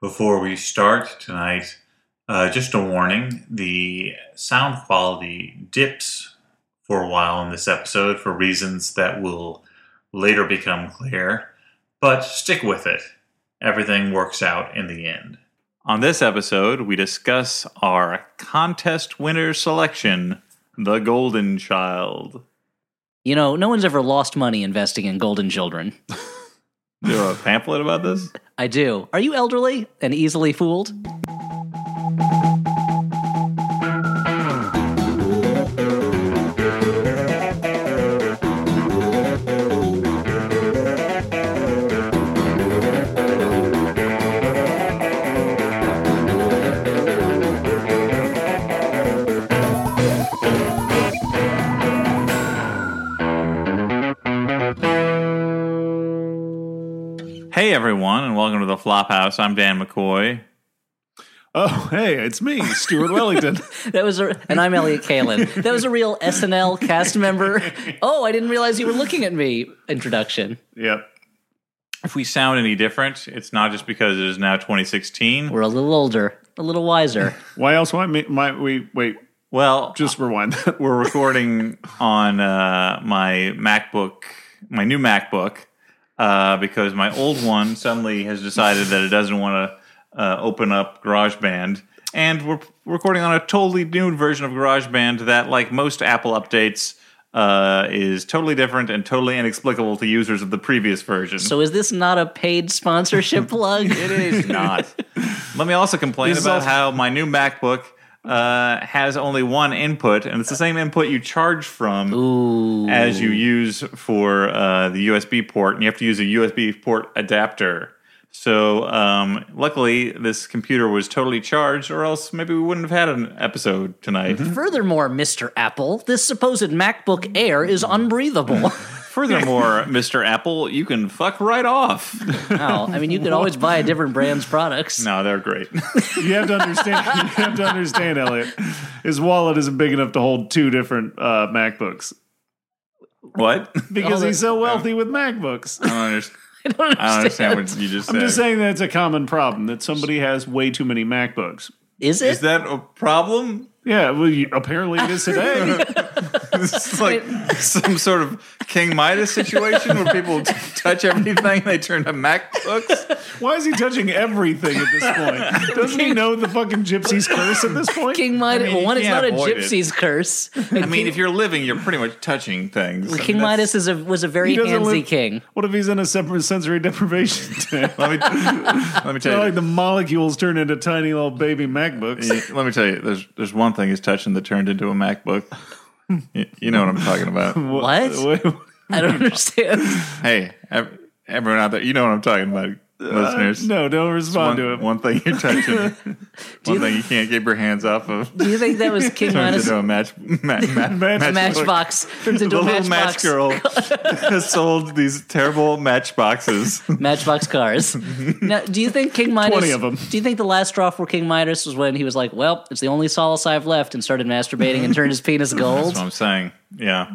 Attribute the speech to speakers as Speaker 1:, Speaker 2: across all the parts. Speaker 1: Before we start tonight, uh, just a warning the sound quality dips for a while in this episode for reasons that will later become clear, but stick with it. Everything works out in the end. On this episode, we discuss our contest winner selection, The Golden Child.
Speaker 2: You know, no one's ever lost money investing in golden children.
Speaker 1: Is there a pamphlet about this?
Speaker 2: I do. Are you elderly and easily fooled?
Speaker 1: Hey, everyone, and welcome to the Flophouse. I'm Dan McCoy.
Speaker 3: Oh, hey, it's me, Stuart Wellington.
Speaker 2: That was a, and I'm Elliot Kalin. That was a real SNL cast member. Oh, I didn't realize you were looking at me. Introduction.
Speaker 3: yep.
Speaker 1: If we sound any different, it's not just because it is now 2016.
Speaker 2: We're a little older, a little wiser.
Speaker 3: Why else might, me- might we wait?
Speaker 1: Well,
Speaker 3: Just rewind. that.
Speaker 1: we're recording on uh, my MacBook, my new MacBook, uh, because my old one suddenly has decided that it doesn't want to uh, open up GarageBand, and we're recording on a totally new version of GarageBand that, like most Apple updates, uh, is totally different and totally inexplicable to users of the previous version.
Speaker 2: So is this not a paid sponsorship plug?
Speaker 1: It is not. Let me also complain
Speaker 3: This is
Speaker 1: about
Speaker 3: also-
Speaker 1: how my new MacBook uh, has only one input, and it's the same input you charge from
Speaker 2: Ooh.
Speaker 1: as you use for uh, the USB port, and you have to use a USB port adapter. So, um, luckily, this computer was totally charged, or else maybe we wouldn't have had an episode tonight.
Speaker 2: Furthermore, Mr. Apple, this supposed MacBook Air is unbreathable.
Speaker 1: Furthermore, Mr. Apple, you can fuck right off.
Speaker 2: Wow. Oh, I mean, you could always buy a different brand's products.
Speaker 1: no, they're great.
Speaker 3: You have to understand. you have to understand, Elliot. His wallet isn't big enough to hold two different uh, MacBooks
Speaker 1: what?
Speaker 2: All
Speaker 3: because
Speaker 2: the-
Speaker 3: he's so wealthy with MacBooks.
Speaker 1: I don't understand.
Speaker 2: I don't
Speaker 1: I
Speaker 2: understand.
Speaker 1: don't understand what you just said.
Speaker 3: I'm just saying that it's a common problem that somebody has way too many MacBooks.
Speaker 2: Is it?
Speaker 1: Is that a problem?
Speaker 3: Yeah, well, you, apparently it is today.
Speaker 1: It's like some sort of King Midas situation where people t- touch everything and they turn to MacBooks.
Speaker 3: Why is he touching everything at this point? Doesn't he know the fucking gypsy's curse at this point?
Speaker 2: King Midas.
Speaker 1: mean, you
Speaker 2: one, it's
Speaker 1: can't
Speaker 2: not a
Speaker 1: avoid it.
Speaker 2: gypsy's curse.
Speaker 1: I mean, if you're living, you're pretty much touching things. I mean,
Speaker 2: King
Speaker 1: that's-
Speaker 2: Midas is a, was a very
Speaker 3: He doesn't
Speaker 2: handsy
Speaker 3: live-
Speaker 2: king.
Speaker 3: What if he's in a separate sensory deprivation tank?
Speaker 1: Let me, let me
Speaker 3: They're
Speaker 1: tell
Speaker 3: like
Speaker 1: you.
Speaker 3: the molecules turn into tiny little baby MacBooks.
Speaker 1: Let me tell you. There's there's one thing he's touching that turned into a MacBook. You, you know what I'm talking about.
Speaker 2: What?
Speaker 3: Wait,
Speaker 2: I don't understand.
Speaker 1: Hey, ev- everyone out there, you know what I'm talking about,
Speaker 2: Uh,
Speaker 1: listeners.
Speaker 3: no, don't
Speaker 1: One,
Speaker 3: respond to it.
Speaker 1: one thing you're touching, one
Speaker 2: you-
Speaker 1: thing you can't keep your hands off of,
Speaker 2: Do you think that was King
Speaker 1: turns
Speaker 2: Midas?
Speaker 1: into a match, ma- ma- matchbook.
Speaker 2: Matchbox turns into
Speaker 1: the
Speaker 2: a
Speaker 1: little match
Speaker 2: matchbox.
Speaker 1: girl has sold these terrible matchboxes.
Speaker 2: Matchbox cars. Now, do you think King Midas?
Speaker 3: 20 of 'em.
Speaker 2: Do you think the last straw for King Midas was when he was like, "Well, it's the only solace I've left," and started masturbating and turned his penis
Speaker 1: That's what
Speaker 2: gold?
Speaker 1: I'm saying. Yeah.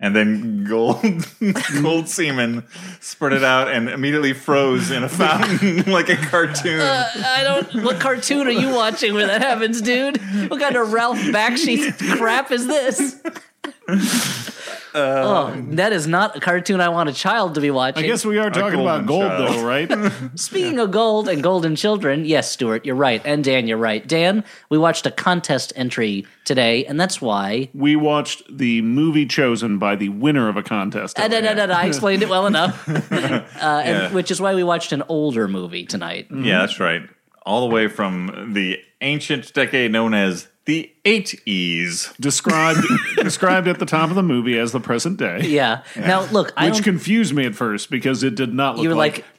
Speaker 1: And then gold, gold semen spurted out and immediately froze in a fountain like a cartoon.
Speaker 2: I don't. What cartoon are you watching where that happens, dude? What kind of Ralph Bakshi crap is this?
Speaker 1: Uh,
Speaker 2: oh, that is not a cartoon I want a child to be watching.
Speaker 3: I guess we are talking about
Speaker 1: golden
Speaker 3: gold,
Speaker 1: child.
Speaker 3: though, right?
Speaker 2: Speaking of gold and golden children, yes, Stuart, you're right. And Dan, you're right. Dan, we watched a contest entry today, and that's why.
Speaker 3: we watched the movie chosen by the winner of a contest.
Speaker 2: Da, da, da, da, da, I explained it well enough, uh,
Speaker 1: Yeah. Mm.
Speaker 2: and, which is why we watched an older movie tonight.
Speaker 1: yeah, that's right. All the way from the ancient decade known as the Eight E's.
Speaker 3: Described described at the top of the movie as the present day,
Speaker 2: Yeah. Now, look, I
Speaker 3: which
Speaker 2: don't.
Speaker 3: confused me at first because it did not look
Speaker 2: You were
Speaker 3: like,
Speaker 2: like-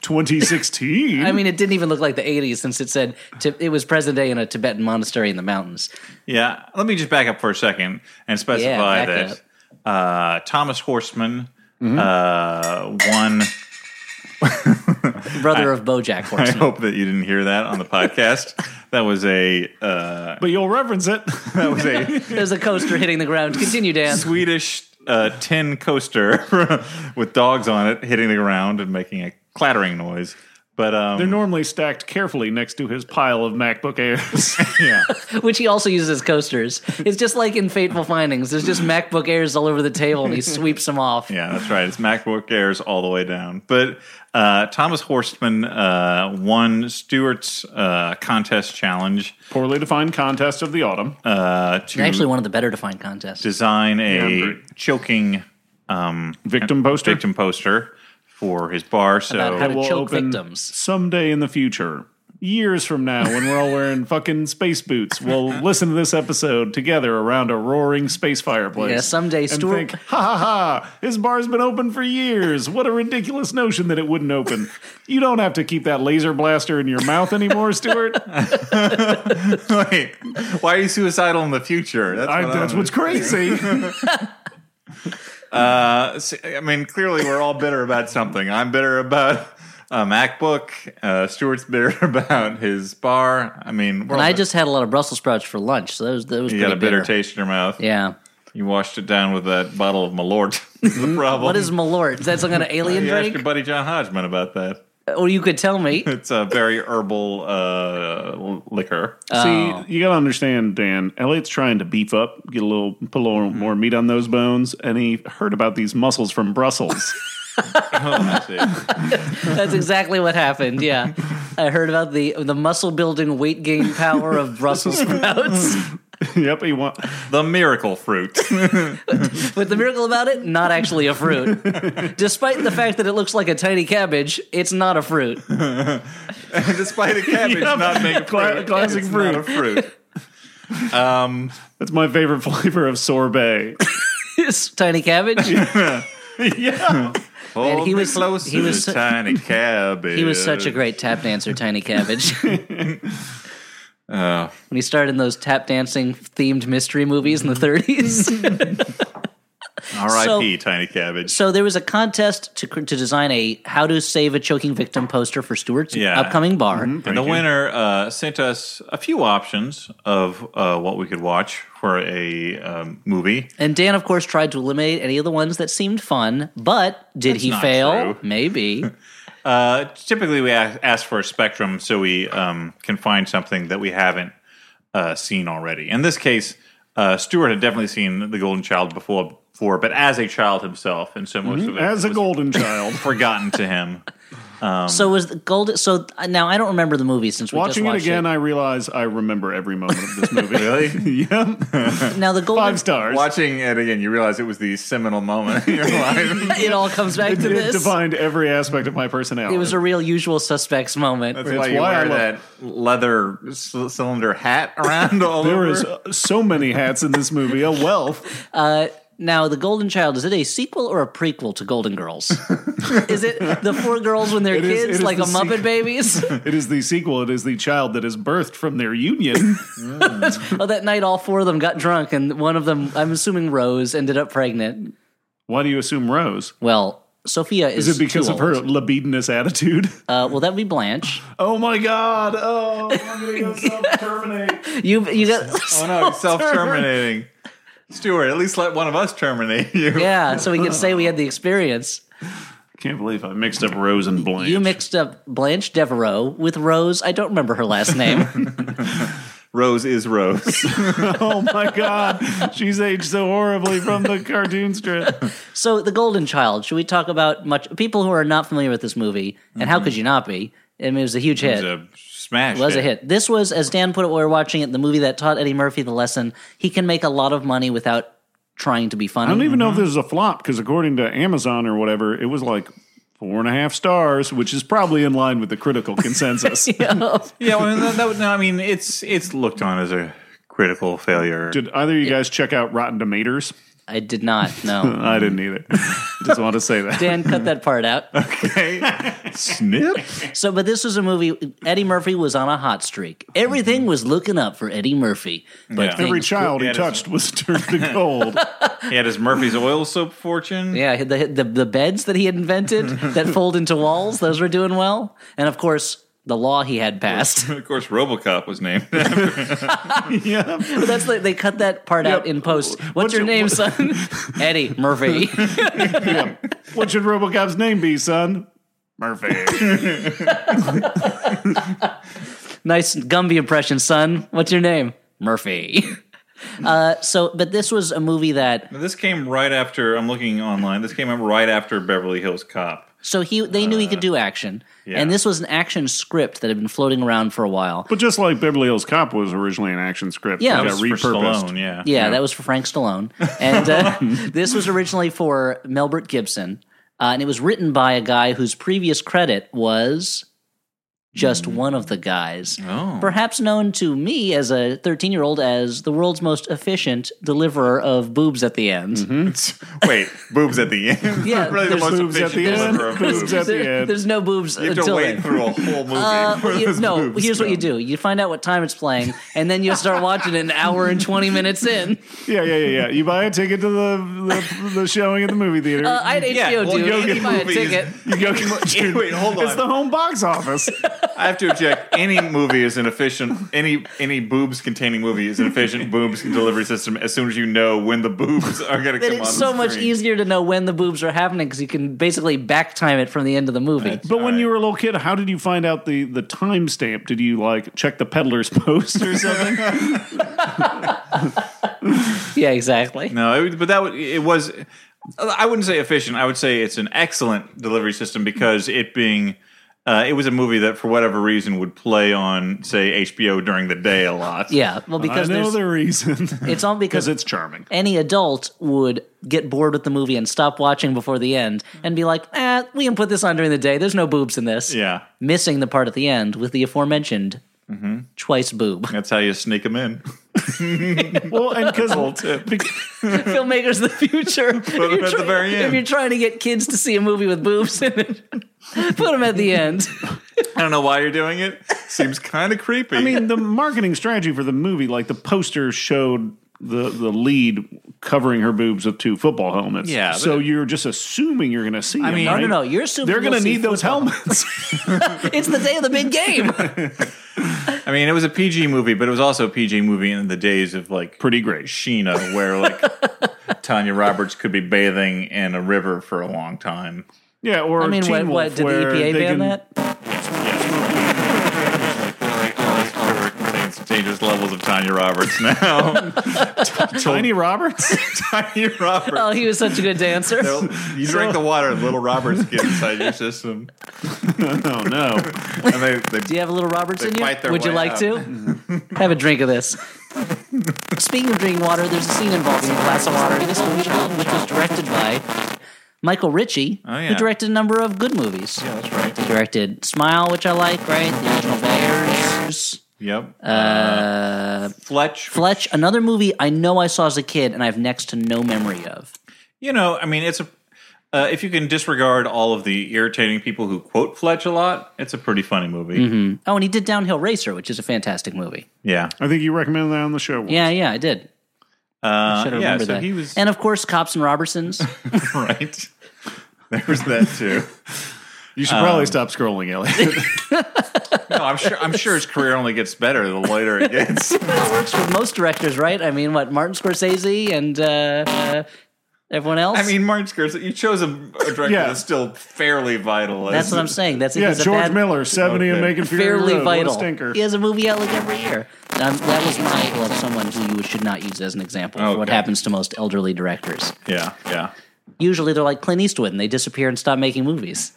Speaker 3: 2016.
Speaker 2: I mean, it didn't even look like the '80s, since it said Ti- it was present day in a Tibetan monastery in the mountains.
Speaker 1: Yeah, let me just back up for a second and specify
Speaker 2: back
Speaker 1: that uh, Thomas Horseman uh, won.
Speaker 2: Brother of BoJack
Speaker 1: I
Speaker 2: Horseman.
Speaker 1: hope that you didn't hear that on the podcast. that was a uh,
Speaker 3: but you'll reference it.
Speaker 1: that was a
Speaker 2: There's a coaster hitting the ground. Continue, Dan.
Speaker 1: Swedish uh, tin coaster with dogs on it hitting the ground and making a clattering noise. But um,
Speaker 3: They're normally stacked carefully next to his pile of MacBook Airs.
Speaker 1: yeah.
Speaker 2: which he also uses as coasters. It's just like in Fateful Findings. There's just MacBook Airs all over the table, and he sweeps them off.
Speaker 1: Yeah, that's right. It's MacBook Airs all the way down. But uh, Thomas Horstman uh, won Stewart's uh, contest challenge
Speaker 3: Poorly defined contest of the autumn.
Speaker 1: uh, to
Speaker 2: They're actually one of the better defined contests.
Speaker 1: design a
Speaker 3: Yeah, great.
Speaker 1: choking um,
Speaker 3: Victim poster.
Speaker 1: victim poster for his bar. So
Speaker 2: About how to
Speaker 3: will
Speaker 2: choke
Speaker 3: open
Speaker 2: victims.
Speaker 3: someday in the future. Years from now, when we're all wearing fucking space boots, we'll listen to this episode together around a roaring space fireplace.
Speaker 2: Yeah, someday
Speaker 3: and
Speaker 2: Stuart-
Speaker 3: think, ha ha ha! His bar's been open for years. What a ridiculous notion that it wouldn't open. You don't have to keep that laser blaster in your mouth anymore, Stuart.
Speaker 1: Wait, why are you suicidal in the future? That's,
Speaker 3: I,
Speaker 1: what
Speaker 3: that's
Speaker 1: I'm-
Speaker 3: what's crazy.
Speaker 1: Uh, s- I mean, clearly we're all bitter about something. I'm bitter about a MacBook. Uh, Stuart's bitter about his bar. I mean, we're
Speaker 2: And
Speaker 1: all
Speaker 2: I
Speaker 1: bitter.
Speaker 2: just had a lot of Brussels sprouts for lunch, so that was that was
Speaker 1: you
Speaker 2: pretty
Speaker 1: got a bitter,
Speaker 2: bitter.
Speaker 1: taste in your mouth.
Speaker 2: Yeah.
Speaker 1: You washed it down with that bottle of Malort. Is the problem?
Speaker 2: Mm-hmm. What is Malort? Is that some kind of alien
Speaker 1: you asked your
Speaker 2: drink?
Speaker 1: buddy John Hodgman about that.
Speaker 2: Or you could tell me.
Speaker 1: It's a very herbal uh, l- liquor.
Speaker 2: Oh.
Speaker 3: See, you gotta understand, Dan. Elliot's trying to beef up, get a little, put a little more meat on those bones, and he heard about these mussels from Brussels.
Speaker 1: Oh, I see.
Speaker 2: That's exactly what happened. Yeah, I heard about the the muscle building, weight gain power of Brussels sprouts.
Speaker 3: yep, he want.
Speaker 1: the miracle fruit.
Speaker 2: But the miracle about it, not actually a fruit. Despite the fact that it looks like a tiny cabbage, it's not a fruit.
Speaker 1: Despite a cabbage not being a
Speaker 3: Cla-
Speaker 1: fruit,
Speaker 3: classic
Speaker 1: it's not a fruit. Um,
Speaker 3: That's my favorite flavor of sorbet.
Speaker 2: It's tiny cabbage.
Speaker 3: yeah,
Speaker 1: hold
Speaker 2: he
Speaker 1: me
Speaker 2: was-
Speaker 1: close
Speaker 2: he
Speaker 1: to
Speaker 2: was
Speaker 1: the
Speaker 2: su-
Speaker 1: tiny cabbage.
Speaker 2: He was such a great tap dancer, Tiny Cabbage. when
Speaker 1: Oh.
Speaker 2: he started in those tap dancing themed mystery movies in the 30s.
Speaker 1: R.I.P. Tiny Cabbage.
Speaker 2: so there was a contest to, cr- to design a how to save a choking victim poster for Stewart's
Speaker 1: Yeah. Mm-hmm.
Speaker 2: upcoming bar.
Speaker 1: And the winner uh, sent us a few options of uh, what we could watch for a um, movie.
Speaker 2: And Dan, of course, tried to eliminate any of the ones that seemed fun, but did he
Speaker 1: not
Speaker 2: fail?
Speaker 1: true.
Speaker 2: Maybe.
Speaker 1: Uh, typically, we ask, ask for a spectrum so we um, can find something that we haven't uh, seen already. In this case, uh, Stewart had definitely seen The Golden Child before, before but as a child himself, and so most of it
Speaker 3: Mm-hmm. as a
Speaker 1: was
Speaker 3: golden child.
Speaker 1: forgotten to him.
Speaker 2: so was the gold. So uh, now I don't remember the movie since we
Speaker 3: Watching
Speaker 2: just
Speaker 3: it
Speaker 2: watched
Speaker 3: again, I realize I remember every moment of this movie.
Speaker 1: Really?
Speaker 3: yeah,
Speaker 2: Now the golden.
Speaker 3: five stars.
Speaker 1: Watching it again, you realize it was the seminal moment in your life.
Speaker 2: it all comes back to
Speaker 3: It
Speaker 2: this.
Speaker 3: defined every aspect of my personality.
Speaker 2: It was a real usual suspects moment.
Speaker 1: That's
Speaker 3: It's
Speaker 1: why you
Speaker 3: why I
Speaker 1: wear
Speaker 3: love-
Speaker 1: that leather c- cylinder hat around all
Speaker 3: there
Speaker 1: over.
Speaker 3: was uh, so many hats in this movie. A wealth.
Speaker 2: Uh, now, The Golden Child, is it a sequel or a prequel to Golden Girls? is it the four girls when they're
Speaker 3: It is- it
Speaker 2: kids,
Speaker 3: is
Speaker 2: like a
Speaker 3: the
Speaker 2: Muppet
Speaker 3: sequel.
Speaker 2: Babies?
Speaker 3: It is the sequel. It is the child that is birthed from their union.
Speaker 2: oh, that night all four of them got drunk, and one of them, I'm assuming Rose, ended up pregnant.
Speaker 3: Why do you assume Rose?
Speaker 2: Well, Sophia is,
Speaker 3: Is it because
Speaker 2: too
Speaker 3: of her
Speaker 2: old.
Speaker 3: libidinous attitude?
Speaker 2: Uh, well, that would be Blanche.
Speaker 3: Oh my god! Oh, I'm gonna go self-terminate.
Speaker 2: You you got
Speaker 1: oh no, self terminating. Stuart, at least let one of us terminate you.
Speaker 2: yeah, so we can say we had the experience.
Speaker 3: Can't believe I mixed up Rose and Blanche.
Speaker 2: You mixed up Blanche Devereaux with Rose. I don't remember her last name.
Speaker 1: Rose is Rose.
Speaker 3: oh my god, she's aged so horribly from the cartoon strip.
Speaker 2: so, The Golden Child. Should we talk about much people who are not familiar with this movie? And
Speaker 3: Mm-hmm.
Speaker 2: how could you not be? I mean, it was a huge
Speaker 1: It
Speaker 2: hit.
Speaker 1: was a smash.
Speaker 2: was a hit. This was, as Dan put it, while we were watching it, the movie that taught Eddie Murphy the lesson. He can make a lot of money without trying to be funny.
Speaker 3: I don't even know if
Speaker 1: Mm-hmm.
Speaker 3: this is a flop because according to Amazon or whatever, it was like four and a half stars, which is probably in line with the critical consensus.
Speaker 1: Yeah, well, that, that, was- no, I mean it's it's looked on as a critical failure.
Speaker 3: Did either of you guys check out Rotten Tomatoes?
Speaker 2: I did not know.
Speaker 3: I
Speaker 1: Mm.
Speaker 3: didn't either. Just want to say that.
Speaker 2: Dan, cut that part out.
Speaker 1: Okay, snip.
Speaker 2: So, but this was a movie. Eddie Murphy was on a hot streak. Everything was looking up for Eddie Murphy. But
Speaker 1: Yeah.
Speaker 3: Every
Speaker 2: things-
Speaker 3: child he
Speaker 1: Yeah, it is.
Speaker 3: touched was turned to gold.
Speaker 1: He had his Murphy's oil soap fortune.
Speaker 2: Yeah, the, the the beds that he invented that fold into walls, those were doing well. And of course, the law he had passed.
Speaker 1: Of course, RoboCop was named.
Speaker 3: yeah.
Speaker 2: But that's like they cut that part out in post. What's, your
Speaker 3: your-
Speaker 2: name, son? Eddie Murphy.
Speaker 3: What should Robocop's name be, son? Murphy.
Speaker 2: Nice Gumby impression, son. What's your name? Murphy. uh, so, but this was a movie that
Speaker 1: Now, this came right after. I'm looking online. This came up right after Beverly Hills Cop.
Speaker 2: so he they knew he could do action, and this was an action script that had been floating around for a while.
Speaker 3: but just like Beverly Hills Cop was originally an action script,
Speaker 2: Yeah.
Speaker 3: it
Speaker 2: That
Speaker 1: That
Speaker 3: got
Speaker 1: was for
Speaker 3: repurposed.
Speaker 1: Stallone, yeah.
Speaker 2: Yeah, that was for Frank Stallone, and uh, this was originally for Melbert Gibson, uh, and it was written by a guy whose previous credit was just one of the guys,
Speaker 1: Oh.
Speaker 2: perhaps known to me as a thirteen-year-old as the world's most efficient deliverer of boobs at the end.
Speaker 1: Wait, boobs at the end.
Speaker 2: Yeah,
Speaker 1: really the
Speaker 2: there's
Speaker 1: most
Speaker 3: boobs at the
Speaker 1: efficient
Speaker 3: end.
Speaker 1: deliverer of
Speaker 3: There's
Speaker 1: boobs.
Speaker 3: at the
Speaker 2: There-
Speaker 3: end.
Speaker 2: There's no boobs
Speaker 1: You have to
Speaker 2: until
Speaker 1: wait
Speaker 2: then.
Speaker 1: through a whole movie.
Speaker 2: Uh,
Speaker 1: for
Speaker 2: you-
Speaker 1: those
Speaker 2: no,
Speaker 1: boobs
Speaker 2: here's what you
Speaker 1: come.
Speaker 2: do: you find out what time it's playing, and then you start watching it an hour and twenty minutes in.
Speaker 3: Yeah, yeah, yeah, yeah. You buy a ticket to the the, the showing at the movie theater.
Speaker 2: Uh, I had HBO,
Speaker 1: Yeah, well,
Speaker 2: dude.
Speaker 1: you
Speaker 2: You,
Speaker 1: don't get
Speaker 2: buy a
Speaker 1: movies.
Speaker 2: ticket.
Speaker 3: you go.
Speaker 1: Wait, hold on.
Speaker 3: It's the home box office.
Speaker 1: I have to object. Any movie is an efficient any any boobs containing movie is an efficient boobs delivery system. As soon as you know when the boobs are going to
Speaker 2: But
Speaker 1: come on,
Speaker 2: it's
Speaker 1: the
Speaker 2: so much
Speaker 1: screen.
Speaker 2: easier to know when the boobs are happening because you can basically back time it from the end of the movie.
Speaker 1: That's-
Speaker 3: But when
Speaker 1: All
Speaker 3: you
Speaker 1: right.
Speaker 3: were a little kid, how did you find out the the timestamp? Did you like check the peddler's post or something?
Speaker 2: yeah, exactly.
Speaker 1: No, it, but that would, it was. I wouldn't say efficient. I would say it's an excellent delivery system because it being. Uh, it was a movie that, for whatever reason, would play on, say, HBO during the day a lot.
Speaker 2: Yeah, well,
Speaker 3: I
Speaker 2: because
Speaker 3: know
Speaker 2: there's,
Speaker 3: the reason.
Speaker 2: it's all
Speaker 3: Because
Speaker 2: because
Speaker 3: it's charming.
Speaker 2: any adult would get bored with the movie and stop watching before the end and be like, "Ah, we can put this on during the day. There's no boobs in this."
Speaker 1: Yeah.
Speaker 2: missing the part at the end with the aforementioned
Speaker 3: Mm-hmm.
Speaker 2: twice boob.
Speaker 1: That's how you sneak them in.
Speaker 3: Well, and because
Speaker 2: Filmmakers of the future. Put
Speaker 1: at the very
Speaker 2: If
Speaker 1: end.
Speaker 2: you're trying to get kids to see a movie with boobs in it, put them at the end.
Speaker 1: I don't know why you're doing it. Seems kind of creepy.
Speaker 3: I mean, the marketing strategy for the movie, like the poster showed the the lead covering her boobs with two football helmets.
Speaker 1: Yeah,
Speaker 3: So
Speaker 1: but-
Speaker 3: you're just assuming you're going to see. I
Speaker 1: mean-
Speaker 2: No, no, no. You're assuming
Speaker 3: They're
Speaker 2: going to
Speaker 3: need those helmets.
Speaker 2: It's the day of the big game.
Speaker 1: I mean, it was a PG movie, but it was also a PG movie in the days of like
Speaker 3: Pretty great.
Speaker 1: Sheena, where like Tanya Roberts could be bathing in a river for a long time.
Speaker 3: Yeah, or
Speaker 2: I mean,
Speaker 3: Teen
Speaker 2: what,
Speaker 3: Wolf,
Speaker 2: what did the
Speaker 3: where
Speaker 2: EPA
Speaker 3: they
Speaker 2: ban
Speaker 3: can-
Speaker 2: that?
Speaker 1: Dangerous levels of Tanya Roberts now.
Speaker 3: Tiny Roberts.
Speaker 1: Tanya Roberts.
Speaker 2: Oh, he was such a good dancer.
Speaker 1: You drink the water, and little Roberts get inside your system,
Speaker 3: oh no.
Speaker 1: and they, they
Speaker 2: Do you have a little Roberts
Speaker 1: They
Speaker 2: in you?
Speaker 1: fight their
Speaker 2: Would you
Speaker 1: way
Speaker 2: like
Speaker 1: up.
Speaker 2: to? have a drink of this. Speaking of drinking water, there's a scene involving a glass of water in this movie, which was directed by Michael Ritchie,
Speaker 1: Oh,
Speaker 2: who
Speaker 1: yeah.
Speaker 2: directed a number of good movies. Yeah, that's right. He directed Smile, which I like, right? The original Bears.
Speaker 1: yep.
Speaker 2: Uh,
Speaker 1: Fletch,
Speaker 2: Fletch, another movie I know I saw as a kid and I have next to no memory of.
Speaker 1: you know, I mean, it's a. Uh, if you can disregard all of the irritating people who quote Fletch a lot, it's a pretty funny movie.
Speaker 3: Mm-hmm.
Speaker 2: Oh, and he did Downhill Racer, which is a fantastic movie.
Speaker 1: Yeah,
Speaker 3: I think you recommended that on the show. once.
Speaker 2: Yeah, yeah, I did.
Speaker 1: uh,
Speaker 2: Should
Speaker 1: yeah.
Speaker 2: remember
Speaker 1: So
Speaker 2: that.
Speaker 1: he was
Speaker 2: and of course, Cops and Robertsons.
Speaker 1: right. There was that too.
Speaker 3: You should
Speaker 2: Um,
Speaker 3: probably stop scrolling, Elliot.
Speaker 1: No, I'm sure. I'm sure his career only gets better the later it gets.
Speaker 2: It works with most directors, right? I mean, what Martin Scorsese and uh, uh, everyone else.
Speaker 1: I mean, Martin Scorsese. You chose a, a director
Speaker 3: Yeah.
Speaker 1: that's still fairly vital. as-
Speaker 2: that's what I'm saying. That's
Speaker 3: yeah,
Speaker 2: he's a
Speaker 3: George
Speaker 2: bad-
Speaker 3: Miller, seventy and
Speaker 1: Okay.
Speaker 3: making Fury
Speaker 2: fairly
Speaker 3: Road. What a
Speaker 2: vital.
Speaker 3: stinker.
Speaker 2: He has a movie out like every year. Um, that was my example of someone who you should not use as an example for what
Speaker 1: Okay.
Speaker 2: happens to most elderly directors.
Speaker 1: Yeah, yeah.
Speaker 2: Usually, they're like Clint Eastwood, and they disappear and stop making movies.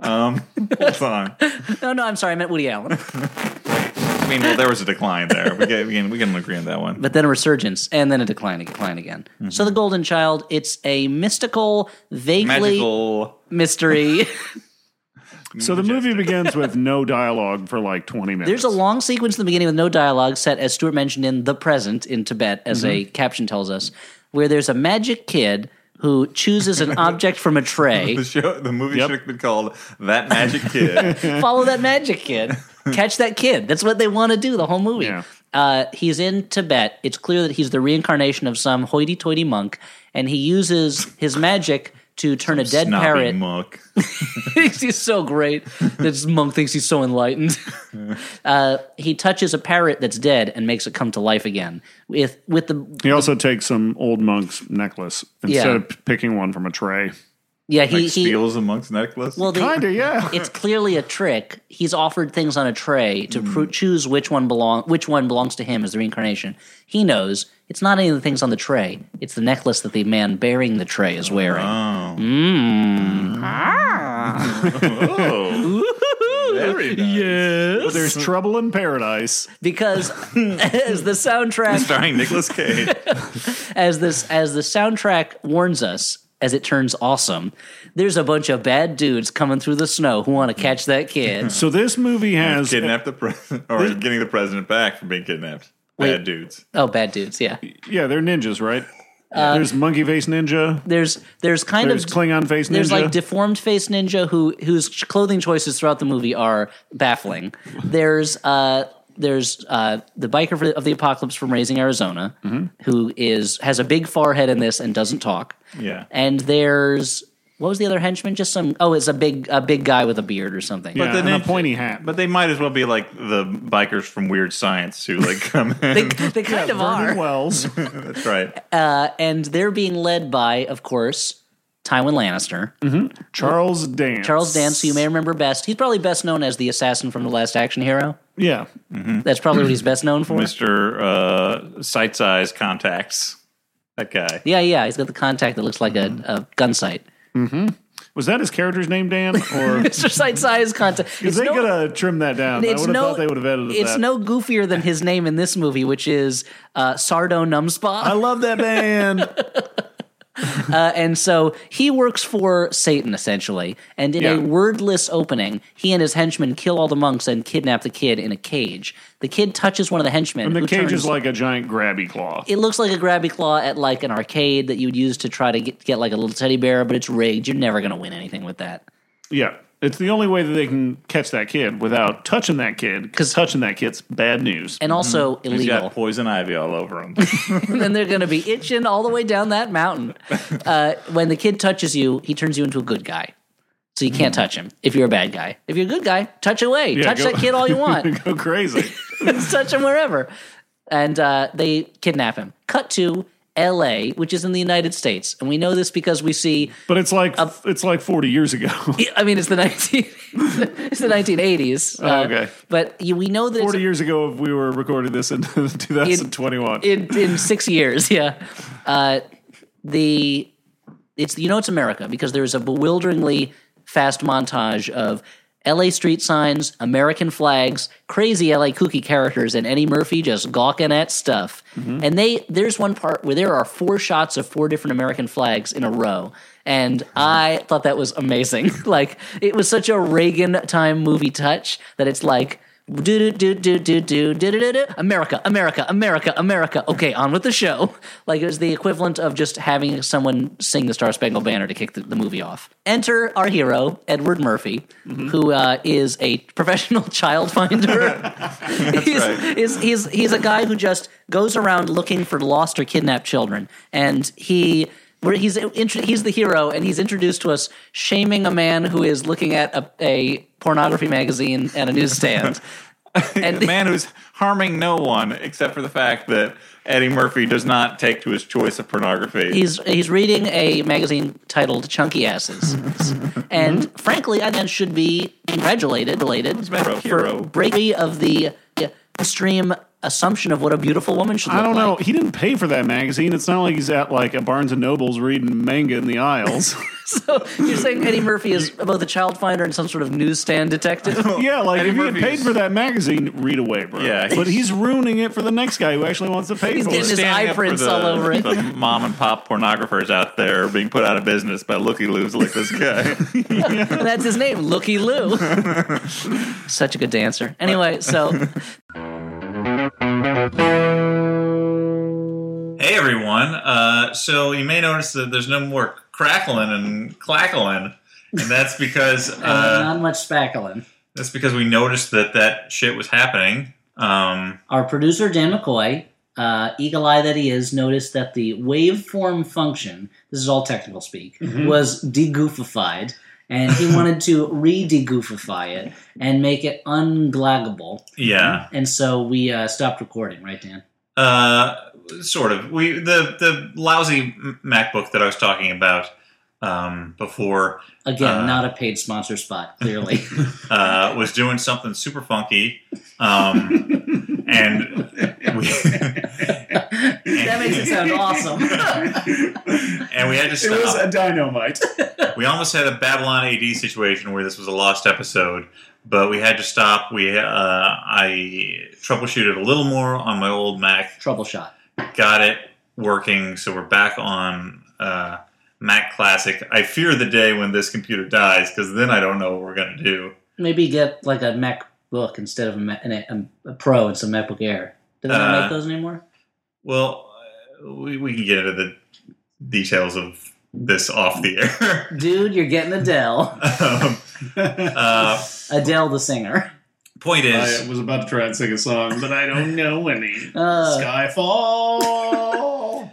Speaker 1: Um, hold on.
Speaker 2: No, no, I'm sorry, I meant Woody Allen.
Speaker 1: I mean, well, there was a decline there. We can we can, we can agree on that one.
Speaker 2: but then a resurgence, and then a decline, a decline again. So, The Golden Child, it's a mystical, vaguely
Speaker 1: Magical.
Speaker 2: mystery.
Speaker 3: So the movie begins with no dialogue for like twenty minutes.
Speaker 2: There's a long sequence in the beginning with no dialogue set, as Stuart mentioned, in the present in Tibet, as a caption tells us, where there's a magic kid who chooses an object from a tray.
Speaker 1: The show, the movie
Speaker 3: Yep.
Speaker 1: should have been called "That Magic Kid."
Speaker 2: Follow that magic kid. Catch that kid. That's what they want to do the whole movie.
Speaker 3: Yeah.
Speaker 2: Uh, he's in Tibet. It's clear that he's the reincarnation of some hoity toity monk, and he uses his magic to turn a dead
Speaker 1: Snobby
Speaker 2: parrot
Speaker 1: Muck.
Speaker 2: he's so great. This monk thinks he's so enlightened. Uh, he touches a parrot that's dead and makes it come to life again. With with the
Speaker 3: He also takes some old monk's necklace instead
Speaker 2: Yeah.
Speaker 3: of p- picking one from a tray.
Speaker 2: Yeah, he,
Speaker 1: Like
Speaker 2: he
Speaker 1: steals a monk's necklace.
Speaker 2: well, the,
Speaker 3: Kinda, yeah.
Speaker 2: it's clearly a trick. He's offered things on a tray to pro- choose which one belong which one belongs to him as the reincarnation. He knows it's not any of the things on the tray. It's the necklace that the man bearing the tray is wearing.
Speaker 1: oh, very nice.
Speaker 2: Yes,
Speaker 3: There's trouble in paradise.
Speaker 2: because as the soundtrack
Speaker 1: starring Nicolas Cage.
Speaker 2: as this as the soundtrack warns us as it turns awesome, there's a bunch of bad dudes coming through the snow who want to catch that kid.
Speaker 3: So this movie has
Speaker 1: kidnapped the president or getting the president back from being kidnapped. Bad dudes.
Speaker 2: Oh, bad dudes, yeah.
Speaker 3: yeah, they're ninjas, right? there's monkey face ninja.
Speaker 2: There's Uh, there's kind
Speaker 3: There's
Speaker 2: of
Speaker 3: Klingon face ninja.
Speaker 2: There's like deformed face ninja who whose clothing choices throughout the movie are baffling. There's uh there's uh the biker for, of the apocalypse from Raising Arizona
Speaker 3: Mm-hmm.
Speaker 2: who is has a big forehead in this and doesn't talk.
Speaker 1: Yeah.
Speaker 2: And there's what was the other henchman? Just some oh, it's a big a big guy with a beard or something.
Speaker 3: yeah,
Speaker 1: the
Speaker 3: and a
Speaker 1: ninja-
Speaker 3: pointy hat.
Speaker 1: But they might as well be like the bikers from Weird Science who like come
Speaker 2: They,
Speaker 1: in.
Speaker 2: they kind of
Speaker 3: Vernon
Speaker 2: are.
Speaker 3: Wells.
Speaker 1: That's right.
Speaker 2: And they're being led by, of course, Tywin Lannister.
Speaker 3: Charles Dance.
Speaker 2: Charles Dance, who you may remember best. He's probably best known as the assassin from The Last Action Hero.
Speaker 3: Yeah.
Speaker 2: That's probably what he's best known for.
Speaker 1: Mr. Uh, Sight Eyes Contacts. That guy.
Speaker 2: Yeah, yeah. He's got the contact that looks like a, a gun sight.
Speaker 3: Was that his character's name, Dan? Or
Speaker 2: Mr. Sight size contact. It's
Speaker 3: because they
Speaker 2: no,
Speaker 3: could have trimmed that down. I would
Speaker 2: it's
Speaker 3: have
Speaker 2: no-
Speaker 3: thought they would have edited
Speaker 2: it's
Speaker 3: that.
Speaker 2: no goofier than his name in this movie, which is uh, Sardo
Speaker 3: I
Speaker 2: Numspa.
Speaker 3: love that band.
Speaker 2: Uh, and so he works for Satan, essentially. And in
Speaker 3: Yeah.
Speaker 2: a wordless opening, he and his henchmen kill all the monks and kidnap the kid in a cage. The kid touches one of the henchmen.
Speaker 3: the
Speaker 2: who
Speaker 3: cage
Speaker 2: turns-
Speaker 3: is like a giant grabby claw.
Speaker 2: It looks like a grabby claw at like an arcade that you'd use to try to get, get like a little teddy bear, but it's rigged. You're never going to win anything with that.
Speaker 3: Yeah. It's the only way that they can catch that kid without touching that kid because touching that kid's bad news.
Speaker 2: And also
Speaker 1: He's
Speaker 2: illegal.
Speaker 1: got poison ivy all over him.
Speaker 2: and they're going to be itching all the way down that mountain. Uh, when the kid touches you, he turns you into a good guy. So you can't touch him if you're a bad guy. If you're a good guy, touch away. touch
Speaker 3: Mm. go-
Speaker 2: that kid all you want.
Speaker 3: Go crazy.
Speaker 2: touch him wherever. And uh, they kidnap him. Cut to LA, which is in the United States. And we know this because we see
Speaker 3: But it's like it's like 40 years ago.
Speaker 2: I mean Um, it's the 19 it's the 1980s. Uh,
Speaker 3: okay.
Speaker 2: But you, we know that it's
Speaker 3: 40 years ago if we were recording this in 2021.
Speaker 2: in in six years. Yeah, uh, the it's you know it's America because there is a bewilderingly fast montage of L.A. street signs, American flags, crazy L.A. kooky characters, and Eddie Murphy just gawking at stuff. And they there's one part where there are four shots of four different American flags in a row. And I thought that was amazing. like it was such a Reagan time movie touch that it's like do do do do do do do do do America, America, America, America. Okay, on with the show. Like it was the equivalent of just having someone sing the Star Spangled Banner to kick the, the movie off. Enter our hero Edward Murphy, who uh, is a professional child finder. he's,
Speaker 1: right.
Speaker 2: he's he's he's a guy who just goes around looking for lost or kidnapped children, and he. Where he's intro- he's the hero, and he's introduced to us shaming a man who is looking at a, a pornography magazine at a newsstand,
Speaker 1: and
Speaker 2: and
Speaker 1: a man who's harming no one except for the fact that Eddie Murphy does not take to his choice of pornography.
Speaker 2: he's he's reading a magazine titled Chunky Asses, and frankly, I then should be congratulated, related
Speaker 1: Metro
Speaker 2: for
Speaker 1: Hero.
Speaker 2: break free of the extreme assumption of what a beautiful woman should.
Speaker 3: I
Speaker 2: look
Speaker 3: don't know.
Speaker 2: like.
Speaker 3: He didn't pay for that magazine. It's not like he's at like a Barnes and Noble's reading manga in the aisles.
Speaker 2: So you're saying Eddie Murphy is both a child finder and some sort of newsstand detective?
Speaker 3: yeah, like
Speaker 1: Eddie
Speaker 3: if he had paid
Speaker 1: Murphy's-
Speaker 3: for that magazine, read away, bro.
Speaker 1: Yeah,
Speaker 3: but
Speaker 1: he's-
Speaker 3: he's ruining it for the next guy who actually wants to pay
Speaker 2: He's
Speaker 3: for
Speaker 2: getting
Speaker 3: it.
Speaker 2: his
Speaker 1: Standing
Speaker 2: eye
Speaker 1: up for
Speaker 2: prints
Speaker 1: the-
Speaker 2: all over it.
Speaker 1: The mom and pop pornographers out there being put out of business by looky loos like this guy.
Speaker 2: That's his name, Looky Lou. Such a good dancer. Anyway, so
Speaker 4: Hey everyone. Uh, so you may notice that there's no more crackling and clackling, and that's because uh,
Speaker 2: not much spackling.
Speaker 4: that's because we noticed that that shit was happening. Um,
Speaker 2: Our producer, Dan McCoy, uh, eagle eye that he is, noticed that the waveform function, this is all technical speak, was degoofified. And he wanted to re degoofify it and make it unglaggable.
Speaker 4: yeah,
Speaker 2: And so we uh, stopped recording, right, Dan?
Speaker 4: Mm-hmm. uh, sort of. We the the lousy MacBook that I was talking about
Speaker 1: um, before
Speaker 4: Again,
Speaker 1: Uh,
Speaker 4: not a paid sponsor spot, clearly.
Speaker 1: uh, was doing something super funky, um, and we
Speaker 4: that makes it sound awesome.
Speaker 1: and we had to
Speaker 3: It was
Speaker 1: stop.
Speaker 3: a dynamite.
Speaker 1: we almost had a Babylon AD situation where this was a lost episode, but we had to stop. We uh, I troubleshooted a little more on my old Mac,
Speaker 4: Trouble shot.
Speaker 1: got it working. So we're back on uh, Mac Classic. I fear the day when this computer dies because then I don't know what we're going to do.
Speaker 4: Maybe get like a MacBook instead of a, Ma- an,
Speaker 2: um,
Speaker 4: a, a Pro and some MacBook Air. Do they not
Speaker 1: Uh,
Speaker 4: make those anymore?
Speaker 1: Well, uh, we, we can get into the details of this off the air.
Speaker 4: Dude, you're getting Adele.
Speaker 1: um, uh,
Speaker 4: Adele the singer.
Speaker 1: point is,
Speaker 3: I was about to try and sing a song, but I don't know any.
Speaker 4: Uh,
Speaker 3: Skyfall.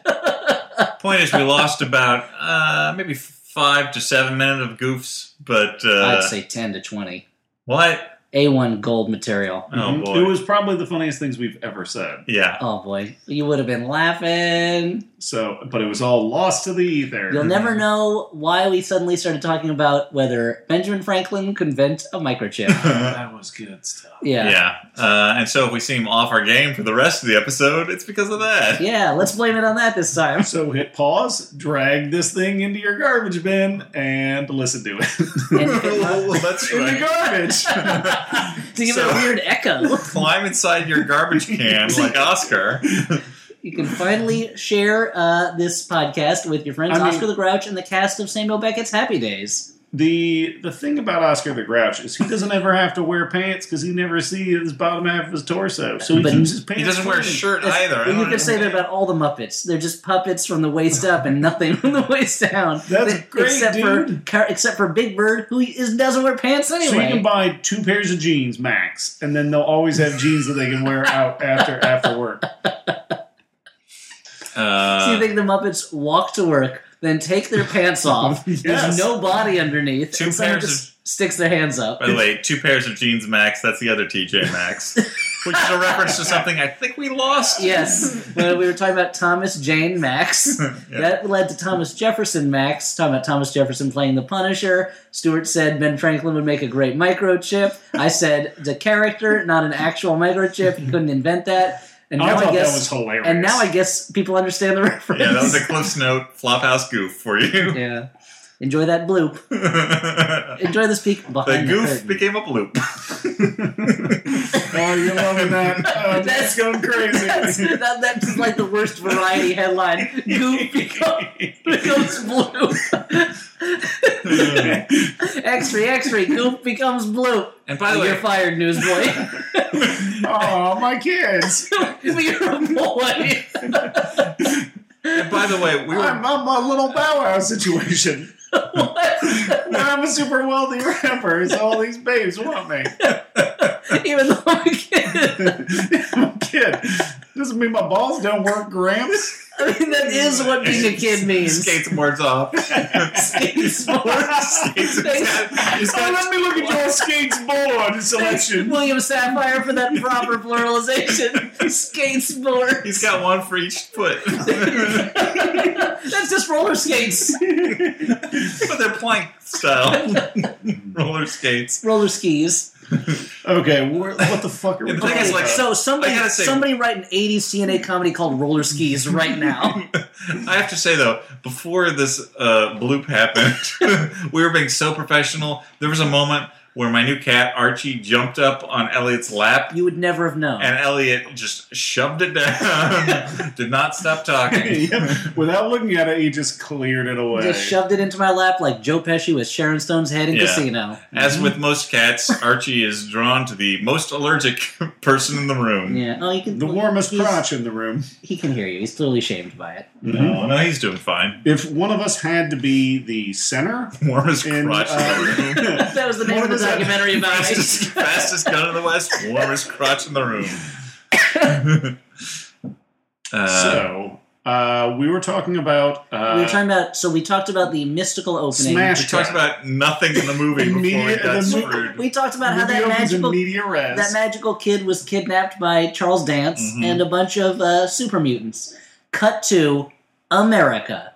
Speaker 1: point is, we lost about uh, maybe five to seven minutes of goofs, but uh,
Speaker 4: I'd say 10 to 20.
Speaker 1: what?
Speaker 4: A1 gold material.
Speaker 1: Oh boy,
Speaker 3: Mm-hmm. It was probably the funniest things we've ever said.
Speaker 1: yeah.
Speaker 4: Oh boy, you would have been laughing.
Speaker 3: So, but it was all lost to the ether.
Speaker 4: You'll never know why we suddenly started talking about whether Benjamin Franklin could invent a microchip.
Speaker 3: That was good stuff.
Speaker 4: Yeah. yeah.
Speaker 1: Yeah. Uh, and so if we seem off our game for the rest of the episode, it's because of that.
Speaker 4: let's blame it on that this time.
Speaker 3: So hit pause, drag this thing into your garbage bin, and listen to it.
Speaker 4: And you can-
Speaker 1: Well, that's
Speaker 3: In the
Speaker 1: right.
Speaker 3: garbage.
Speaker 4: to give it
Speaker 1: So-
Speaker 4: a weird echo,
Speaker 1: Climb inside your garbage can like Oscar.
Speaker 4: you can finally share uh, this podcast with your friends
Speaker 3: I mean-
Speaker 4: Oscar the Grouch and the cast of Samuel Beckett's Happy Days.
Speaker 3: the the thing about Oscar the Grouch is he doesn't ever have to wear pants because he never sees his bottom half of his torso, so he
Speaker 4: But
Speaker 3: keeps his pants.
Speaker 1: He doesn't wear a
Speaker 3: clean.
Speaker 1: shirt either. I
Speaker 4: you
Speaker 1: don't
Speaker 4: can say
Speaker 1: understand.
Speaker 4: that about all the Muppets. They're just puppets from the waist up and nothing from the waist down.
Speaker 3: That's great,
Speaker 4: except
Speaker 3: dude.
Speaker 4: for except for Big Bird, who is, doesn't wear pants anyway.
Speaker 3: So you can buy two pairs of jeans max, and then they'll always have jeans that they can wear out after after work.
Speaker 4: So you
Speaker 1: Uh,
Speaker 4: think the Muppets walk to work, then take their pants off?
Speaker 3: Yes.
Speaker 4: There's no body underneath.
Speaker 1: Two
Speaker 4: and someone
Speaker 1: pairs
Speaker 4: just sticks their hands up.
Speaker 1: by the way, two pairs of jeans, Max. That's the other TJ Max, which is a reference to something I think we lost.
Speaker 4: Yes, when we were talking about Thomas Jane Max, that led to Thomas Jefferson Max. Talking about Thomas Jefferson playing the Punisher. Stewart said Ben Franklin would make a great microchip. I said the character, not an actual microchip. He couldn't invent that. And
Speaker 3: I
Speaker 4: now I,
Speaker 3: thought
Speaker 4: guess,
Speaker 3: that was hilarious.
Speaker 4: and now I guess people understand the reference.
Speaker 1: Yeah, that was a Cliff's Note Flophouse goof for you.
Speaker 4: Yeah. Enjoy that bloop. Enjoy this peek
Speaker 1: the
Speaker 4: behind the
Speaker 1: goof
Speaker 4: curtain.
Speaker 1: became a bloop.
Speaker 3: oh, you're loving that. Oh, that's going crazy.
Speaker 4: That's, that, that's like the worst variety headline. Goop becomes, becomes blue. X-ray, X-ray, Goop becomes blue.
Speaker 1: And by the way,
Speaker 4: You're fired, newsboy.
Speaker 3: oh, my kids.
Speaker 4: You're a boy.
Speaker 1: and by the way, we
Speaker 3: I'm,
Speaker 1: were
Speaker 3: I'm a little Bow Wow situation.
Speaker 4: What?
Speaker 3: I'm a super wealthy rapper, so all these babes want me.
Speaker 4: Even though I'm a kid.
Speaker 3: Kid, doesn't mean my balls don't work, Gramps.
Speaker 4: I mean, that is what being a kid means.
Speaker 1: skateboards off.
Speaker 4: Skateboards. Thanks.
Speaker 1: He's
Speaker 3: Oh,
Speaker 1: got
Speaker 3: let me look at your skates board
Speaker 4: Thanks,
Speaker 3: selection.
Speaker 4: William Sapphire, for that proper pluralization. Skateboard.
Speaker 1: He's got one for each foot. but
Speaker 4: That's just roller skates.
Speaker 1: they're plank style roller skates.
Speaker 4: Roller skis.
Speaker 3: Okay, we're, what the fuck are we
Speaker 1: And the thing
Speaker 3: talking
Speaker 1: is, like,
Speaker 3: about?
Speaker 4: so somebody
Speaker 1: I gotta say-
Speaker 4: somebody write an 80s CNA comedy called Roller Skis right now.
Speaker 1: I have to say though, before this uh, bloop happened, we were being so professional. There was a moment where my new cat Archie jumped up on Elliot's lap,
Speaker 4: you would never have known.
Speaker 1: and Elliot just shoved it down. Did not stop talking.
Speaker 3: Yep. Without looking at it, he just cleared it away.
Speaker 4: Just shoved it into my lap like Joe Pesci with Sharon Stone's head in
Speaker 1: Yeah.
Speaker 4: Casino.
Speaker 1: As with most cats, Archie is drawn to the most allergic person in the room.
Speaker 4: Yeah. Oh, you can.
Speaker 3: the warmest
Speaker 4: he's-
Speaker 3: crotch in the room.
Speaker 4: He can hear you. He's clearly shamed by it.
Speaker 1: No,
Speaker 3: Mm-hmm.
Speaker 1: no, he's doing fine.
Speaker 3: If one of us had to be the center,
Speaker 1: Warmest
Speaker 3: and
Speaker 1: crotch in the room.
Speaker 3: uh,
Speaker 4: That was the name of the
Speaker 3: Warmest-
Speaker 4: documentary about it.
Speaker 1: fastest, fastest gun in the West, warmest crotch in the room. uh,
Speaker 3: so uh, we were talking about uh,
Speaker 4: we were talking about. So we talked about the mystical opening.
Speaker 1: we
Speaker 3: smash.
Speaker 1: talked about nothing in the movie before we
Speaker 3: Immediate-
Speaker 1: got
Speaker 3: the mo-
Speaker 1: screwed.
Speaker 4: We talked about how
Speaker 3: Movie
Speaker 4: that
Speaker 3: opens
Speaker 4: magical
Speaker 3: in media res.
Speaker 4: that magical kid was kidnapped by Charles Dance
Speaker 3: Mm-hmm.
Speaker 4: and a bunch of uh, super mutants. Cut to America,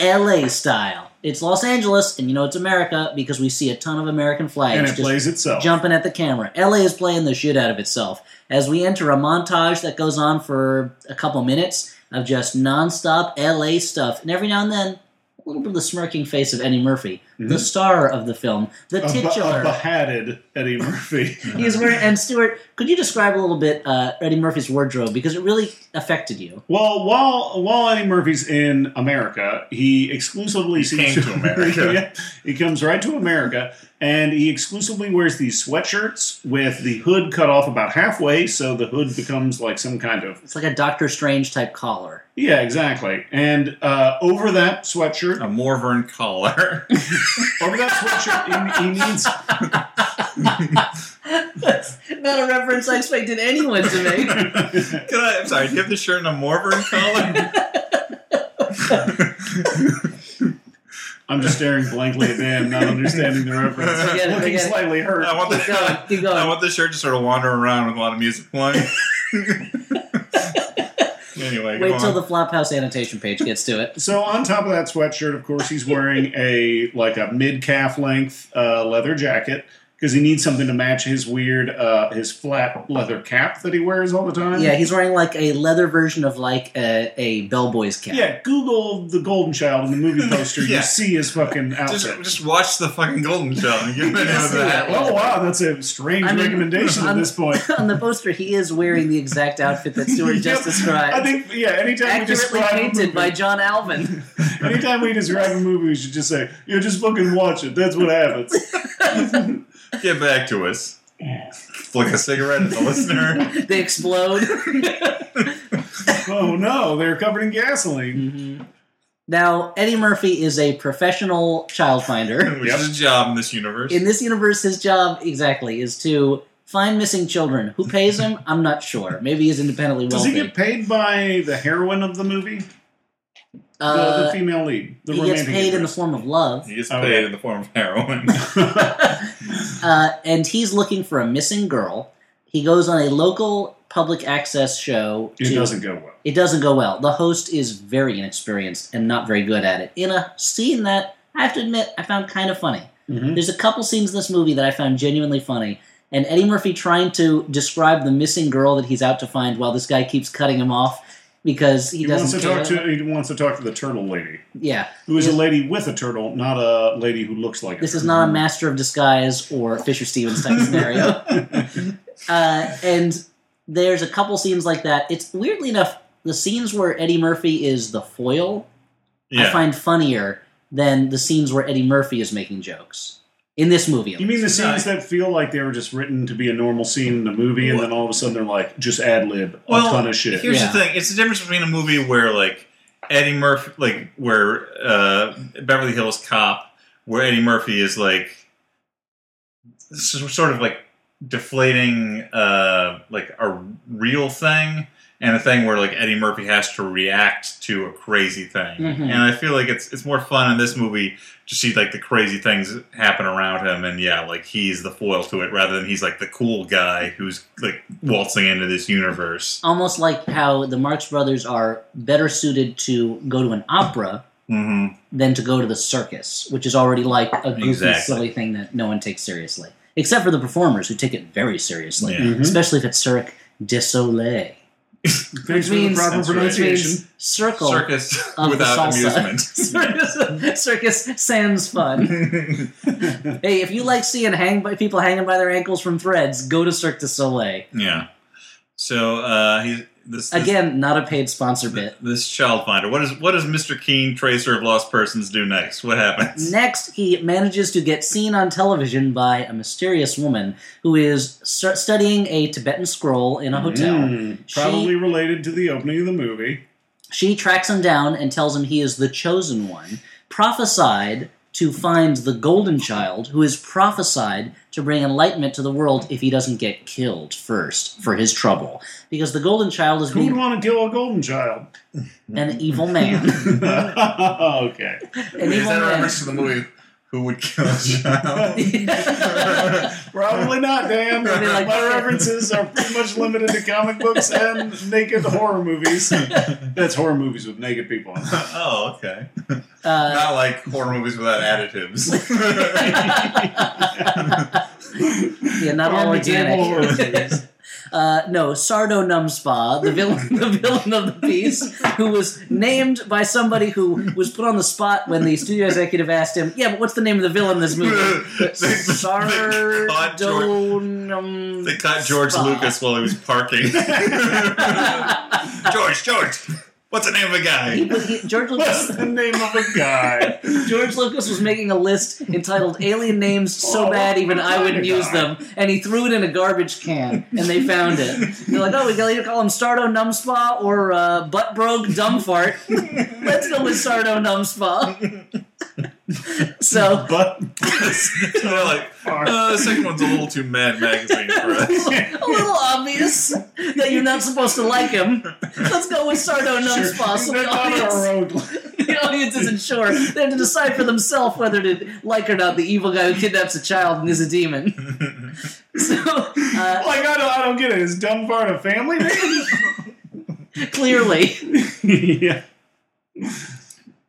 Speaker 4: LA style. it's Los Angeles, and you know it's America because we see a ton of American flags
Speaker 3: and it
Speaker 4: just
Speaker 3: plays itself.
Speaker 4: jumping at the camera. LA is playing the shit out of itself as we enter a montage that goes on for a couple minutes of just nonstop LA stuff, and every now and then. A little bit of the smirking face of Eddie Murphy, the star of the film, the
Speaker 3: A, be-
Speaker 4: titular.
Speaker 3: a beheaded Eddie Murphy.
Speaker 4: He's wearing. And Stuart, could you describe a little bit uh, Eddie Murphy's wardrobe because it really affected you?
Speaker 3: Well, while while Eddie Murphy's in America, he exclusively
Speaker 5: He
Speaker 3: seems
Speaker 5: came to America.
Speaker 3: Yeah, he comes right to America, and he exclusively wears these sweatshirts with the hood cut off about halfway, so the hood becomes like some kind of
Speaker 4: It's like a Doctor Strange type collar.
Speaker 3: yeah, exactly. And uh, over that sweatshirt,
Speaker 5: A Morvern collar. Oh.
Speaker 3: over that sweatshirt, he, he needs
Speaker 4: That's not a reference I expected anyone to make.
Speaker 1: Can I, I'm sorry. Give the shirt in a Morvern collar.
Speaker 3: I'm just staring blankly at Dan, not understanding the reference.
Speaker 4: Forget it,
Speaker 3: Looking
Speaker 4: forget it.
Speaker 3: slightly hurt.
Speaker 1: I want the
Speaker 4: Keep going, keep going.
Speaker 1: I want the shirt to sort of wander around with a lot of music playing. anyway, go
Speaker 4: Wait till
Speaker 1: on.
Speaker 4: the Flophouse annotation page gets to it.
Speaker 3: So on top of that sweatshirt, of course, he's wearing a like a mid calf length uh, leather jacket because he needs something to match his weird uh, his flat leather cap that he wears all the time.
Speaker 4: Yeah, he's wearing like a leather version of like a, a bellboy's cap.
Speaker 3: yeah. Google the Golden Child in the movie poster.
Speaker 1: Yeah.
Speaker 3: You see his fucking outfit.
Speaker 1: just, just watch the fucking Golden Child and get rid of
Speaker 4: see
Speaker 1: that.
Speaker 4: it.
Speaker 3: oh wow, that's a strange
Speaker 4: I mean,
Speaker 3: recommendation at
Speaker 4: I'm-
Speaker 3: this point.
Speaker 4: On the poster, he is wearing the exact outfit that Stuart just
Speaker 3: Yep. I
Speaker 4: described.
Speaker 3: think yeah. Anytime we
Speaker 4: Accurately
Speaker 3: describe a movie,
Speaker 4: painted by John Alvin.
Speaker 3: anytime we describe a movie, we should just say, "You just fucking watch it." That's what happens.
Speaker 1: Get back to us. Flick a cigarette at the listener.
Speaker 4: They explode.
Speaker 3: oh no, they're covered in gasoline.
Speaker 4: Now, Eddie Murphy is a professional child finder.
Speaker 1: Which is a job in this universe.
Speaker 4: In this universe, his job exactly is to find missing children. Who pays him? I'm not sure. Maybe he's independently
Speaker 3: Does
Speaker 4: wealthy.
Speaker 3: he get paid by the heroine of the movie?
Speaker 4: Uh,
Speaker 3: the, the female lead. uh, The
Speaker 4: he gets
Speaker 3: romantic
Speaker 4: paid in the
Speaker 3: interest.
Speaker 4: form of love,
Speaker 1: he gets
Speaker 3: Oh,
Speaker 1: paid
Speaker 3: yeah.
Speaker 1: in the form of heroin.
Speaker 4: uh, and he's looking for a missing girl. He goes on a local public access show.
Speaker 3: It
Speaker 4: to-
Speaker 3: doesn't go well.
Speaker 4: It doesn't go well. The host is very inexperienced and not very good at it. In a scene that I have to admit I found kind of funny. There's a couple scenes in this movie that I found genuinely funny. And Eddie Murphy trying to describe the missing girl that he's out to find while this guy keeps cutting him off because he,
Speaker 3: He wants to
Speaker 4: doesn't care.
Speaker 3: talk to he wants to talk to the turtle lady,
Speaker 4: yeah.
Speaker 3: who is a lady with a turtle, not a lady who looks like.
Speaker 4: This
Speaker 3: a
Speaker 4: is not a master of disguise or Fisher Stevens type scenario. Uh, and there's a couple scenes like that. It's weirdly enough, the scenes where Eddie Murphy is the foil I
Speaker 5: yeah.
Speaker 4: find funnier than the scenes where Eddie Murphy is making jokes in this movie. at
Speaker 3: You mean the
Speaker 4: least.
Speaker 3: scenes that feel like they were just written to be a normal scene in the movie, and then all of a sudden they're like just ad lib a
Speaker 5: Well,
Speaker 3: ton of shit.
Speaker 5: Here's
Speaker 4: Yeah.
Speaker 5: the thing: it's the difference between a movie where like Eddie Murphy, like where uh, Beverly Hills Cop, where Eddie Murphy is like s- sort of like deflating uh, like a real thing, and a thing where like Eddie Murphy has to react to a crazy thing.
Speaker 4: Mhm.
Speaker 5: And I feel like it's it's more fun in this movie to see like the crazy things happen around him, and yeah, like he's the foil to it rather than he's like the cool guy who's like waltzing into this universe.
Speaker 4: almost like how the Marx Brothers are better suited to go to an opera
Speaker 5: Mm-hmm.
Speaker 4: than to go to the circus, which is already like a goofy,
Speaker 5: Exactly.
Speaker 4: silly thing that no one takes seriously, except for the performers who take it very seriously,
Speaker 5: Yeah.
Speaker 3: Mhm.
Speaker 4: especially if it's Cirque du Soleil,
Speaker 3: Thanks for the
Speaker 4: means-
Speaker 3: proper
Speaker 5: That's right.
Speaker 4: which
Speaker 3: pronunciation.
Speaker 4: means circle.
Speaker 5: circus
Speaker 4: of um, the
Speaker 5: without
Speaker 4: salsa.
Speaker 5: amusement.
Speaker 4: circus, circus sans fun. hey, if you like seeing hang by, people hanging by their ankles from threads, go to Cirque du Soleil.
Speaker 5: yeah. So uh, he this, this
Speaker 4: Again, not a paid sponsor bit.
Speaker 5: this child finder. What is what does Mr. Keen, tracer of lost persons, do next? What happens?
Speaker 4: Next, he manages to get seen on television by a mysterious woman who is stu- studying a Tibetan scroll in a hotel.
Speaker 3: Mm, probably
Speaker 4: She-
Speaker 3: related to the opening of the movie.
Speaker 4: She tracks him down and tells him he is the chosen one, prophesied to find the golden child who is prophesied to bring enlightenment to the world if he doesn't get killed first for his trouble. Because the golden child is
Speaker 3: Who would
Speaker 4: being
Speaker 3: want to kill a golden child?
Speaker 4: an evil man.
Speaker 3: okay.
Speaker 4: An evil man.
Speaker 1: to the movie Who Would Kill a Child?
Speaker 3: Probably not, Dan.
Speaker 4: mean, like-
Speaker 3: My references are pretty much limited to comic books and naked horror movies. That's horror movies with naked people. in it.
Speaker 5: oh, okay.
Speaker 4: Uh,
Speaker 1: Not like horror movies without additives.
Speaker 4: Yeah, not all organic. uh, no, Sardo Numspa, the villain, the villain of the piece, who was named by somebody who was put on the spot when the studio executive asked him, "Yeah, but what's the name of the villain in this movie?"
Speaker 5: They caught
Speaker 4: Sardo
Speaker 5: George-
Speaker 4: Nums-
Speaker 5: They caught George
Speaker 4: Spa.
Speaker 5: Lucas while he was parking. George, George, what's the name of a
Speaker 4: He
Speaker 5: guy?
Speaker 4: put- he- George
Speaker 3: What's
Speaker 4: Lucas.
Speaker 3: the name of a guy?
Speaker 4: George Lucas was making a list entitled "Alien Names So
Speaker 3: Oh,
Speaker 4: Bad Even I Wouldn't
Speaker 3: my
Speaker 4: Use Them,"
Speaker 3: God.
Speaker 4: and he threw it in a garbage can, and they found it. They're like, "Oh, we can either call him Sardo Numspa or uh, Butt Broke Dumbfart. Let's go with Sardo Numspa." so
Speaker 3: But
Speaker 5: They're like, uh, the second one's a little too Mad Magazine for us.
Speaker 4: a little obvious that you're not supposed to like him. Let's go with Sardo Numspa. So
Speaker 3: they're
Speaker 4: the
Speaker 3: not on a
Speaker 4: audience,
Speaker 3: road.
Speaker 4: the audience isn't sure. They have to decide for themselves whether to like or not the evil guy who kidnaps a child and is a demon. So uh,
Speaker 3: Like I don't, I don't get it. Is Dunbar a family name?
Speaker 4: clearly,
Speaker 3: yeah.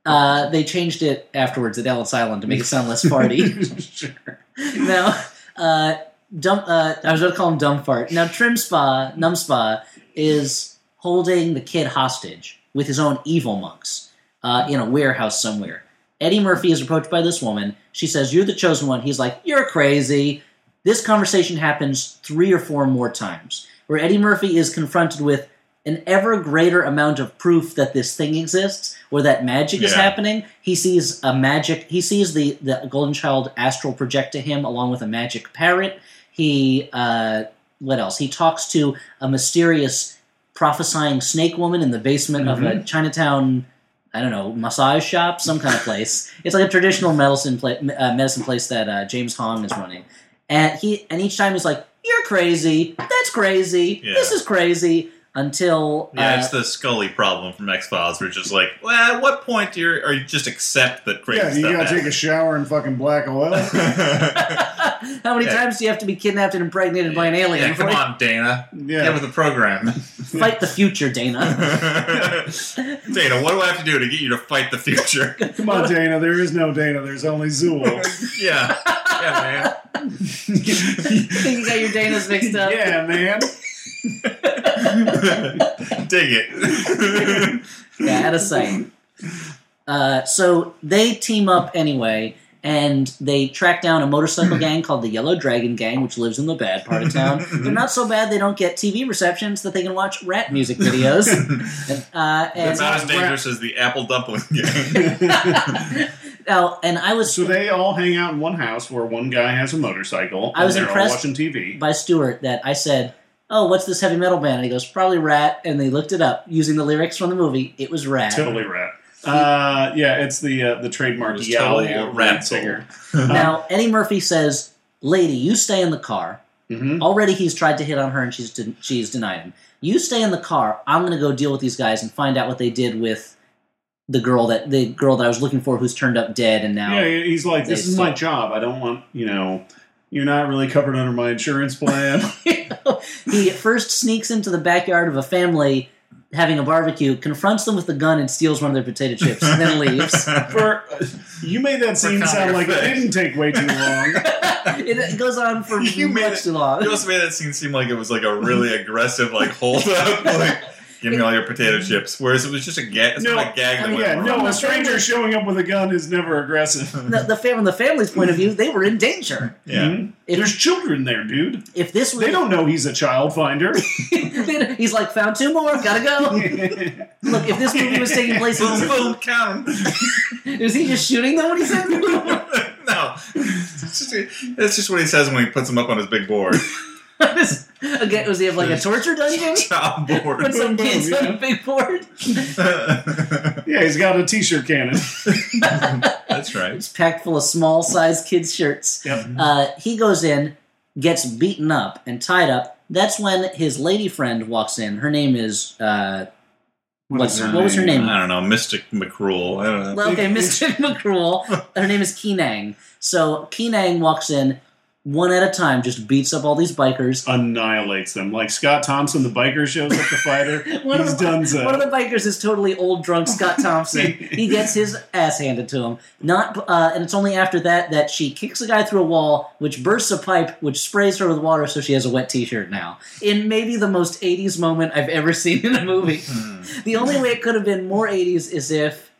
Speaker 4: uh, they changed it afterwards at Ellis Island to make it sound less farty.
Speaker 3: Sure.
Speaker 4: now, uh, dump, uh, I was going to call him dumb fart. Now, Trim Spa, Numb Spa, is holding the kid hostage with his own evil monks uh, in a warehouse somewhere. Eddie Murphy is approached by this woman. She says, You're the chosen one. He's like, You're crazy. This conversation happens three or four more times, where Eddie Murphy is confronted with an ever greater amount of proof that this thing exists or that magic is
Speaker 5: Yeah.
Speaker 4: happening. He sees a magic, he sees the, the Golden Child astral project to him along with a magic parrot. He, uh, what else? He talks to a mysterious prophesying snake woman in the basement of a
Speaker 5: Mm-hmm.
Speaker 4: Chinatown I don't know, massage shop, some kind of place. it's like a traditional medicine pla- uh, medicine place that uh, James Hong is running. And he and each time he's like, "You're crazy. That's crazy.
Speaker 5: Yeah.
Speaker 4: This is crazy." Until
Speaker 5: Yeah, it's
Speaker 4: uh,
Speaker 5: the Scully problem from X Files, which is like, well, at what point do you, are you just accept that crazy
Speaker 3: Yeah, you
Speaker 5: stuff
Speaker 3: gotta take a shower in fucking black oil.
Speaker 5: happens?
Speaker 4: how many
Speaker 5: yeah.
Speaker 4: times do you have to be kidnapped and impregnated by an alien
Speaker 5: yeah,
Speaker 4: before
Speaker 5: come on, Dana. Get
Speaker 3: Yeah.
Speaker 5: with the program.
Speaker 4: you fight the future, Dana?
Speaker 5: Dana, what do I have to do to get you to fight the future?
Speaker 3: Come on, Dana. There is no Dana. There's only Zool.
Speaker 5: yeah. Yeah, man.
Speaker 4: Think you got your Danas mixed up.
Speaker 3: yeah, man.
Speaker 5: Dig it.
Speaker 4: yeah, at a site. Uh, so they team up anyway, and they track down a motorcycle gang called the Yellow Dragon Gang, which lives in the bad part of town. They're not so bad; they don't get TV receptions that they can watch rat music videos. and, uh, and,
Speaker 5: Not as dangerous as the apple dumpling game.
Speaker 4: oh, and I was
Speaker 3: So they all hang out in one house where one guy has a motorcycle.
Speaker 4: I was
Speaker 3: and they're
Speaker 4: impressed-
Speaker 3: all watching TV.
Speaker 4: by Stewart that I said, "Oh, what's this heavy metal band?" And he goes, "Probably Rat." And they looked it up using the lyrics from the movie. It was Rat.
Speaker 3: Totally rat. Uh, yeah, it's the uh, the
Speaker 5: It
Speaker 3: trademark
Speaker 5: was
Speaker 3: yell
Speaker 5: totally a
Speaker 3: rat
Speaker 5: rat
Speaker 3: singer.
Speaker 4: Now Eddie Murphy says, "Lady, you stay in the car."
Speaker 3: hmm
Speaker 4: Already he's tried to hit on her and she's den- she's denied him. You stay in the car. I'm going to go deal with these guys and find out what they did with the girl that the girl that I was looking for who's turned up dead and now
Speaker 3: Yeah, he's like, this
Speaker 4: They
Speaker 3: is my
Speaker 4: suck.
Speaker 3: job. I don't want you know. You're not really covered under my insurance plan.
Speaker 4: he first sneaks into the backyard of a family having a barbecue, confronts them with the gun and steals one of their potato chips and then leaves.
Speaker 3: For you made that scene
Speaker 5: counting
Speaker 3: sound
Speaker 5: your
Speaker 3: like it
Speaker 5: fish.
Speaker 3: didn't take way too long.
Speaker 4: It, it goes on for
Speaker 5: You made
Speaker 4: much
Speaker 5: it-
Speaker 4: too long.
Speaker 5: You also made that scene seem like it was like a really aggressive like hold up, like give me all your potato chips. Whereas it was just a gag. It's
Speaker 3: No,
Speaker 5: not a gag that
Speaker 3: I mean,
Speaker 5: went
Speaker 3: yeah,
Speaker 5: wrong.
Speaker 3: no, a stranger showing up with a gun is never aggressive.
Speaker 4: the, the fam- from the family's point of view, they were in danger.
Speaker 5: Yeah.
Speaker 3: Mhm.
Speaker 4: If-
Speaker 3: There's children there, dude.
Speaker 4: If this was,
Speaker 3: They don't know he's a child finder.
Speaker 4: he's like, found two more, gotta go. Look, if this movie was taking place in
Speaker 5: Boom, boom, count 'em.
Speaker 4: Is he just shooting them when he said
Speaker 5: no, it's just, that's just what he says when he puts them up on his big board,
Speaker 4: Again, was he have like a torture dungeon?
Speaker 5: job
Speaker 4: Put
Speaker 5: board.
Speaker 4: some kids
Speaker 3: yeah.
Speaker 4: on a big board.
Speaker 3: yeah, he's got a t-shirt cannon.
Speaker 5: that's right.
Speaker 4: It's packed full of small sized kids' shirts.
Speaker 3: Yep.
Speaker 4: Uh, he goes in, gets beaten up and tied up. That's when his lady friend walks in. Her name is uh, what's,
Speaker 3: is
Speaker 4: what was her name? Uh,
Speaker 5: I don't know, Mystic McRule. I don't know.
Speaker 4: Well, okay, Mr. McCruel. Her name is Keenang. So Keenang walks in, one at a time, just beats up all these bikers.
Speaker 3: Annihilates them. Like Scott Thompson, the biker shows up to fight her.
Speaker 4: One
Speaker 3: He's
Speaker 4: of, the,
Speaker 3: done so.
Speaker 4: one of the bikers is totally old drunk Scott Thompson. he gets his ass handed to him. Not, uh, and it's only after that that she kicks a guy through a wall, which bursts a pipe, which sprays her with water, so she has a wet T-shirt now. In maybe the most '80s moment I've ever seen in a movie.
Speaker 5: Hmm.
Speaker 4: the only way it could have been more '80s is if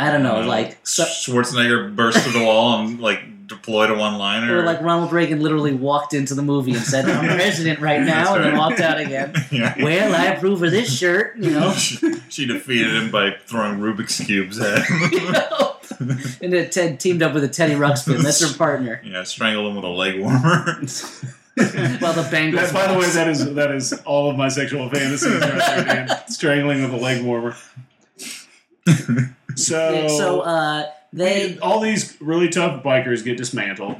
Speaker 4: I don't know,
Speaker 5: Uh,
Speaker 4: like so,
Speaker 5: Schwarzenegger burst through the wall and like deployed a one-liner.
Speaker 4: or like Ronald Reagan literally walked into the movie and said, "I'm president right now," and then
Speaker 5: right.
Speaker 4: walked out again.
Speaker 5: yeah.
Speaker 4: Well, I approve of this shirt, you know.
Speaker 5: she, she defeated him by throwing Rubik's cubes at him.
Speaker 4: and then Ted teamed up with a Teddy Ruxpin. That's her partner.
Speaker 5: yeah, strangled him with a leg warmer.
Speaker 4: Well, the Bengals.
Speaker 3: That- by the way, that is that is all of my sexual fantasies right there, Dan. Strangling with a leg warmer. So,
Speaker 4: so uh, they
Speaker 3: all these really tough bikers get dismantled.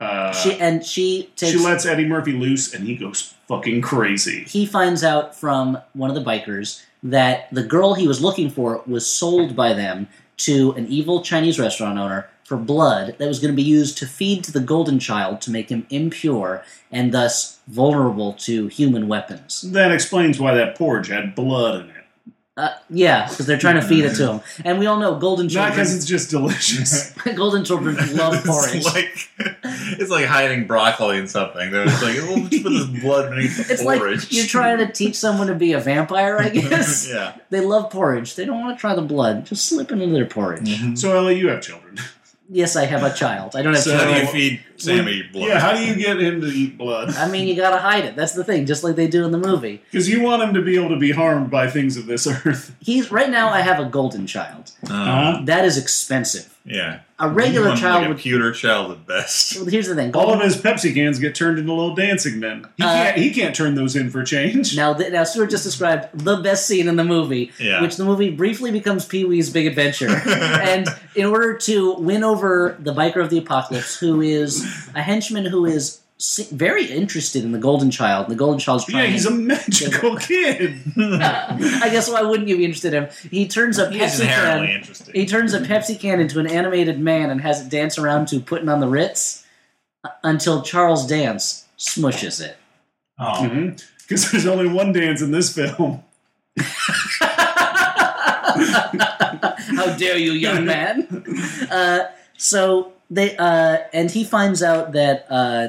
Speaker 3: Uh,
Speaker 4: she
Speaker 3: she,
Speaker 4: and she takes.
Speaker 3: lets Eddie Murphy loose, and he goes fucking crazy.
Speaker 4: he finds out from one of the bikers that the girl he was looking for was sold by them to an evil Chinese restaurant owner for blood that was going to be used to feed to the golden child to make him impure and thus vulnerable to human weapons.
Speaker 3: That explains why that porridge had blood in it.
Speaker 4: Uh, yeah, because they're trying to feed it to him, and we all know golden
Speaker 3: Mm. Not
Speaker 4: children.
Speaker 3: because it's just delicious.
Speaker 4: golden children love porridge.
Speaker 5: It's like it's like hiding broccoli in something. They're just like, well, just put this blood beneath the
Speaker 4: It's
Speaker 5: porridge.
Speaker 4: like you're trying to teach someone to be a vampire, I guess.
Speaker 5: yeah.
Speaker 4: They love porridge. They don't want to try the blood. Just slip into their porridge.
Speaker 3: so, Ellie, you have children.
Speaker 4: Yes, I have a child. I don't have
Speaker 3: So-
Speaker 5: How do
Speaker 4: children.
Speaker 5: you feed Sammy blood?
Speaker 3: Yeah, how do you get him to eat blood?
Speaker 4: I mean, you gotta hide it. That's the thing, just like they do in the movie.
Speaker 3: Because you want him to be able to be harmed by things of this earth.
Speaker 4: He's right now. I have a golden child.
Speaker 5: Um,
Speaker 4: That is expensive.
Speaker 5: yeah.
Speaker 4: A
Speaker 5: You
Speaker 4: regular
Speaker 5: want,
Speaker 4: child
Speaker 5: like a
Speaker 4: would.
Speaker 5: pewter child at best.
Speaker 4: Well, here's the thing.
Speaker 3: All
Speaker 4: Golden,
Speaker 3: of his Pepsi cans get turned into little dancing men. He,
Speaker 4: Uh,
Speaker 3: can't, he can't turn those in for change.
Speaker 4: now, th- now Stuart just described the best scene in the movie,
Speaker 5: Yeah.
Speaker 4: which the movie briefly becomes Pee Wee's Big Adventure. and in order to win over the biker of the apocalypse, who is a henchman who is se- very interested in the golden child, and the golden child's
Speaker 3: Yeah,
Speaker 4: trying.
Speaker 3: he's a magical kid.
Speaker 4: I guess why wouldn't you be interested in him? He turns a
Speaker 5: He's
Speaker 4: Pepsi
Speaker 5: inherently
Speaker 4: can.
Speaker 5: interesting.
Speaker 4: He turns a Pepsi can into an animated man and has it dance around to putting on the Ritz uh, until Charles Dance smushes it.
Speaker 5: oh.
Speaker 3: Because there's only one dance in this film.
Speaker 4: How dare you, young man? Uh, so they uh, and he finds out that uh,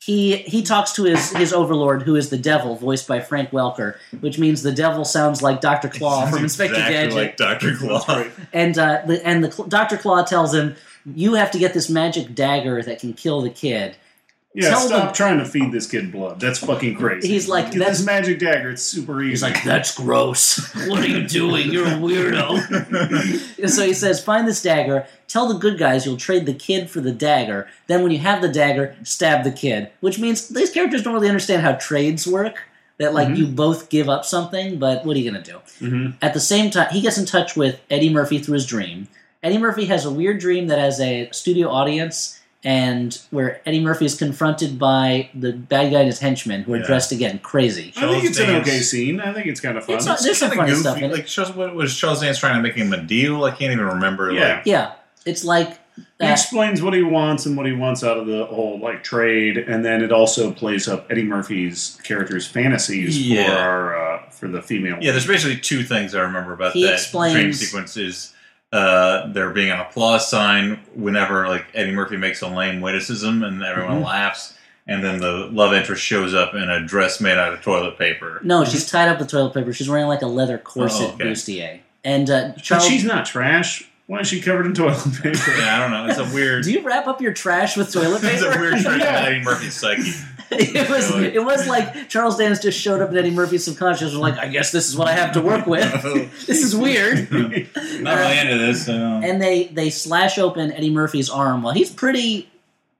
Speaker 4: he he talks to his his overlord, who is the devil, voiced by Frank Welker, which means the devil sounds like Doctor Claw from Inspector
Speaker 5: exactly
Speaker 4: Gadget.
Speaker 5: like Doctor Claw.
Speaker 4: and uh, the, and the cl- Doctor Claw tells him, "You have to get this magic dagger that can kill the kid."
Speaker 3: Yeah,
Speaker 4: Tell
Speaker 3: stop
Speaker 4: them-
Speaker 3: trying to feed this kid blood. That's fucking crazy.
Speaker 4: He's like,
Speaker 3: Get
Speaker 4: that's-
Speaker 3: this magic dagger. It's super easy.
Speaker 4: He's like, "That's gross. What are you doing? You're a weirdo." and so he says, "Find this dagger. Tell the good guys you'll trade the kid for the dagger. Then, when you have the dagger, stab the kid." Which means these characters don't really understand how trades work. That like you both give up something, but what are you gonna do?
Speaker 3: Mhm.
Speaker 4: At the same time, he gets in touch with Eddie Murphy through his dream. Eddie Murphy has a weird dream that has a studio audience, and where Eddie Murphy is confronted by the bad guy and his henchmen, who are
Speaker 5: Yeah.
Speaker 4: dressed again crazy.
Speaker 3: I think
Speaker 5: Charles
Speaker 3: it's an
Speaker 5: Dance.
Speaker 3: okay scene. I think it's kind of fun.
Speaker 4: It's not- there's some
Speaker 5: Kinda
Speaker 4: funny
Speaker 5: goofy.
Speaker 4: stuff in it.
Speaker 5: Like Charles, what was Charles Dance trying to make him a deal? I can't even remember.
Speaker 3: Yeah.
Speaker 5: Like,
Speaker 4: Yeah, it's like
Speaker 3: he
Speaker 4: uh,
Speaker 3: explains what he wants and what he wants out of the whole like trade, and then it also plays up Eddie Murphy's character's fantasies for
Speaker 5: Yeah.
Speaker 3: our, uh, for the female.
Speaker 5: Yeah, there's basically two things I remember about
Speaker 4: He
Speaker 5: that dream
Speaker 4: explains-
Speaker 5: sequence is uh, there being an applause sign whenever like Eddie Murphy makes a lame witticism and everyone
Speaker 4: Mm-hmm.
Speaker 5: laughs, and then the love interest shows up in a dress made out of toilet paper.
Speaker 4: no, she's tied up with toilet paper. She's wearing like a leather corset
Speaker 5: Oh, okay.
Speaker 4: bustier. And uh,
Speaker 3: but
Speaker 4: Charles,
Speaker 3: she's not trash. Why is she covered in toilet paper?
Speaker 5: Yeah, I don't know. It's a weird.
Speaker 4: do you wrap up your trash with toilet
Speaker 5: it's a
Speaker 4: paper?
Speaker 5: weird trick
Speaker 3: Yeah.
Speaker 5: of Eddie Murphy's psyche.
Speaker 4: it was it was like Charles Dance just showed up in Eddie Murphy's subconscious. and was like, I guess this is what I have to work with. this is weird.
Speaker 5: Not really into this. So.
Speaker 4: and they they slash open Eddie Murphy's arm while he's pretty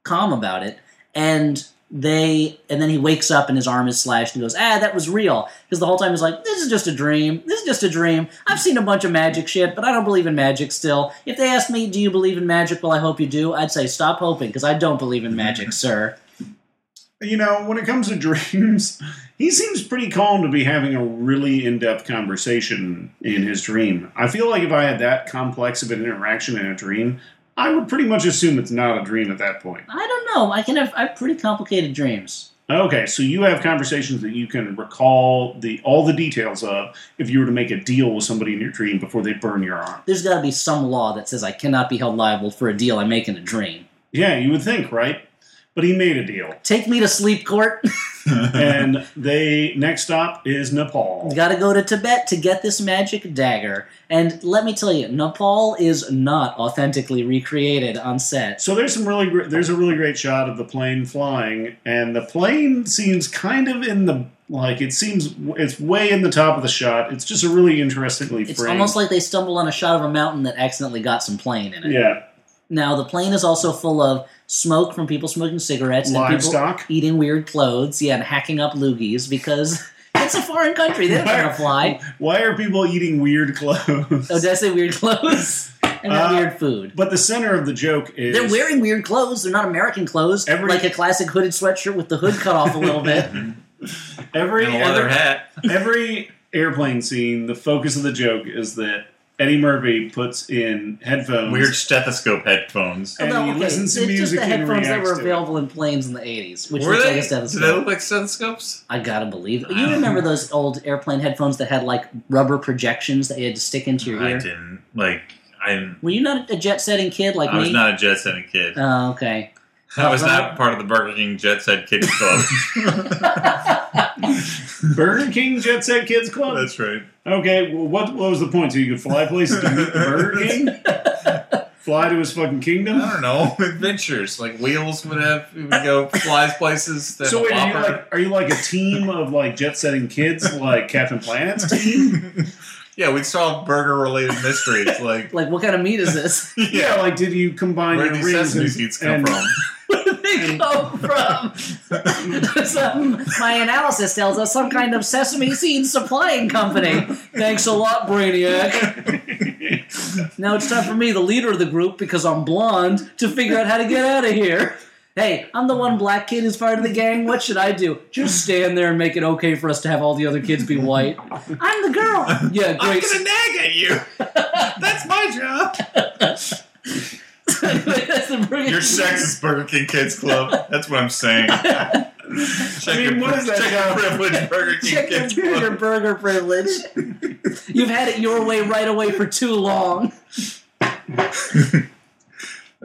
Speaker 4: calm about it, and they and then he wakes up and his arm is slashed and goes, ah, that was real because the whole time he's like, this is just a dream, this is just a dream. I've seen a bunch of magic shit, but I don't believe in magic still. If they asked me, do you believe in magic? Well, I hope you do. I'd say stop hoping because I don't believe in magic, sir.
Speaker 3: you know, when it comes to dreams, he seems pretty calm to be having a really in depth conversation in his dream. I feel like if I had that complex of an interaction in a dream, I would pretty much assume it's not a dream at that point.
Speaker 4: I don't know. I can have I have pretty complicated dreams.
Speaker 3: Okay, so you have conversations that you can recall the all the details of if you were to make a deal with somebody in your dream before they burn your arm.
Speaker 4: There's got to be some law that says I cannot be held liable for a deal I make in a dream.
Speaker 3: Yeah, you would think, right? But he made a deal,
Speaker 4: Take me to sleep court.
Speaker 3: and they next stop is Nepal.
Speaker 4: got to go to Tibet to get this magic dagger. And let me tell you, Nepal is not authentically recreated on set.
Speaker 3: So there's some really gr- there's a really great shot of the plane flying, and the plane seems kind of in the like it seems it's way in the top of the shot. It's just a really interestingly
Speaker 4: It's
Speaker 3: framed.
Speaker 4: almost like they stumbled on a shot of a mountain that accidentally got some plane in it.
Speaker 3: yeah,
Speaker 4: Now the plane is also full of smoke from people smoking cigarettes and
Speaker 3: livestock.
Speaker 4: people eating weird clothes, yeah, and hacking up loogies because it's a foreign country. They don't know how to fly.
Speaker 3: Why are people eating weird clothes?
Speaker 4: Oh, did I say weird clothes and not
Speaker 3: Uh,
Speaker 4: weird food?
Speaker 3: But the center of the joke is
Speaker 4: They're wearing weird clothes. They're not American clothes,
Speaker 3: Every-
Speaker 4: like a classic hooded sweatshirt with the hood cut off a little bit.
Speaker 3: every
Speaker 5: and a leather
Speaker 3: every,
Speaker 5: hat.
Speaker 3: every airplane scene. The focus of the joke is that Eddie Murphy puts in headphones.
Speaker 5: Weird stethoscope headphones.
Speaker 3: And he listens to
Speaker 4: Oh, it's just
Speaker 3: music
Speaker 4: the
Speaker 3: and
Speaker 4: headphones that
Speaker 3: reacts
Speaker 4: were
Speaker 3: to it.
Speaker 4: available in planes in the '80s, which
Speaker 5: Were
Speaker 4: looks like
Speaker 5: they?
Speaker 4: a
Speaker 5: Do they
Speaker 4: stethoscope.
Speaker 5: look like stethoscopes?
Speaker 4: I gotta believe it. You remember those old airplane headphones that had like rubber projections that you had to stick into your
Speaker 5: I
Speaker 4: ear?
Speaker 5: didn't. Like, I,
Speaker 4: Were you not a jet setting kid like
Speaker 5: I was
Speaker 4: me?
Speaker 5: not a Jet Set kid.
Speaker 4: Oh, okay.
Speaker 5: I was not part of the Burger King Jet Set Kids Club.
Speaker 3: Burger King Jet Set Kids Club.
Speaker 5: That's right.
Speaker 3: Okay, well, what, what was the point? So you could fly places to meet the Burger King? fly to his fucking kingdom?
Speaker 5: I don't know adventures like wheels would have. We would go flies places. Then
Speaker 3: So wait, are you,
Speaker 5: Whopper.
Speaker 3: like, are you like a team of like jet setting kids, like Captain Planet's team?
Speaker 5: yeah, we'd solve burger related mysteries. Like
Speaker 4: Like, what kind of meat is this?
Speaker 3: Yeah, like did you combine
Speaker 5: where
Speaker 3: your
Speaker 5: do these
Speaker 3: rings
Speaker 5: sesame
Speaker 3: and,
Speaker 5: seeds come
Speaker 3: and-
Speaker 5: from?
Speaker 4: Where did
Speaker 5: Mm.
Speaker 4: they come from? some, my analysis tells us some kind of sesame seed supplying company. Thanks a lot, Brainiac. now it's time for me, the leader of the group, because I'm blonde, to figure out how to get out of here. Hey, I'm the one black kid who's part of the gang. What should I do? Just stand there and make it okay for us to have all the other kids be white. I'm the girl. Yeah,
Speaker 5: I'm
Speaker 4: great.
Speaker 5: gonna nag at you. That's my job.
Speaker 4: That's the brilliant-
Speaker 5: Your sex is Burger King Kids Club. That's what I'm saying. Check
Speaker 3: I mean,
Speaker 5: your,
Speaker 3: what is that
Speaker 5: check
Speaker 3: job?
Speaker 5: your privilege, Burger King
Speaker 4: Check
Speaker 5: Kids
Speaker 4: your, your
Speaker 5: Club.
Speaker 4: burger privilege. You've had it your way right away for too long.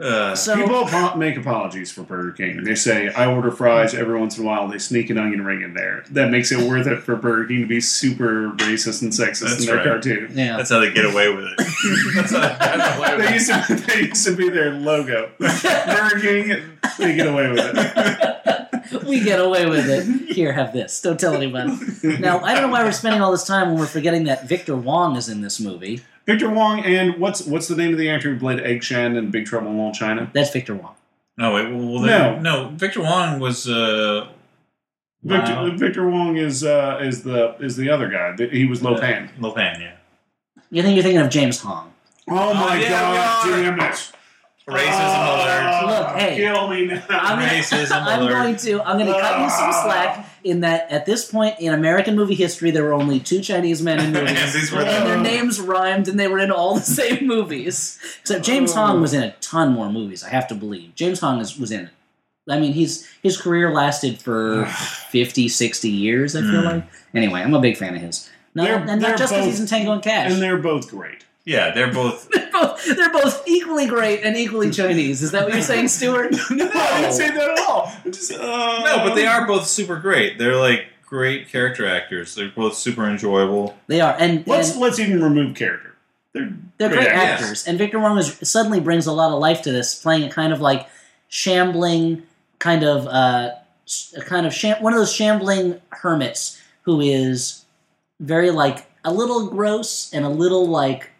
Speaker 5: Uh,
Speaker 4: So
Speaker 3: People apo- make apologies for Burger King. They say, I order fries every once in a while. They sneak an onion ring in there. That makes it worth it for Burger King to be super racist and sexist
Speaker 5: That's
Speaker 3: in their
Speaker 5: right.
Speaker 3: cartoon.
Speaker 4: yeah,
Speaker 5: that's how they get away with it. That's how they get away
Speaker 3: They
Speaker 5: with it.
Speaker 3: used, to, they used to be their logo. Burger King, they get away with it.
Speaker 4: we get away with it. Here, have this. Don't tell anybody. Now I don't know why we're spending all this time when we're forgetting that Victor Wong is in this movie.
Speaker 3: Victor Wong and what's what's the name of the actor who played Egg Shen in Big Trouble in Little China?
Speaker 4: That's Victor Wong.
Speaker 5: No, wait. Well, well, then-
Speaker 3: No.
Speaker 5: no. Victor Wong was. Uh,
Speaker 3: Victor,
Speaker 5: Wow.
Speaker 3: Victor Wong is uh, is the is the other guy. The- He was Lopan.
Speaker 5: Lopan, yeah.
Speaker 4: You think you're thinking of James Hong?
Speaker 3: Oh my
Speaker 5: yeah,
Speaker 3: god!
Speaker 5: we are.
Speaker 3: Damn it! Oh. Ah,
Speaker 5: Racism alert.
Speaker 4: Look, hey.
Speaker 3: kill me now.
Speaker 4: I'm gonna,
Speaker 5: Racism
Speaker 4: I'm
Speaker 5: alert.
Speaker 4: going to. I'm going to cut you some slack in that at this point in American movie history there were only two Chinese men in movies.
Speaker 5: And these were
Speaker 4: and
Speaker 5: the
Speaker 4: their names rhymed and they were in all the same movies. Except James Hong was in a ton more movies, I have to believe. James Hong is, was in I mean, he's his career lasted for 50, 60 years, I feel
Speaker 5: Mm.
Speaker 4: like. Anyway, I'm a big fan of his. No,
Speaker 3: They're-
Speaker 4: and
Speaker 3: they're
Speaker 4: not just
Speaker 3: both-
Speaker 4: because he's in Tango and Cash.
Speaker 3: and
Speaker 4: they're,
Speaker 3: they're both great.
Speaker 5: Yeah, they're both.
Speaker 4: both, they're both equally great and equally Chinese. Is that what you're saying, Stuart?
Speaker 3: No, I didn't say that at all. I'm just, uh,
Speaker 5: No, but they are both super great. They're like great character actors. They're both super enjoyable.
Speaker 4: They are. And,
Speaker 3: Let's
Speaker 4: and
Speaker 3: let's even remove character. They're
Speaker 4: they're great
Speaker 3: Yeah,
Speaker 5: yes.
Speaker 4: actors. And Victor Wong is, suddenly brings a lot of life to this, playing a kind of like shambling, kind of uh, s- a kind of sham- one of those shambling hermits who is very like a little gross and a little like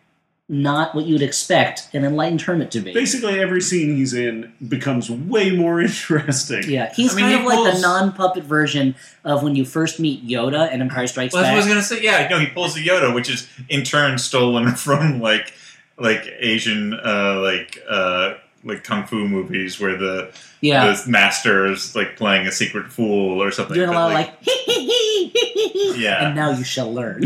Speaker 4: not what you'd expect an enlightened hermit to be.
Speaker 3: basically every scene he's in becomes way more interesting.
Speaker 4: yeah, he's
Speaker 5: I mean,
Speaker 4: kind
Speaker 5: he
Speaker 4: of like the
Speaker 5: pulls-
Speaker 4: non-puppet version of when you first meet Yoda in Empire Strikes
Speaker 5: Well, that's what I was
Speaker 4: Back.
Speaker 5: gonna say. Yeah, no, he pulls the Yoda, which is in turn stolen from like like Asian uh, like uh, like kung fu movies where the
Speaker 4: Yeah,
Speaker 5: the master is like playing a secret fool or something.
Speaker 4: doing a
Speaker 5: But,
Speaker 4: lot of like, hee hee hee hee hee.
Speaker 5: Yeah.
Speaker 4: and now you shall learn.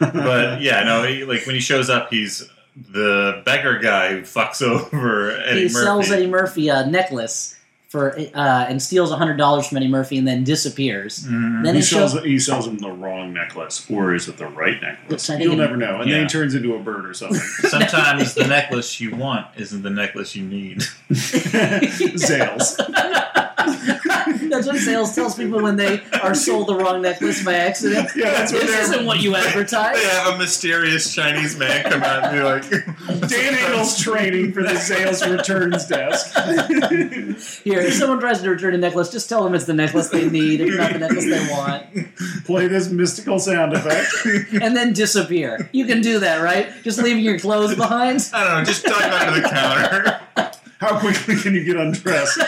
Speaker 5: but yeah, no, he, like when he shows up, he's the beggar guy who fucks over Eddie
Speaker 4: he
Speaker 5: Murphy.
Speaker 4: sells Eddie Murphy a necklace for uh, and steals hundred dollars from Eddie Murphy and then disappears. Then
Speaker 3: He
Speaker 4: it
Speaker 3: sells,
Speaker 4: shows
Speaker 3: he sells him the wrong necklace, or is it the right necklace?
Speaker 4: Looks like
Speaker 3: You'll
Speaker 4: it-
Speaker 3: never know. And then
Speaker 5: Yeah.
Speaker 3: he turns into a bird or something.
Speaker 5: Sometimes the necklace you want isn't the necklace you need.
Speaker 3: Zales.
Speaker 4: that's what sales tells people when they are sold the wrong necklace by accident.
Speaker 3: Yeah, that's what
Speaker 4: this
Speaker 3: they're-
Speaker 4: isn't what you
Speaker 5: They
Speaker 4: advertise.
Speaker 5: have a mysterious Chinese man come out and be like,
Speaker 3: Dan Engel's training for the Zales returns desk.
Speaker 4: Here, if someone tries to return a necklace, just tell them it's the necklace they need, it's not the necklace they want,
Speaker 3: Play this mystical sound effect.
Speaker 4: and then disappear. You can do that, right? Just leaving your clothes behind.
Speaker 5: I don't know, just dive under the counter.
Speaker 3: How quickly can you get undressed?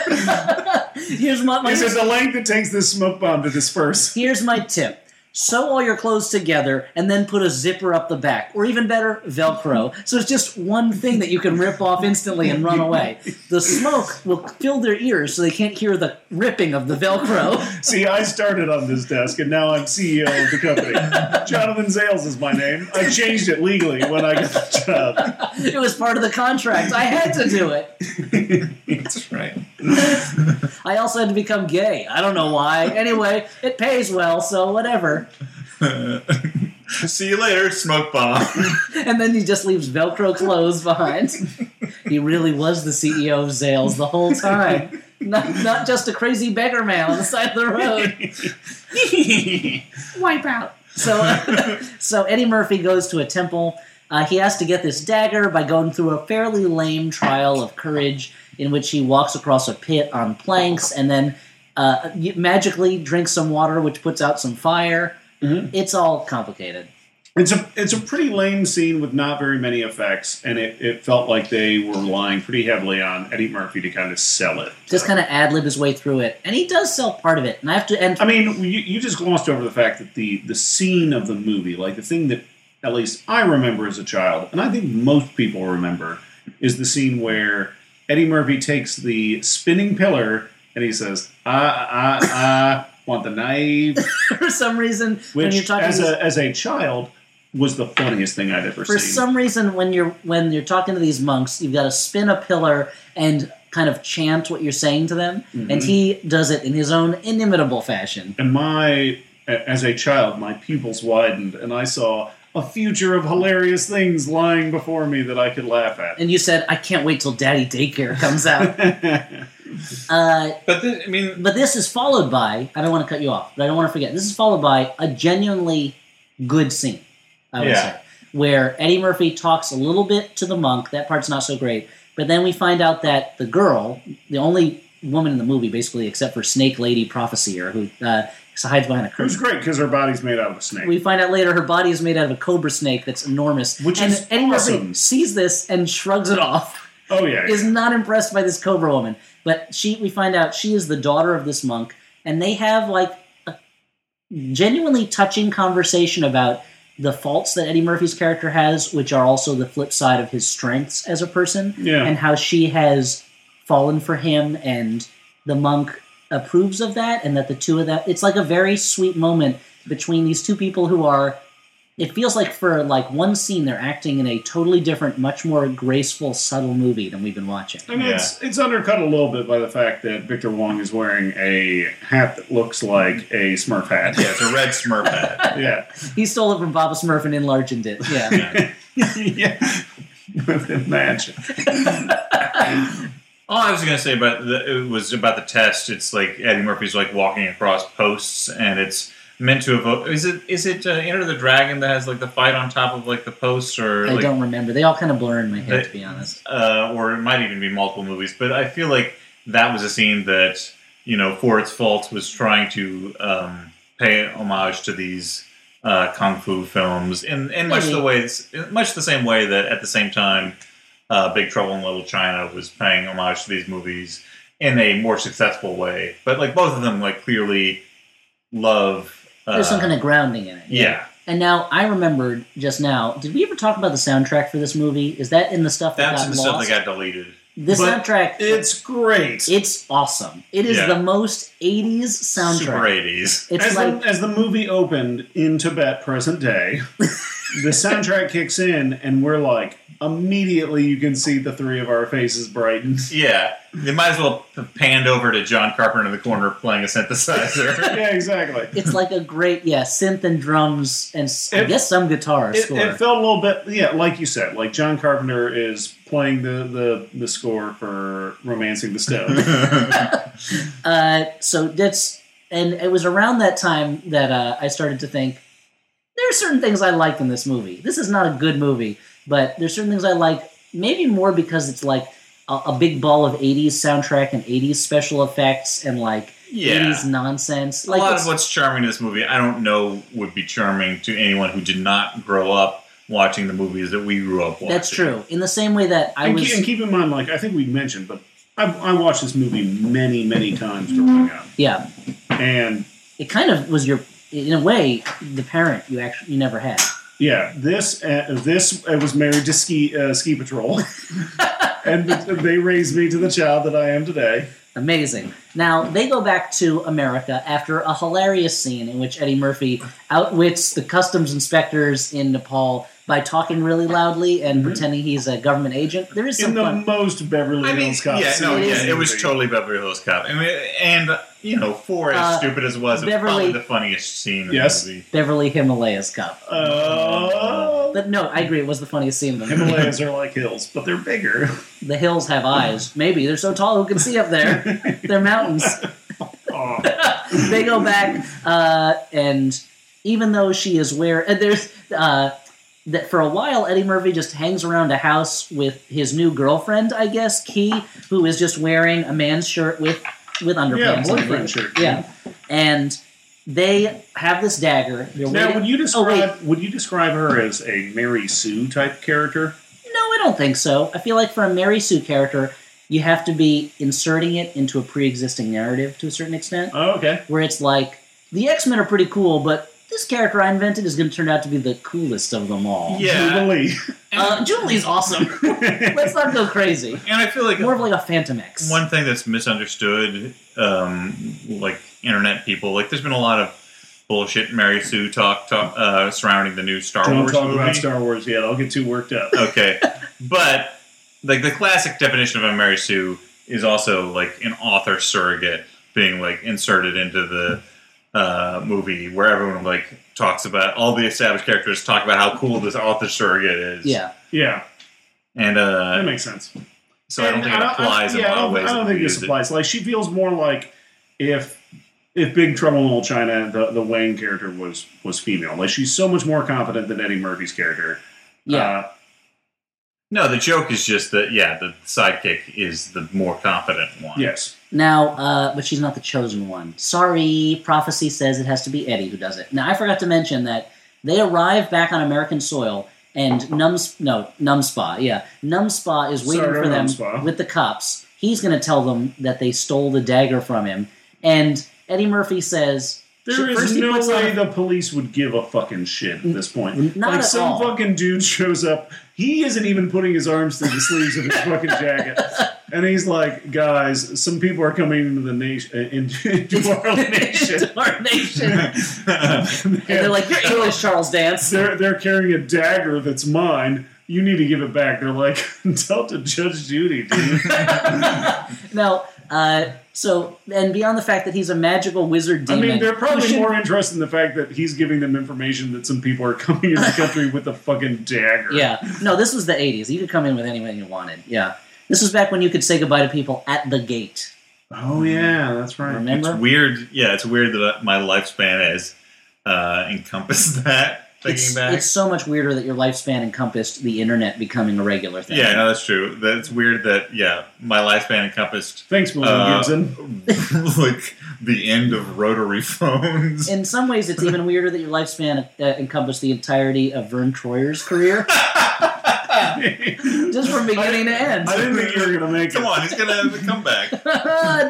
Speaker 4: Here's my, my
Speaker 3: Is it the length it takes this smoke bomb to disperse?
Speaker 4: Here's my tip. Sew all your clothes together and then put a zipper up the back, or even better, Velcro. So it's just one thing that you can rip off instantly and run away. The smoke will fill their ears so they can't hear the ripping of the Velcro.
Speaker 3: See, I started on this desk and now I'm CEO of the company. Jonathan Zales is my name. I changed it legally when I got the job.
Speaker 4: It was part of the contract. I had to do it.
Speaker 5: That's right.
Speaker 4: I also had to become gay. I don't know why. Anyway, it pays well, so whatever.
Speaker 5: See you later, smoke bomb.
Speaker 4: And then he just leaves Velcro clothes behind. He really was the CEO of Zales the whole time. Not, not just a crazy beggar man on the side of the road. wipe out. So, so Eddie Murphy goes to a temple. Uh, he has to get this dagger by going through a fairly lame trial of courage, in which he walks across a pit on planks and then uh, y- magically drinks some water, which puts out some fire. It's all complicated.
Speaker 3: It's a it's a pretty lame scene with not very many effects, and it, it felt like they were relying pretty heavily on Eddie Murphy to kind of sell it.
Speaker 4: Just kind of ad lib his way through it, and he does sell part of it. And I have to end.
Speaker 3: I mean, you, you just glossed over the fact that the the scene of the movie, like the thing that at least I remember as a child, and I think most people remember, is the scene where Eddie Murphy takes the spinning pillar and he says, "Ah, ah, ah, want the knife,"
Speaker 4: for some reason, when you're
Speaker 3: which
Speaker 4: talking
Speaker 3: as a
Speaker 4: to
Speaker 3: as a child was the funniest thing I'd ever
Speaker 4: for
Speaker 3: seen.
Speaker 4: some reason when you're when you're talking to these monks you've got to spin a pillar and kind of chant what you're saying to them
Speaker 3: Mm-hmm.
Speaker 4: and he does it in his own inimitable fashion
Speaker 3: and my a- as a child, my pupils widened, and I saw a future of hilarious things lying before me that I could laugh at.
Speaker 4: and you said i can't wait till daddy daycare comes out uh,
Speaker 5: But this, I mean,
Speaker 4: but this is followed by i don't want to cut you off but i don't want to forget this is followed by a genuinely good scene i would
Speaker 5: Yeah.
Speaker 4: say where eddie murphy talks a little bit to the monk that part's not so great but then we find out that the girl the only woman in the movie basically except for snake lady prophecyer who uh, hides behind a
Speaker 3: It was
Speaker 4: curtain
Speaker 3: great because her body's made out of a snake.
Speaker 4: we find out later her body is made out of a cobra snake that's enormous
Speaker 3: Which
Speaker 4: and
Speaker 3: is
Speaker 4: eddie murphy
Speaker 3: awesome.
Speaker 4: sees this and shrugs it off
Speaker 3: oh yeah,
Speaker 4: is not impressed by this Cobra woman. But she, we find out she is the daughter of this monk, and they have like a genuinely touching conversation about the faults that Eddie Murphy's character has, which are also the flip side of his strengths as a person,
Speaker 3: Yeah.
Speaker 4: and how she has fallen for him, and the monk approves of that, and that the two of them. It's like a very sweet moment between these two people who are it feels like for like one scene they're acting in a totally different much more graceful subtle movie than we've been watching
Speaker 3: I mean, it's it's undercut a little bit by the fact that Victor Wong is wearing a hat that looks like a Smurf hat.
Speaker 5: yeah, it's a red Smurf hat.
Speaker 3: yeah,
Speaker 4: he stole it from Bob Smurf and enlarged it yeah
Speaker 3: yeah. Imagine.
Speaker 5: All I was gonna say about the, it was about the test. It's like Eddie Murphy's like walking across posts, and it's meant to evoke. Is it is it uh, Enter the Dragon that has like the fight on top of like the posts, or
Speaker 4: i
Speaker 5: like,
Speaker 4: don't remember they all kind of blur in my head
Speaker 5: They-
Speaker 4: to be honest
Speaker 5: uh, or it might even be multiple movies. But I feel like that was a scene that you know, for its faults, was trying to um, pay homage to these uh, kung fu films in in much the
Speaker 4: Maybe.
Speaker 5: ways, in much the same way that at the same time, uh, Big Trouble in Little China was paying homage to these movies in a more successful way. But like both of them, like clearly love. Uh,
Speaker 4: there's some kind of grounding in it
Speaker 5: yeah,
Speaker 4: and now i remembered just now did we ever talk about the soundtrack for this movie is that in the stuff that
Speaker 5: that's
Speaker 4: got
Speaker 5: the
Speaker 4: lost
Speaker 5: stuff that got deleted.
Speaker 4: the
Speaker 3: But
Speaker 4: soundtrack
Speaker 3: It's great.
Speaker 4: it's awesome it is
Speaker 5: Yeah.
Speaker 4: the most 80s soundtrack
Speaker 5: Super eighties.
Speaker 4: it's
Speaker 3: as,
Speaker 4: like
Speaker 3: the, as the movie opened in Tibet, present day, the soundtrack kicks in, and we're like, immediately you can see the three of our faces brighten.
Speaker 5: Yeah, they might as well have panned over to John Carpenter in the corner playing a synthesizer.
Speaker 3: yeah, exactly.
Speaker 4: It's like a great, yeah, synth and drums and s I I
Speaker 3: It-
Speaker 4: guess some guitar
Speaker 3: It,
Speaker 4: score.
Speaker 3: it felt a little bit, yeah, like you said, like John Carpenter is playing the the, the score for "Romancing the Stone."
Speaker 4: uh, so that's and it was around that time that uh, I started to think there are certain things I like in this movie. This is not a good movie, but there's certain things I like. Maybe more because it's like a, a big ball of '80s soundtrack and '80s special effects and like
Speaker 5: Yeah.
Speaker 4: '80s nonsense. Like
Speaker 5: a lot
Speaker 4: it's-
Speaker 5: of what's charming in this movie, I don't know, would be charming to anyone who did not grow up watching the movies that we grew up watching.
Speaker 4: that's true. In the same way that I
Speaker 3: and,
Speaker 4: was,
Speaker 3: keep, and keep in mind, like I think we mentioned, but I, I watched this movie many, many times growing up,
Speaker 4: yeah,
Speaker 3: and
Speaker 4: it kind of was your, in a way, the parent you actually you never had.
Speaker 3: Yeah, this uh, this I was married to ski uh, ski patrol, and they raised me to the child that I am today.
Speaker 4: Amazing. Now they go back to America after a hilarious scene in which Eddie Murphy outwits the customs inspectors in Nepal by talking really loudly and pretending he's a government agent. There is
Speaker 3: Mm-hmm. In
Speaker 4: some
Speaker 3: the
Speaker 4: fun.
Speaker 3: most Beverly
Speaker 5: I mean,
Speaker 3: Hills Cop.
Speaker 5: yeah, no,
Speaker 3: scene
Speaker 5: yeah,
Speaker 3: in
Speaker 5: it
Speaker 3: the
Speaker 5: was
Speaker 3: movie.
Speaker 5: totally Beverly Hills Cop. I mean, and you know, for as
Speaker 4: Uh,
Speaker 5: stupid as it was, it was
Speaker 4: Beverly-
Speaker 5: probably the funniest scene in
Speaker 3: Yes.
Speaker 5: the movie.
Speaker 4: Beverly Himalayas Cup.
Speaker 3: Uh,
Speaker 4: But no, I agree. It was the funniest scene. in the movie.
Speaker 3: Himalayas are like hills, but they're bigger.
Speaker 4: The hills have eyes. Maybe they're so tall who can see up there. they're mountains.
Speaker 3: Oh,
Speaker 4: they go back, uh, and even though she is where and there's uh, that for a while, Eddie Murphy just hangs around a house with his new girlfriend, I guess, Key, who is just wearing a man's shirt with with underpants.
Speaker 3: yeah,
Speaker 4: on it.
Speaker 3: boyfriend shirt.
Speaker 4: Yeah, and they have this dagger. They're
Speaker 3: Now,
Speaker 4: waiting-
Speaker 3: would you
Speaker 4: Oh, wait.
Speaker 3: describe would you describe her as a Mary Sue type character?
Speaker 4: No, I don't think so. I feel like for a Mary Sue character, you have to be inserting it into a pre-existing narrative to a certain extent.
Speaker 3: Oh, okay.
Speaker 4: where it's like the X Men are pretty cool, but this character I invented is going to turn out to be the coolest of them all.
Speaker 5: Yeah,
Speaker 3: Jubilee.
Speaker 4: uh, Julie's awesome. Let's not go crazy.
Speaker 5: and I feel like
Speaker 4: More of like a Phantom X.
Speaker 5: one thing that's misunderstood, um, like internet people, like there's been a lot of bullshit Mary Sue talk, talk uh, surrounding the new Star
Speaker 3: Don't
Speaker 5: Wars
Speaker 3: talk
Speaker 5: movie.
Speaker 3: about Star Wars yet. I'll get too worked up.
Speaker 5: okay. But like the classic definition of a Mary Sue is also like an author surrogate being like inserted into the uh, movie where everyone like talks about all the established characters talk about how cool this author surrogate is.
Speaker 4: Yeah.
Speaker 3: Yeah,
Speaker 5: And
Speaker 3: that
Speaker 5: uh,
Speaker 3: makes sense.
Speaker 5: so I don't
Speaker 3: And
Speaker 5: think it applies
Speaker 3: yeah,
Speaker 5: in a
Speaker 3: I
Speaker 5: lot of
Speaker 3: don't-
Speaker 5: ways.
Speaker 3: I don't think
Speaker 5: that we
Speaker 3: this
Speaker 5: use it.
Speaker 3: applies. Like she feels more like if if Big Trouble in Little China, the the Wayne character was was female. Like she's so much more competent than Eddie Murphy's character.
Speaker 4: Yeah.
Speaker 3: Uh,
Speaker 5: No, the joke is just that yeah, the sidekick is the more competent one.
Speaker 3: yes.
Speaker 4: now, uh, but she's not the chosen one. Sorry, prophecy says it has to be Eddie who does it. Now, I forgot to mention that they arrive back on American soil. And Nums, no, Numspa, yeah. Numspa is waiting
Speaker 3: Sardo
Speaker 4: for them
Speaker 3: Numspa.
Speaker 4: with the cops. He's going to tell them that they stole the dagger from him. And Eddie Murphy says,
Speaker 3: There
Speaker 4: first
Speaker 3: is
Speaker 4: he
Speaker 3: no
Speaker 4: puts on a
Speaker 3: way the police would give a fucking shit at this point.
Speaker 4: not
Speaker 3: like
Speaker 4: at
Speaker 3: some
Speaker 4: all.
Speaker 3: fucking dude shows up. He isn't even putting his arms through the sleeves of his fucking jacket, and he's like, "Guys, some people are coming into the nation, into, into our nation."
Speaker 4: to our nation. and they're like, "You're English, Charles Dance."
Speaker 3: they're they're carrying a dagger that's mine. You need to give it back. They're like, tell to Judge Judy, dude.
Speaker 4: No, uh, so and beyond the fact that he's a magical wizard
Speaker 3: I
Speaker 4: demon,
Speaker 3: mean, they're
Speaker 4: who
Speaker 3: probably
Speaker 4: should-
Speaker 3: more interested in the fact that he's giving them information that some people are coming in the country with a fucking dagger.
Speaker 4: Yeah, no, this was the '80s. You could come in with anyone you wanted. Yeah, this was back when you could say goodbye to people at the gate.
Speaker 3: Oh yeah, that's right.
Speaker 4: Remember?
Speaker 5: It's weird. Yeah, it's weird that my lifespan has uh, encompassed that. Thinking
Speaker 4: It's,
Speaker 5: back,
Speaker 4: it's so much weirder that your lifespan encompassed the internet becoming a regular thing.
Speaker 5: Yeah, no, that's true. That's weird that yeah, my lifespan encompassed
Speaker 3: Thanks, William
Speaker 5: Uh,
Speaker 3: Gibson.
Speaker 5: like the end of rotary phones.
Speaker 4: In some ways, it's even weirder that your lifespan uh, encompassed the entirety of Vern Troyer's career,
Speaker 3: I
Speaker 4: just from beginning to end.
Speaker 3: didn't think you were gonna make
Speaker 5: Come
Speaker 3: it.
Speaker 5: on, he's gonna have a comeback.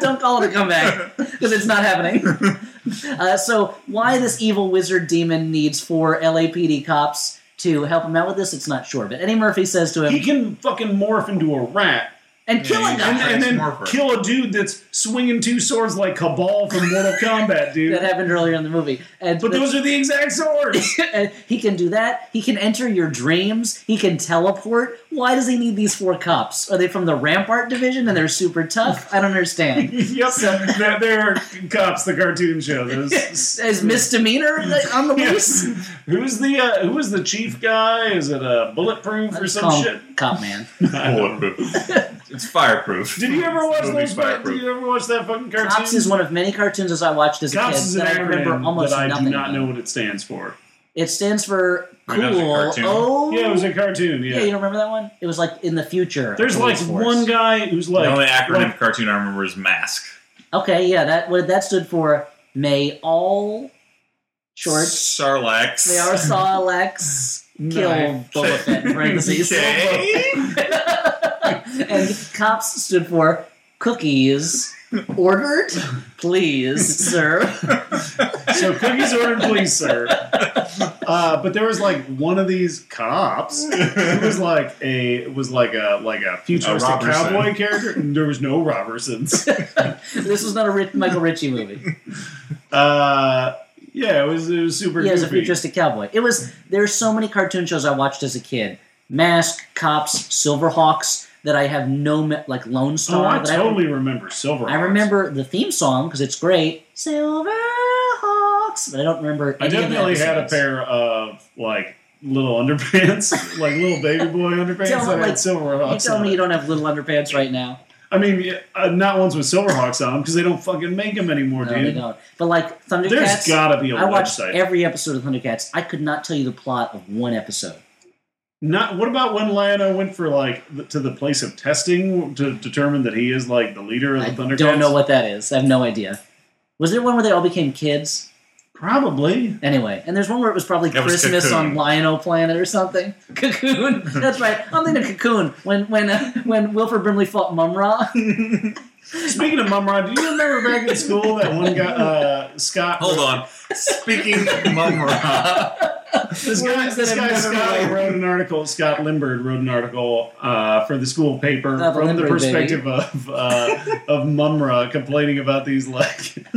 Speaker 4: Don't call it a comeback because it's not happening. Uh, so, why this evil wizard demon needs four LAPD cops to help him out with this, it's not sure. But Eddie Murphy says to
Speaker 3: He
Speaker 4: him,
Speaker 3: can fucking morph into a rat and
Speaker 5: Yeah,
Speaker 3: killing
Speaker 5: you
Speaker 3: them,
Speaker 5: got
Speaker 3: and, and then
Speaker 5: Frank Smurfer.
Speaker 3: kill a dude that's swinging two swords like Cabal from Mortal Kombat,
Speaker 4: that
Speaker 3: dude.
Speaker 4: happened earlier in the movie. And
Speaker 3: But those are the exact swords.
Speaker 4: and he can do that. He can enter your dreams. He can teleport. Why does he need these four cops? Are they from the Rampart division and they're super tough? I don't understand.
Speaker 3: yep, they're, they're cops. The cartoon show. Those-
Speaker 4: Is misdemeanor like, on the
Speaker 3: Yes.
Speaker 4: loose?
Speaker 3: Who's the uh, who was the chief guy? Is it a bulletproof or some
Speaker 4: Call
Speaker 3: shit?
Speaker 4: him Cop man.
Speaker 5: Bulletproof. it's fireproof.
Speaker 3: Did you ever watch those?
Speaker 5: Movie's
Speaker 3: Did
Speaker 5: fireproof.
Speaker 3: you ever watch that fucking cartoon?
Speaker 4: Cops is one of many cartoons as I watched as a
Speaker 3: Cops is
Speaker 4: kid
Speaker 3: an
Speaker 4: that I remember
Speaker 3: acronym
Speaker 4: almost
Speaker 3: that I
Speaker 4: nothing.
Speaker 3: do not know
Speaker 4: about.
Speaker 3: what it stands for.
Speaker 4: It stands for
Speaker 5: Maybe that was a
Speaker 4: cool.
Speaker 5: cartoon.
Speaker 4: Oh,
Speaker 3: Yeah, it was a cartoon.
Speaker 4: Yeah,
Speaker 3: Yeah,
Speaker 4: you don't remember that one? It was like in the future.
Speaker 3: there's like
Speaker 4: police force.
Speaker 3: one guy who's
Speaker 5: the
Speaker 3: like
Speaker 5: only acronym
Speaker 3: like-
Speaker 5: cartoon I remember is Mask.
Speaker 4: Okay, yeah, that what that stood for. May all shorts.
Speaker 5: Sarlax.
Speaker 4: They are saw Lex kill
Speaker 3: Knife.
Speaker 4: Boba Fett in parentheses.
Speaker 5: Okay.
Speaker 4: and cops stood for cookies ordered, please, sir.
Speaker 3: so cookies ordered, please, sir. Uh, but there was like one of these cops who was like a was like a like a futuristic
Speaker 5: Robertson.
Speaker 3: cowboy character. And there was no Robertsons.
Speaker 4: This was not a Rich, Michael Ritchie movie.
Speaker 3: Uh, yeah, it was it was super
Speaker 4: Yeah, it was a
Speaker 3: goofy.
Speaker 4: futuristic cowboy. It was. There's so many cartoon shows I watched as a kid: Mask, Cops, Silverhawks. That I have no me- like Lone
Speaker 3: oh,
Speaker 4: Star.
Speaker 3: I
Speaker 4: that I-
Speaker 3: totally remember Silver.
Speaker 4: I remember the theme song because it's great. Silverhawks, but I don't remember.
Speaker 3: I
Speaker 4: any of the
Speaker 3: definitely had a
Speaker 4: episodes.
Speaker 3: pair of like little underpants, like little baby boy underpants
Speaker 4: Tell me,
Speaker 3: that
Speaker 4: like,
Speaker 3: had silver
Speaker 4: You
Speaker 3: hawks.
Speaker 4: tell
Speaker 3: on
Speaker 4: me
Speaker 3: it.
Speaker 4: you don't have little underpants right now.
Speaker 3: I mean, yeah, uh, not ones with silver hawks on them because they don't fucking make them anymore,
Speaker 4: No, they
Speaker 3: dude.
Speaker 4: don't. But like Thundercats,
Speaker 3: There's gotta be a
Speaker 4: I watched
Speaker 3: website.
Speaker 4: every episode of Thundercats. I could not tell you the plot of one episode.
Speaker 3: Not what about when Lionel went for like the, to the place of testing to determine that he is like the leader of
Speaker 4: I
Speaker 3: the Thundercats?
Speaker 4: don't know what that is. I have no idea. Was there one where they all became kids?
Speaker 3: Probably.
Speaker 4: Anyway, and there's one where it was probably
Speaker 5: That was
Speaker 4: Christmas on
Speaker 5: Cocoon.
Speaker 4: Lion-O Planet or something. Cocoon. That's right. I'm thinking of Cocoon when when uh, when Wilford Brimley fought Mumra.
Speaker 3: Speaking of Mumrod, do you remember back in school that one guy uh, Scott?
Speaker 5: Hold on. Speaking of Mumra,
Speaker 3: This guy,
Speaker 4: Words that
Speaker 3: this
Speaker 4: have
Speaker 3: guy
Speaker 4: never
Speaker 3: Scott
Speaker 4: been-
Speaker 3: wrote an article. Scott Lindbergh wrote an article uh, for the school paper
Speaker 4: Oh, the
Speaker 3: from the
Speaker 4: Lindbergh
Speaker 3: perspective of uh, of Mumra complaining about these like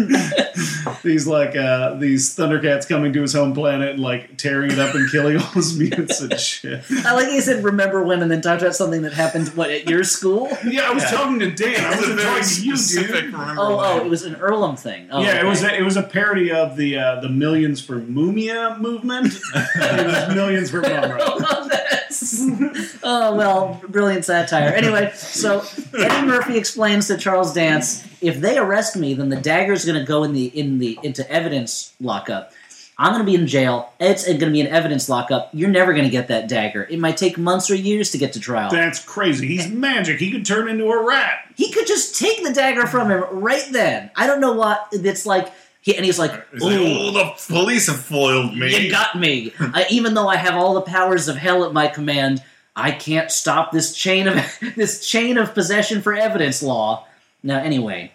Speaker 3: these like uh, these Thundercats coming to his home planet and like tearing it up and killing all his mutants and shit.
Speaker 4: I like that you said remember when and then talked about something that happened what at your school?
Speaker 3: Yeah, I was talking to Dan. I
Speaker 5: that's a
Speaker 3: wasn't
Speaker 5: very
Speaker 3: talking to you,
Speaker 5: specific
Speaker 3: dude.
Speaker 5: remember.
Speaker 4: Oh, oh,
Speaker 5: line.
Speaker 4: it was an Earlham thing. Oh,
Speaker 3: Yeah, it
Speaker 4: okay.
Speaker 3: was a, it was a parody of the uh, the millions for Mumia movement. it was millions for Mumra.
Speaker 4: love this. oh well, brilliant satire. Anyway, so Eddie Murphy explains to Charles Dance, if they arrest me, then the dagger's gonna go in the in the into evidence lockup. I'm gonna be in jail. It's gonna be an evidence lockup. You're never gonna get that dagger. It might take months or years to get to trial.
Speaker 3: That's crazy. He's magic. He could turn into a rat.
Speaker 4: He could just take the dagger from him right then. I don't know what it's like. He, and he's like,
Speaker 5: It's like,
Speaker 4: "Ooh,
Speaker 5: oh, the police have foiled me.
Speaker 4: You got me. I, even though I have all the powers of hell at my command, I can't stop this chain of this chain of possession for evidence law. Now, anyway,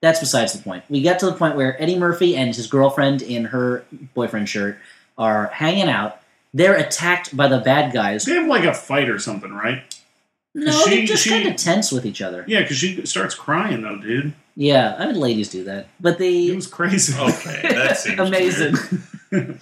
Speaker 4: that's besides the point. We get to the point where Eddie Murphy and his girlfriend in her boyfriend shirt are hanging out. They're attacked by the bad guys.
Speaker 3: They have like a fight or something, right?
Speaker 4: No,
Speaker 3: She-
Speaker 4: they're just
Speaker 3: she-
Speaker 4: kind of tense with each other.
Speaker 3: Yeah, because she starts crying though, dude.
Speaker 4: Yeah, I mean, ladies do that, but
Speaker 3: It
Speaker 4: they
Speaker 3: was crazy.
Speaker 5: Okay, that seems
Speaker 4: amazing.
Speaker 5: weird.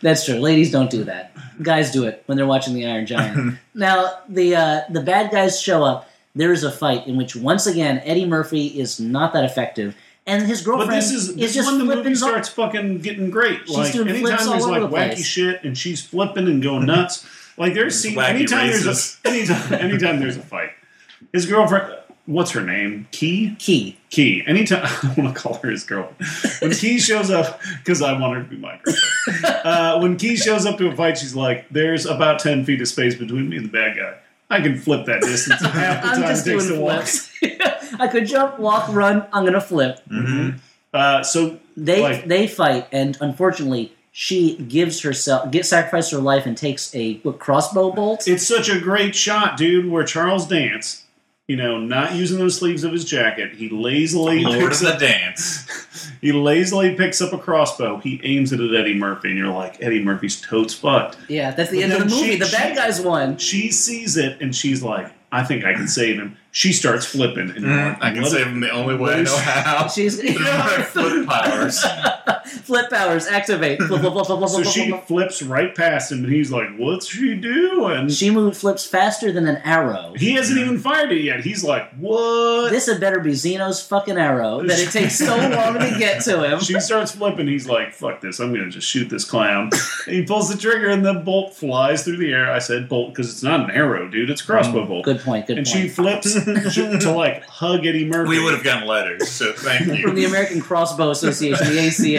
Speaker 4: That's true. Ladies don't do that. Guys do it when they're watching the Iron Giant. now the uh, the bad guys show up. There is a fight in which once again Eddie Murphy is not that effective, and his
Speaker 3: But
Speaker 4: girlfriend
Speaker 3: this is, this is
Speaker 4: just
Speaker 3: when the
Speaker 4: flipping.
Speaker 3: movie
Speaker 4: off-
Speaker 3: starts fucking getting great.
Speaker 4: She's
Speaker 3: like
Speaker 4: doing flips
Speaker 3: anytime
Speaker 4: all
Speaker 3: there's
Speaker 4: over
Speaker 3: like
Speaker 4: the
Speaker 3: wacky
Speaker 4: place.
Speaker 3: shit and she's flipping and going nuts. like there's scene,
Speaker 5: Wacky
Speaker 3: anytime
Speaker 5: races.
Speaker 3: there's a, anytime anytime there's a fight. His girlfriend, what's her name? Key.
Speaker 4: Key.
Speaker 3: Key. Anytime I want to call her his girlfriend. When Key shows up, because I want her to be my girlfriend. Uh, when Key shows up to a fight, she's like, "There's about ten feet of space between me and the bad guy. I can flip that distance in half the
Speaker 4: I'm
Speaker 3: time it
Speaker 4: just doing
Speaker 3: takes to walk."
Speaker 4: flips. I could jump, walk, run. I'm gonna flip.
Speaker 3: Uh, so
Speaker 4: They
Speaker 3: Mm, Like-
Speaker 4: they fight, and unfortunately, she gives herself, get sacrificed her life, and takes a what, crossbow bolt.
Speaker 3: it's such a great shot, dude, where Charles Dance, you know, not using those sleeves of his jacket, he lazily
Speaker 5: Lord of
Speaker 3: picks
Speaker 5: the
Speaker 3: up,
Speaker 5: Dance.
Speaker 3: he lazily picks up a crossbow. He aims it at Eddie Murphy, and you're like, Eddie Murphy's totes fucked.
Speaker 4: yeah, that's the
Speaker 3: But
Speaker 4: end of the
Speaker 3: then
Speaker 4: movie.
Speaker 3: she-
Speaker 4: the bad
Speaker 3: she-
Speaker 4: guys won.
Speaker 3: She sees it, and she's like, I think I can save him. She starts flipping. And
Speaker 5: Mm, I can
Speaker 3: Let
Speaker 5: save
Speaker 3: it
Speaker 5: him the only way I know how.
Speaker 4: She's
Speaker 5: Through my foot powers.
Speaker 4: flip powers activate. Flip, flip, flip, flip, flip,
Speaker 3: So
Speaker 4: flip,
Speaker 3: she
Speaker 4: flip.
Speaker 3: flips right past him, and he's like, "What's she doing?"
Speaker 4: She moved flips faster than an arrow.
Speaker 3: He hasn't even fired it yet. He's like, "What?"
Speaker 4: This had better be Xeno's fucking arrow that it takes so long to get to him.
Speaker 3: She starts flipping. He's like, "Fuck this! I'm gonna just shoot this clown." And he pulls the trigger, and the bolt flies through the air. I said bolt because it's not an arrow, dude. It's a crossbow bolt.
Speaker 4: Mm, Good point. Good
Speaker 3: and she
Speaker 4: point.
Speaker 3: flips to, to, like hug Eddie Murphy.
Speaker 5: We would have gotten letters, so thank
Speaker 4: From the
Speaker 5: you.
Speaker 4: American Crossbow Association, the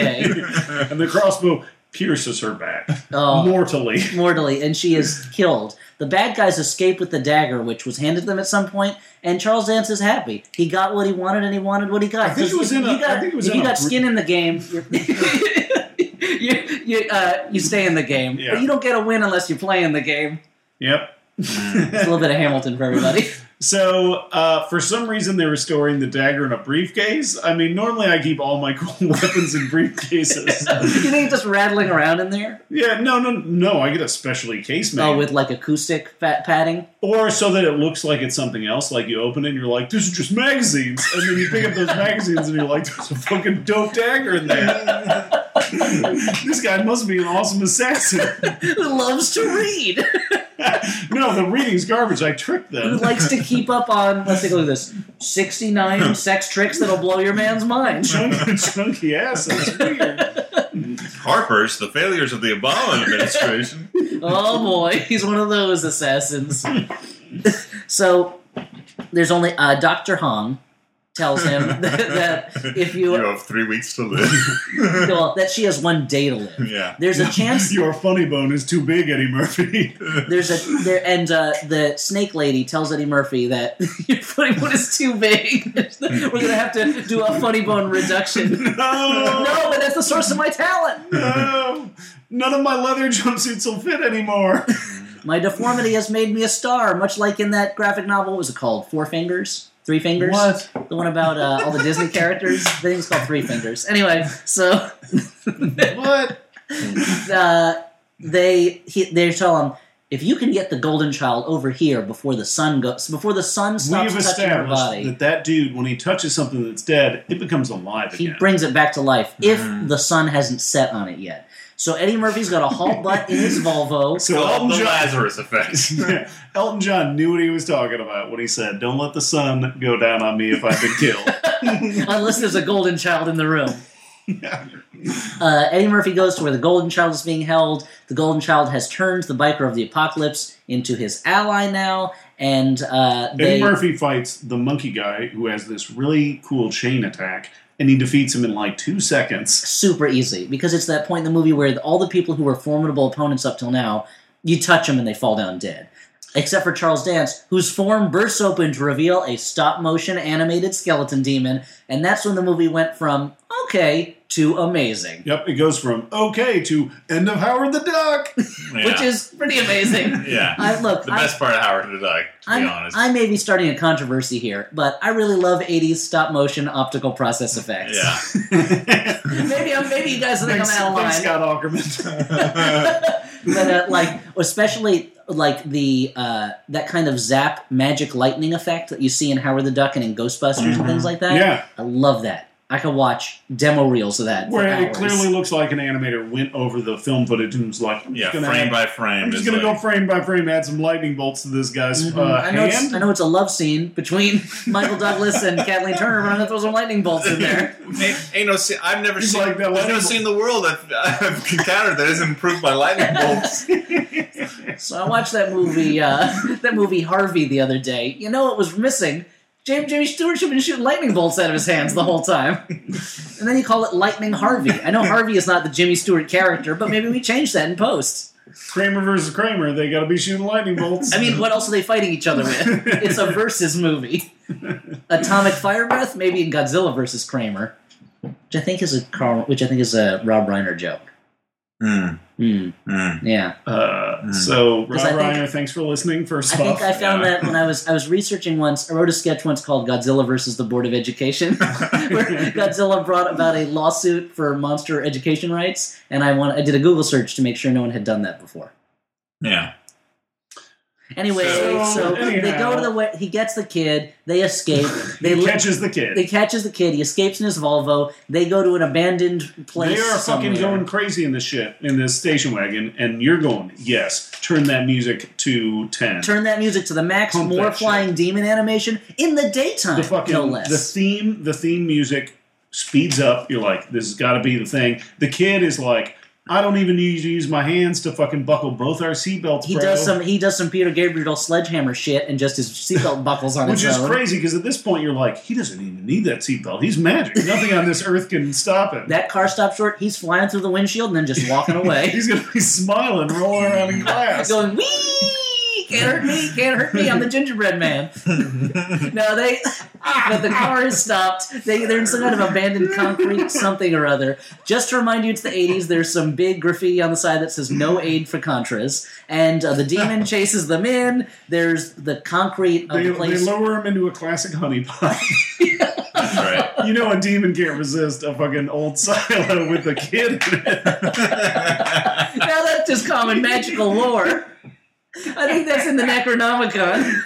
Speaker 4: ACA,
Speaker 3: and the crossbow pierces her back
Speaker 4: Oh.
Speaker 3: mortally.
Speaker 4: mortally, and she is killed. The bad guys escape with the dagger, which was handed to them at some point, and Charles Dance is happy. He got what he wanted, and he wanted what he got.
Speaker 3: I think it
Speaker 4: Because
Speaker 3: was in
Speaker 4: if
Speaker 3: a-
Speaker 4: you got,
Speaker 3: I think it was
Speaker 4: if
Speaker 3: in
Speaker 4: you
Speaker 3: a
Speaker 4: got
Speaker 3: br-
Speaker 4: skin in the game, you're- you, you, uh, you stay in the game.
Speaker 3: Yeah.
Speaker 4: But you don't get a win unless you play in the game.
Speaker 3: Yep.
Speaker 4: It's a little bit of Hamilton for everybody.
Speaker 3: So, uh, for some reason, they were storing the dagger in a briefcase. I mean, normally I keep all my cool weapons in briefcases.
Speaker 4: you think it's just rattling around in there?
Speaker 3: yeah, no, no, no. I get a specially case made.
Speaker 4: Oh, with like acoustic fat padding?
Speaker 3: or so that it looks like it's something else. Like you open it and you're like, "This is just magazines," and then you pick up those magazines and you're like, "There's a fucking dope dagger in there." this guy must be an awesome assassin.
Speaker 4: Who loves to read?
Speaker 3: no, the reading's garbage. I tricked
Speaker 4: Who
Speaker 3: them.
Speaker 4: likes to keep up on, let's take a look at this 69 sex tricks that'll blow your man's mind?
Speaker 3: chunky, chunky ass. That's weird.
Speaker 5: Harper's The Failures of the Obama Administration.
Speaker 4: Oh boy, he's one of those assassins. so there's only uh, Dr. Hong tells him that, that if
Speaker 5: You
Speaker 4: you
Speaker 5: have three weeks to live.
Speaker 4: well, that she has one day to live.
Speaker 5: yeah.
Speaker 4: There's a chance
Speaker 3: Your funny bone is too big, Eddie Murphy.
Speaker 4: There's a there, and uh, the snake lady tells Eddie Murphy that your funny bone is too big. We're gonna have to do a funny bone reduction.
Speaker 3: no,
Speaker 4: No, but that's the source of my talent.
Speaker 3: no. Um, None of my leather jumpsuits will fit anymore.
Speaker 4: My deformity has made me a star, much like in that graphic novel. What was it called? Four Fingers, Three Fingers.
Speaker 3: What?
Speaker 4: The one about uh, all the Disney characters. I think it's called Three Fingers. Anyway, so
Speaker 3: What?
Speaker 4: uh, they he, they tell him. If you can get the golden child over here before the sun goes, before the sun stops
Speaker 3: We've
Speaker 4: touching her body,
Speaker 3: established that that dude, when he touches something that's dead, it becomes alive
Speaker 4: He
Speaker 3: again.
Speaker 4: brings it back to life if
Speaker 3: Mm.
Speaker 4: the sun hasn't set on it yet. So Eddie Murphy's got a hot butt in his Volvo.
Speaker 3: so
Speaker 5: Well,
Speaker 3: Elton
Speaker 5: the
Speaker 3: John,
Speaker 5: Lazarus effect.
Speaker 3: Yeah, Elton John knew what he was talking about when he said, "Don't let the sun go down on me if I've been killed."
Speaker 4: unless there's a golden child in the room. Uh, Eddie Murphy goes to where the golden child is being held. The golden child has turned the biker of the apocalypse into his ally now, and uh, they
Speaker 3: Eddie Murphy fights the monkey guy who has this really cool chain attack, and he defeats him in like two seconds.
Speaker 4: super easy because it's that point in the movie where all the people who were formidable opponents up till now, you touch them and they fall down dead. Except for Charles Dance, whose form bursts open to reveal a stop motion animated skeleton demon, and that's when the movie went from okay to amazing,
Speaker 3: Yep, it goes from okay to end of Howard the Duck.
Speaker 5: Yeah.
Speaker 4: which is pretty amazing.
Speaker 5: yeah.
Speaker 4: I look,
Speaker 5: the
Speaker 4: I,
Speaker 5: best part of Howard the Duck, to be
Speaker 4: I'm-
Speaker 5: honest.
Speaker 4: I may be starting a controversy here, but I really love 80s stop motion optical process effects.
Speaker 5: yeah.
Speaker 4: Maybe I'm, maybe you guys think I'm
Speaker 3: Thanks,
Speaker 4: out of line.
Speaker 3: thanks, Scott Ackerman.
Speaker 4: but uh, like especially like the uh, that kind of zap magic lightning effect that you see in Howard the Duck and in Ghostbusters and things like that.
Speaker 3: Yeah.
Speaker 4: I love that. I could watch demo reels of that. for
Speaker 3: Where it
Speaker 4: hours.
Speaker 3: clearly looks like an animator went over the film footage and was like, I'm
Speaker 5: Yeah,
Speaker 3: just gonna
Speaker 5: frame
Speaker 3: add-
Speaker 5: by frame.
Speaker 3: I'm just
Speaker 5: is
Speaker 3: gonna go
Speaker 5: like-
Speaker 3: frame by frame, add some lightning bolts to this guy's uh,
Speaker 4: Mm-hmm. Mm, I know, it's,
Speaker 3: hand.
Speaker 4: I know it's a love scene between Michael Douglas and Kathleen Turner, but I'm gonna throw some lightning bolts in there.
Speaker 5: ain't, ain't no scene. I've never
Speaker 3: He's
Speaker 5: seen.
Speaker 3: like that
Speaker 5: there's
Speaker 3: lightning
Speaker 5: no
Speaker 3: bolt.
Speaker 5: scene in the world I've, I've encountered that isn't improved by lightning bolts.
Speaker 4: So I watched that movie, uh, that movie Harvey the other day. You know what was missing? Jamie, Jimmy Stewart should have been shooting lightning bolts out of his hands the whole time. And then you call it Lightning Harvey. I know Harvey is not the Jimmy Stewart character, but maybe we change that in post.
Speaker 3: Kramer versus Kramer, they gotta be shooting lightning bolts.
Speaker 4: I mean, what else are they fighting each other with? It's a versus movie. Atomic Fire Breath, maybe in Godzilla versus Kramer, which I think is a Carl, which I think is a Rob Reiner joke.
Speaker 5: Mm,
Speaker 4: Hmm.
Speaker 5: mm.
Speaker 4: yeah.
Speaker 3: uh, so Rob
Speaker 4: 'Cause I think-
Speaker 3: Reiner, thanks for listening. First
Speaker 4: I think
Speaker 3: off,
Speaker 4: I found
Speaker 5: yeah.
Speaker 4: that when I was I was researching once. I wrote a sketch once called Godzilla versus the Board of Education, where Godzilla brought about a lawsuit for monster education rights, and I want I did a Google search to make sure no one had done that before.
Speaker 5: Yeah.
Speaker 4: Anyway, so,
Speaker 3: So,
Speaker 4: they go
Speaker 3: anyhow.
Speaker 4: to the way he gets the kid, they escape, they
Speaker 3: He
Speaker 4: li-
Speaker 3: catches the kid.
Speaker 4: they catches the kid, he escapes in his Volvo, they go to an abandoned place.
Speaker 3: They are fucking
Speaker 4: somewhere.
Speaker 3: going crazy in this shit, in this station wagon, and you're going, yes, turn that music to 10.
Speaker 4: Turn that music to the max,
Speaker 3: Pump
Speaker 4: more
Speaker 3: that shit.
Speaker 4: flying demon animation in the daytime,
Speaker 3: the fucking,
Speaker 4: no
Speaker 3: the
Speaker 4: less.
Speaker 3: theme, the theme music speeds up. You're like, this has got to be the thing. The kid is like, I don't even need to use my hands to fucking buckle both our seatbelts,
Speaker 4: he
Speaker 3: bro.
Speaker 4: does some he does some Peter Gabriel sledgehammer shit and just his seatbelt buckles on
Speaker 3: Which
Speaker 4: his
Speaker 3: is
Speaker 4: own.
Speaker 3: crazy because at this point you're like, he doesn't even need that seatbelt. He's magic. Nothing on this earth can stop him.
Speaker 4: That car stops short, he's flying through the windshield and then just walking away.
Speaker 3: He's gonna be smiling, rolling around in class.
Speaker 4: going wee can't hurt me can't hurt me i'm the gingerbread man no they but the car is stopped they, they're in some kind of abandoned concrete something or other just to remind you it's the 80s there's some big graffiti on the side that says no aid for contras and uh, the demon chases them in there's the concrete of
Speaker 3: They,
Speaker 4: the
Speaker 3: they
Speaker 4: place
Speaker 3: lower him into a classic honeypot.
Speaker 5: right.
Speaker 3: you know a demon can't resist a fucking old silo with a kid in it.
Speaker 4: now that's just common magical lore. I think that's in the Necronomicon.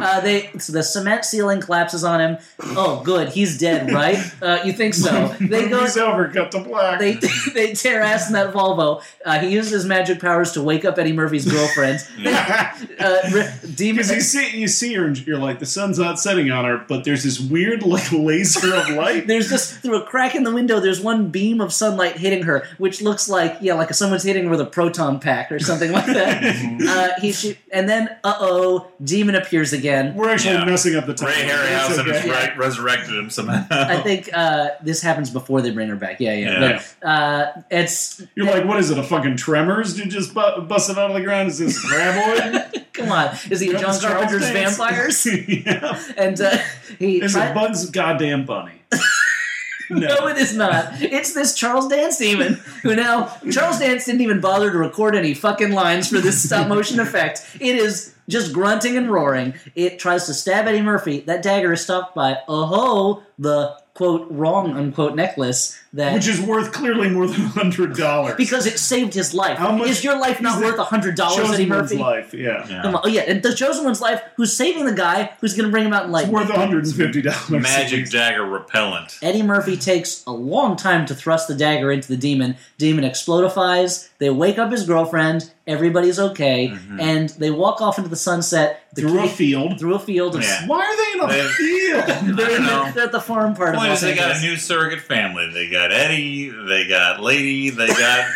Speaker 4: Uh, they so the cement ceiling collapses on him. Oh, good, he's dead, right? Uh, you think so? They go.
Speaker 3: He's over, cut to black.
Speaker 4: They, they tear ass in that Volvo. Uh, he uses his magic powers to wake up Eddie Murphy's girlfriend. uh, re- demon,
Speaker 3: Because you see, you see her, and you're like, the sun's not setting on her, but there's this weird like laser of light.
Speaker 4: there's just through a crack in the window there's one beam of sunlight hitting her which looks like yeah like someone's hitting her with a proton pack or something like that uh, he she, and then uh-oh demon appears again
Speaker 3: We're actually
Speaker 5: Yeah.
Speaker 3: messing up the time.
Speaker 5: Ray
Speaker 3: It's
Speaker 5: Harryhausen
Speaker 3: okay.
Speaker 5: has re- resurrected him somehow.
Speaker 4: i think uh, this happens before they bring her back yeah yeah,
Speaker 5: Oh. Yeah.
Speaker 4: But, uh, it's
Speaker 3: You're like, what is it? A fucking Tremors? Dude just bu- busted out of the ground? Is this graboid?
Speaker 4: come on is he a john
Speaker 3: Guns, Charles
Speaker 4: carpenter's
Speaker 3: Dance?
Speaker 4: vampires
Speaker 3: yeah.
Speaker 4: and uh, he
Speaker 3: Is
Speaker 4: try-
Speaker 3: it Bugs Goddamn Bunny?
Speaker 4: No, it is not. It's this Charles Dance demon who now Charles Dance didn't even bother to record any fucking lines for this stop motion effect. It is just grunting and roaring. It tries to stab Eddie Murphy. That dagger is stopped by oh ho the quote wrong unquote necklace that
Speaker 3: Which is worth clearly more than hundred dollars.
Speaker 4: because it saved his life.
Speaker 3: How much
Speaker 4: is your life not
Speaker 3: is it-
Speaker 4: worth a hundred dollars, Eddie
Speaker 3: chosen one's
Speaker 4: Murphy?
Speaker 3: life, yeah.
Speaker 5: Yeah.
Speaker 4: Come on. Oh yeah, and the chosen one's life who's saving the guy who's gonna bring him out in light.
Speaker 3: It's worth hundred and fifty dollars.
Speaker 5: Magic dagger repellent.
Speaker 4: Eddie Murphy takes a long time to thrust the dagger into the demon. Demon explodifies. They wake up his girlfriend. Everybody's okay,
Speaker 5: Mm-hmm.
Speaker 4: and they walk off into the sunset. The
Speaker 3: through a
Speaker 4: kid-
Speaker 3: field.
Speaker 4: through a field. Of,
Speaker 5: Yeah.
Speaker 3: Why are they in a field?
Speaker 5: I
Speaker 4: They're, in
Speaker 5: don't
Speaker 4: the,
Speaker 5: know.
Speaker 4: they're at the farm part
Speaker 5: Point
Speaker 4: of Los
Speaker 5: is, they got a
Speaker 4: Angeles.
Speaker 5: new surrogate family. They got Eddie, they got Lady, they got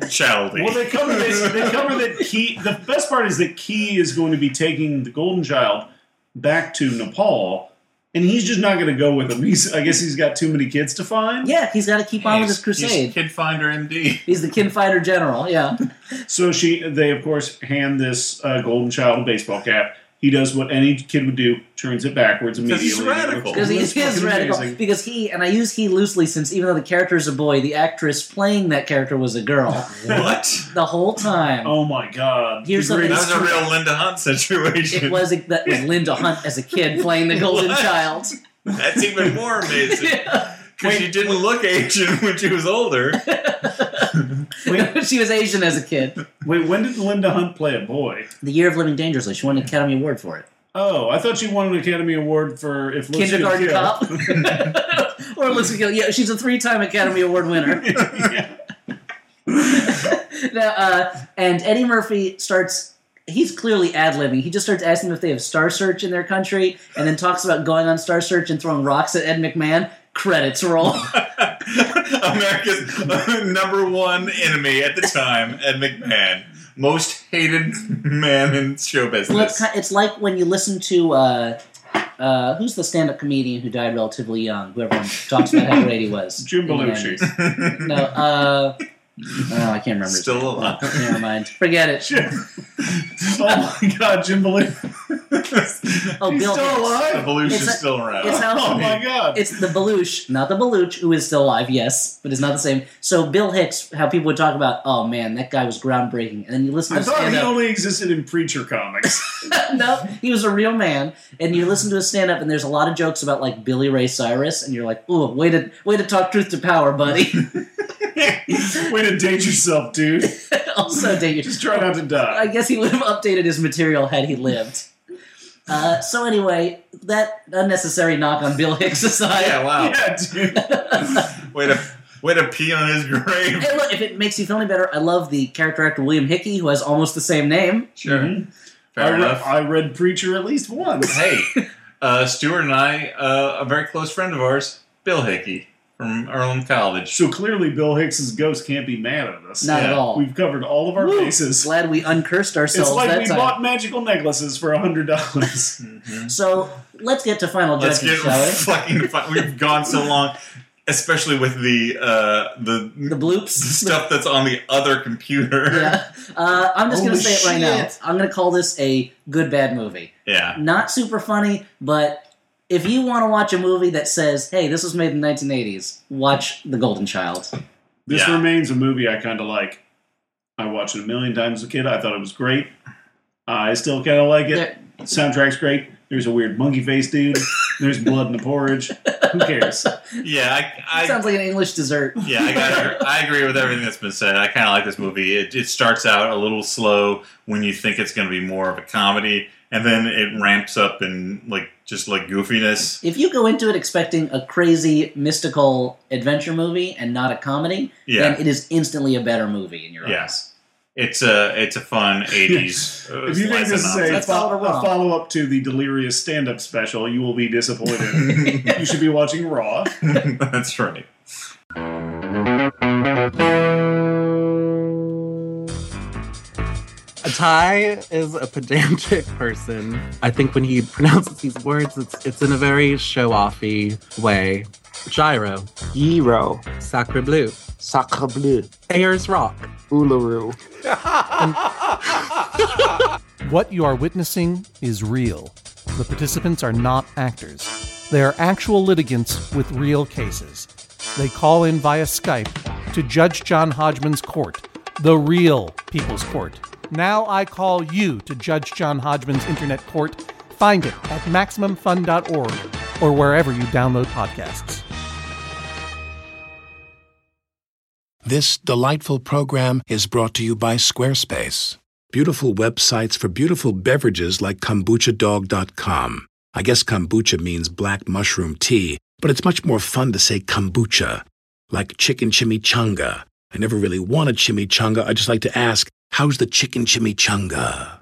Speaker 5: Childy.
Speaker 3: Well, they cover this. They cover that Key. The best part is that Key is going to be taking the Golden Child back to Nepal, and he's just not going to go with him. He's, I guess he's got too many kids to find.
Speaker 4: yeah, he's got to keep on with
Speaker 5: He's-
Speaker 4: his crusade.
Speaker 5: he's Kid Finder MD.
Speaker 4: He's the kin fighter general. Yeah,
Speaker 3: So she, they of course hand this uh, Golden Child a baseball cap. He does what any kid would do: turns it backwards
Speaker 5: he's
Speaker 3: immediately.
Speaker 5: radical.
Speaker 4: because he
Speaker 3: That's
Speaker 4: is
Speaker 3: fucking
Speaker 4: radical.
Speaker 3: amazing.
Speaker 4: Because he and I use he loosely since even though the character is a boy, the actress playing that character was a girl
Speaker 5: What?
Speaker 4: the whole time.
Speaker 3: Oh my god!
Speaker 4: Here's
Speaker 3: The
Speaker 4: something-
Speaker 5: That
Speaker 3: greatest-
Speaker 5: was a real Linda Hunt situation.
Speaker 4: It was that was Linda Hunt as a kid playing the Golden
Speaker 5: What?
Speaker 4: Child.
Speaker 5: That's even more amazing. Because she didn't look Asian when she was older.
Speaker 4: she was Asian as a kid.
Speaker 3: Wait, when did Linda Hunt play a boy?
Speaker 4: The Year of Living Dangerously. She won an Academy Award for it.
Speaker 3: Oh, I thought she won an Academy Award for if Lucy
Speaker 4: Kindergarten
Speaker 3: Kill.
Speaker 4: Cop. or Lucy Gill. Yeah, she's a three-time Academy Award winner. Now, uh, and Eddie Murphy starts. He's clearly ad libbing. He just starts asking them if they have Star Search in their country, and then talks about going on Star Search and throwing rocks at Ed McMahon. Credits roll.
Speaker 5: America's number one enemy at the time, Ed McMahon. Most hated man in show
Speaker 4: Well, it's,
Speaker 5: business.
Speaker 4: ki it's like when you listen to uh, uh, who's the stand-up comedian who died relatively young, who everyone talks about how great he was.
Speaker 3: Jim
Speaker 4: In the
Speaker 3: Belushi.
Speaker 4: 90s. No, uh, oh, I can't remember. his
Speaker 5: Still
Speaker 4: name.
Speaker 5: alive.
Speaker 4: Never mind. Forget it.
Speaker 3: oh my god, Jim Belushi.
Speaker 4: Oh,
Speaker 3: He's
Speaker 4: Bill.
Speaker 3: still
Speaker 4: Hicks.
Speaker 3: alive?
Speaker 5: Evolution's
Speaker 4: It's a-
Speaker 5: still around.
Speaker 4: it's how-
Speaker 3: Oh my god.
Speaker 4: It's the Belush, not the Beluch, who is still alive, yes, but it's not the same. So Bill Hicks, how people would talk about, oh man, that guy was groundbreaking, and then you listen
Speaker 3: I
Speaker 4: to
Speaker 3: thought
Speaker 4: stand
Speaker 3: he
Speaker 4: up.
Speaker 3: only existed in Preacher comics.
Speaker 4: no, he was a real man. And you listen to his stand up, and there's a lot of jokes about like Billy Ray Cyrus, and you're like, "Ooh, way to way to talk truth to power, buddy."
Speaker 3: Way to date yourself, dude.
Speaker 4: also, dude,
Speaker 3: Just try not to
Speaker 4: I
Speaker 3: die.
Speaker 4: guess he would have updated his material had he lived. Uh, so anyway, that unnecessary knock on Bill Hicks aside.
Speaker 5: Yeah, wow.
Speaker 3: Yeah, dude.
Speaker 5: Way to way to pee on his grave.
Speaker 4: Hey, look, if it makes you feel any better, I love the character actor William Hickey, who has almost the same name.
Speaker 5: Sure.
Speaker 3: Mhm. I,
Speaker 5: Fair
Speaker 3: re-
Speaker 5: enough.
Speaker 3: I read Preacher at least once.
Speaker 5: hey, uh, Stuart and I, uh, a very close friend of ours, Bill Hickey from Earlham College.
Speaker 3: So clearly, Bill Hicks's ghost can't be mad at us.
Speaker 4: Not at
Speaker 5: Yeah,
Speaker 4: all.
Speaker 3: We've covered all of our
Speaker 4: Woo!
Speaker 3: bases.
Speaker 4: Glad we uncursed ourselves
Speaker 3: It's like
Speaker 4: that
Speaker 3: we
Speaker 4: time.
Speaker 3: bought magical necklaces for hundred dollars.
Speaker 4: so let's get to final
Speaker 5: Let's
Speaker 4: judgment,
Speaker 5: get
Speaker 4: shall we?
Speaker 5: fucking. fi- We've gone so long, especially with the uh, the,
Speaker 4: The
Speaker 5: the
Speaker 4: bloops.
Speaker 5: stuff that's on the other computer.
Speaker 4: yeah. Uh, I'm just going
Speaker 3: Holy
Speaker 4: to say it right
Speaker 3: shit.
Speaker 4: now. I'm going to call this a good bad movie.
Speaker 5: Yeah.
Speaker 4: not super funny, but if you want to watch a movie that says, "Hey, this was made in the 1980s," watch The Golden Child.
Speaker 3: this
Speaker 5: Yeah.
Speaker 3: remains a movie I kind of like. I watched it a million times as a kid. I thought it was great. I still kind of like it.
Speaker 4: There-
Speaker 3: Soundtrack's great. There's a weird monkey face dude. There's blood in the porridge. Who cares?
Speaker 5: Yeah. I, I,
Speaker 4: sounds like an English dessert.
Speaker 5: Yeah, I, got, I agree with everything that's been said. I kind of like this movie. It, it starts out a little slow when you think it's going to be more of a comedy, and then it ramps up in like just like goofiness.
Speaker 4: If you go into it expecting a crazy mystical adventure movie and not a comedy,
Speaker 5: Yeah,
Speaker 4: then it is instantly a better movie in your
Speaker 5: Yeah.
Speaker 4: eyes.
Speaker 5: it's a it's a fun '80s. uh,
Speaker 3: If you think
Speaker 5: slice
Speaker 3: this
Speaker 5: of
Speaker 3: is a,
Speaker 4: That's all
Speaker 3: fo-
Speaker 4: we're
Speaker 3: a
Speaker 4: wrong.
Speaker 3: follow up to the Delirious stand up special, you will be disappointed. you should be watching Raw.
Speaker 5: nonsense. that's right.
Speaker 6: A Ty is a pedantic person. I think when he pronounces these words, it's it's in a very show-offy way. Gyro,
Speaker 7: Gyro,
Speaker 6: Sacre Bleu,
Speaker 7: Sacre Bleu,
Speaker 6: Ayers Rock.
Speaker 7: Uluru.
Speaker 8: What you are witnessing is real. The participants are not actors. They are actual litigants with real cases. They call in via Skype to Judge John Hodgman's court, the real People's Court. Now I call you to Judge John Hodgman's internet court. Find it at MaximumFun.org or wherever you download podcasts.
Speaker 9: This delightful program is brought to you by Squarespace. Beautiful websites for beautiful beverages like kombuchadog.com. I guess kombucha means black mushroom tea, but it's much more fun to say kombucha, like chicken chimichanga. I never really wanted chimichanga. I just like to ask, how's the chicken chimichanga?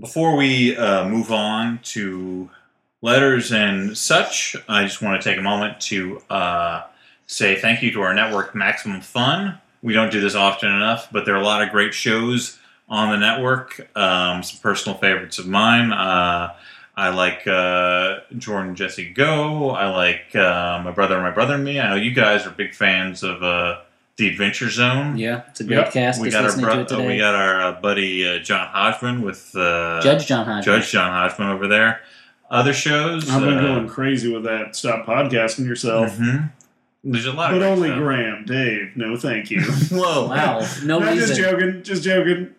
Speaker 5: Before we uh, move on to letters and such, I just want to take a moment to uh, say thank you to our network, Maximum Fun. We don't do this often enough, but there are a lot of great shows on the network. Um, some personal favorites of mine. Uh, I like uh, Jordan Jesse Go. I like uh, My Brother, My Brother and Me. I know you guys are big fans of uh, The Adventure Zone.
Speaker 4: Yeah, it's a great
Speaker 3: Yep,
Speaker 4: cast.
Speaker 5: We
Speaker 4: Just
Speaker 5: got, our
Speaker 4: listening
Speaker 5: bro-
Speaker 4: to it
Speaker 5: uh,
Speaker 4: today.
Speaker 5: we got our uh, buddy uh, John Hodgman with uh,
Speaker 4: Judge John Hodgman.
Speaker 5: Judge John Hodgman over there. Other shows.
Speaker 3: I've been
Speaker 5: uh,
Speaker 3: going crazy with that. Stop podcasting yourself.
Speaker 5: mhm. There's a lot
Speaker 3: But
Speaker 5: of great
Speaker 3: only
Speaker 5: stuff.
Speaker 3: Graham, Dave. No, thank you.
Speaker 5: Whoa.
Speaker 4: Wow, no
Speaker 3: Not just
Speaker 4: reason.
Speaker 3: joking. Just joking.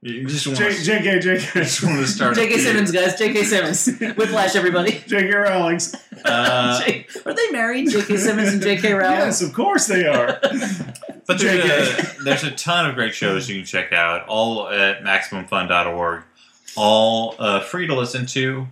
Speaker 5: You just want
Speaker 3: J-
Speaker 5: to
Speaker 3: JK, JK.
Speaker 5: start.
Speaker 4: J.K. Simmons, guys. J.K. Simmons. Whiplash, everybody.
Speaker 3: JK Rowling's.
Speaker 5: Uh,
Speaker 4: J- Are they married? J.K. Simmons and J.K. Rowling.
Speaker 3: Yes, of course they are.
Speaker 5: But there's
Speaker 3: JK.
Speaker 5: a, there's a ton of great shows you can check out, all at MaximumFun.org, all uh, free to listen to.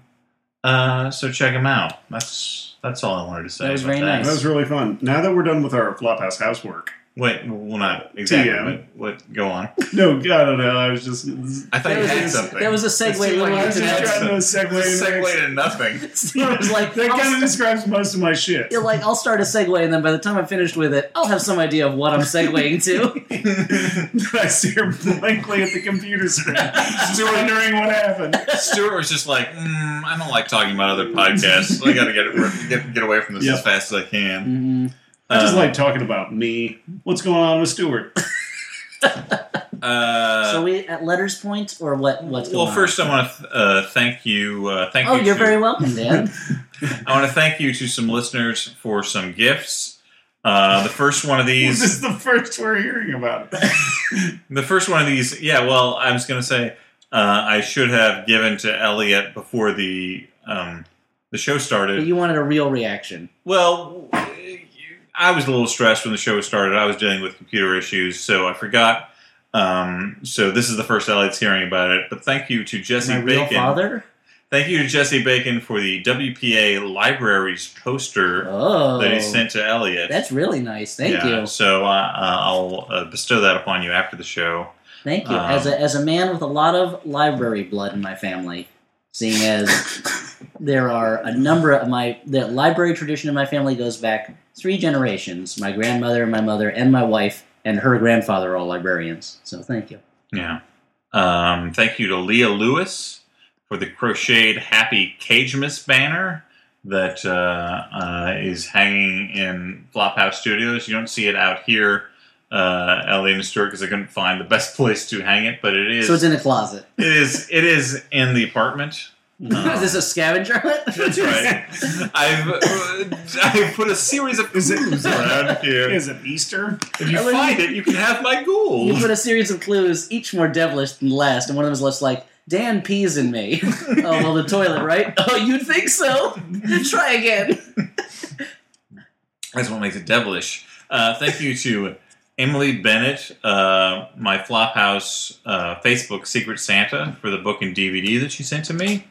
Speaker 5: Uh, so check them out. That's that's all I wanted to say.
Speaker 4: That was
Speaker 5: about
Speaker 4: very
Speaker 5: that.
Speaker 3: that was really fun. Now that we're done with our Flophouse housework.
Speaker 5: Wait, well, not exactly.
Speaker 3: TM.
Speaker 5: but what? Go on.
Speaker 3: No, I don't know. I was just.
Speaker 5: I thought
Speaker 4: That
Speaker 5: you
Speaker 4: was
Speaker 5: had
Speaker 4: a-
Speaker 5: something.
Speaker 4: that was a segue
Speaker 5: It seemed
Speaker 4: little
Speaker 5: like
Speaker 3: I
Speaker 5: you
Speaker 3: was
Speaker 4: into
Speaker 5: had
Speaker 3: just
Speaker 4: that.
Speaker 3: trying to
Speaker 5: something.
Speaker 3: segue.
Speaker 5: It's a
Speaker 3: into
Speaker 5: segue to nothing.
Speaker 4: Steve was like,
Speaker 3: that
Speaker 4: I'll
Speaker 3: kind of
Speaker 4: st-
Speaker 3: describes most of my shit.
Speaker 4: you're like, I'll start a segue, and then by the time I'm finished with it, I'll have some idea of what I'm segueing to.
Speaker 3: I stare blankly at the computer screen, still wondering what happened.
Speaker 5: Stuart was just like, mm, I don't like talking about other podcasts. I got to get, it- get get away from this
Speaker 3: Yeah.
Speaker 5: as fast as I can.
Speaker 4: Mhm.
Speaker 3: I just
Speaker 5: Um,
Speaker 3: like talking about me. What's going on with Stuart?
Speaker 5: Uh,
Speaker 4: so we at letters point, or what? What's going
Speaker 5: well,
Speaker 4: on?
Speaker 5: first I want to uh, thank you. Uh, thank
Speaker 4: Oh,
Speaker 5: you.
Speaker 4: you're
Speaker 5: to-
Speaker 4: very welcome, Dan.
Speaker 5: I want to thank you to some listeners for some gifts. Uh, the first one of
Speaker 3: this
Speaker 5: these.
Speaker 3: is the first we're hearing about it.
Speaker 5: The first one of these, yeah. Well, I was going to say uh, I should have given to Elliot before the um, the show
Speaker 4: But
Speaker 5: started.
Speaker 4: you wanted a real reaction.
Speaker 5: Well, I was a little stressed when the show started. I was dealing with computer issues, so I forgot Um, so this is the first Elliot's hearing about it. But thank you to Jesse
Speaker 4: My real
Speaker 5: Bacon.
Speaker 4: father?
Speaker 5: Thank you to Jesse Bacon for the WPA Libraries poster
Speaker 4: Oh.
Speaker 5: that he sent to Elliot.
Speaker 4: That's really nice. Thank
Speaker 5: Yeah,
Speaker 4: you.
Speaker 5: So uh, uh, I'll uh, bestow that upon you after the show.
Speaker 4: Thank you.
Speaker 5: Um,
Speaker 4: as, a, as a man with a lot of library blood in my family, seeing as there are a number of my the library tradition in my family goes back three generations. My grandmother, my mother, and my wife and her grandfather are all librarians. So thank you.
Speaker 5: Yeah. Um, thank you to Leah Lewis for the crocheted Happy Cagemas banner that uh, uh, is hanging in Flophouse Studios. You don't see it out here, uh, Ellie and Stuart, because I couldn't find the best place to hang it, but it is
Speaker 4: so it's in a closet.
Speaker 5: it is it is in the apartment.
Speaker 4: Is this a scavenger hunt?
Speaker 5: That's right. I've uh, I've put a series of clues around here.
Speaker 3: Is it Easter?
Speaker 5: If you find it, you can have my
Speaker 4: You
Speaker 5: gold.
Speaker 4: put a series of clues, each more devilish than the last, and one of them is less like, Dan pees in me. oh, well, the toilet, right? Oh, you'd think so. Try again.
Speaker 5: That's what makes it devilish. Uh, thank you to Emily Bennett, uh, my Flophouse uh, Facebook Secret Santa, for the book and DVD that she sent to me.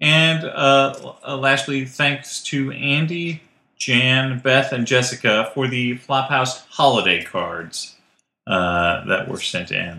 Speaker 5: And uh, uh, lastly, thanks to Andy, Jan, Beth, and Jessica for the Flophouse holiday cards uh, that were sent in.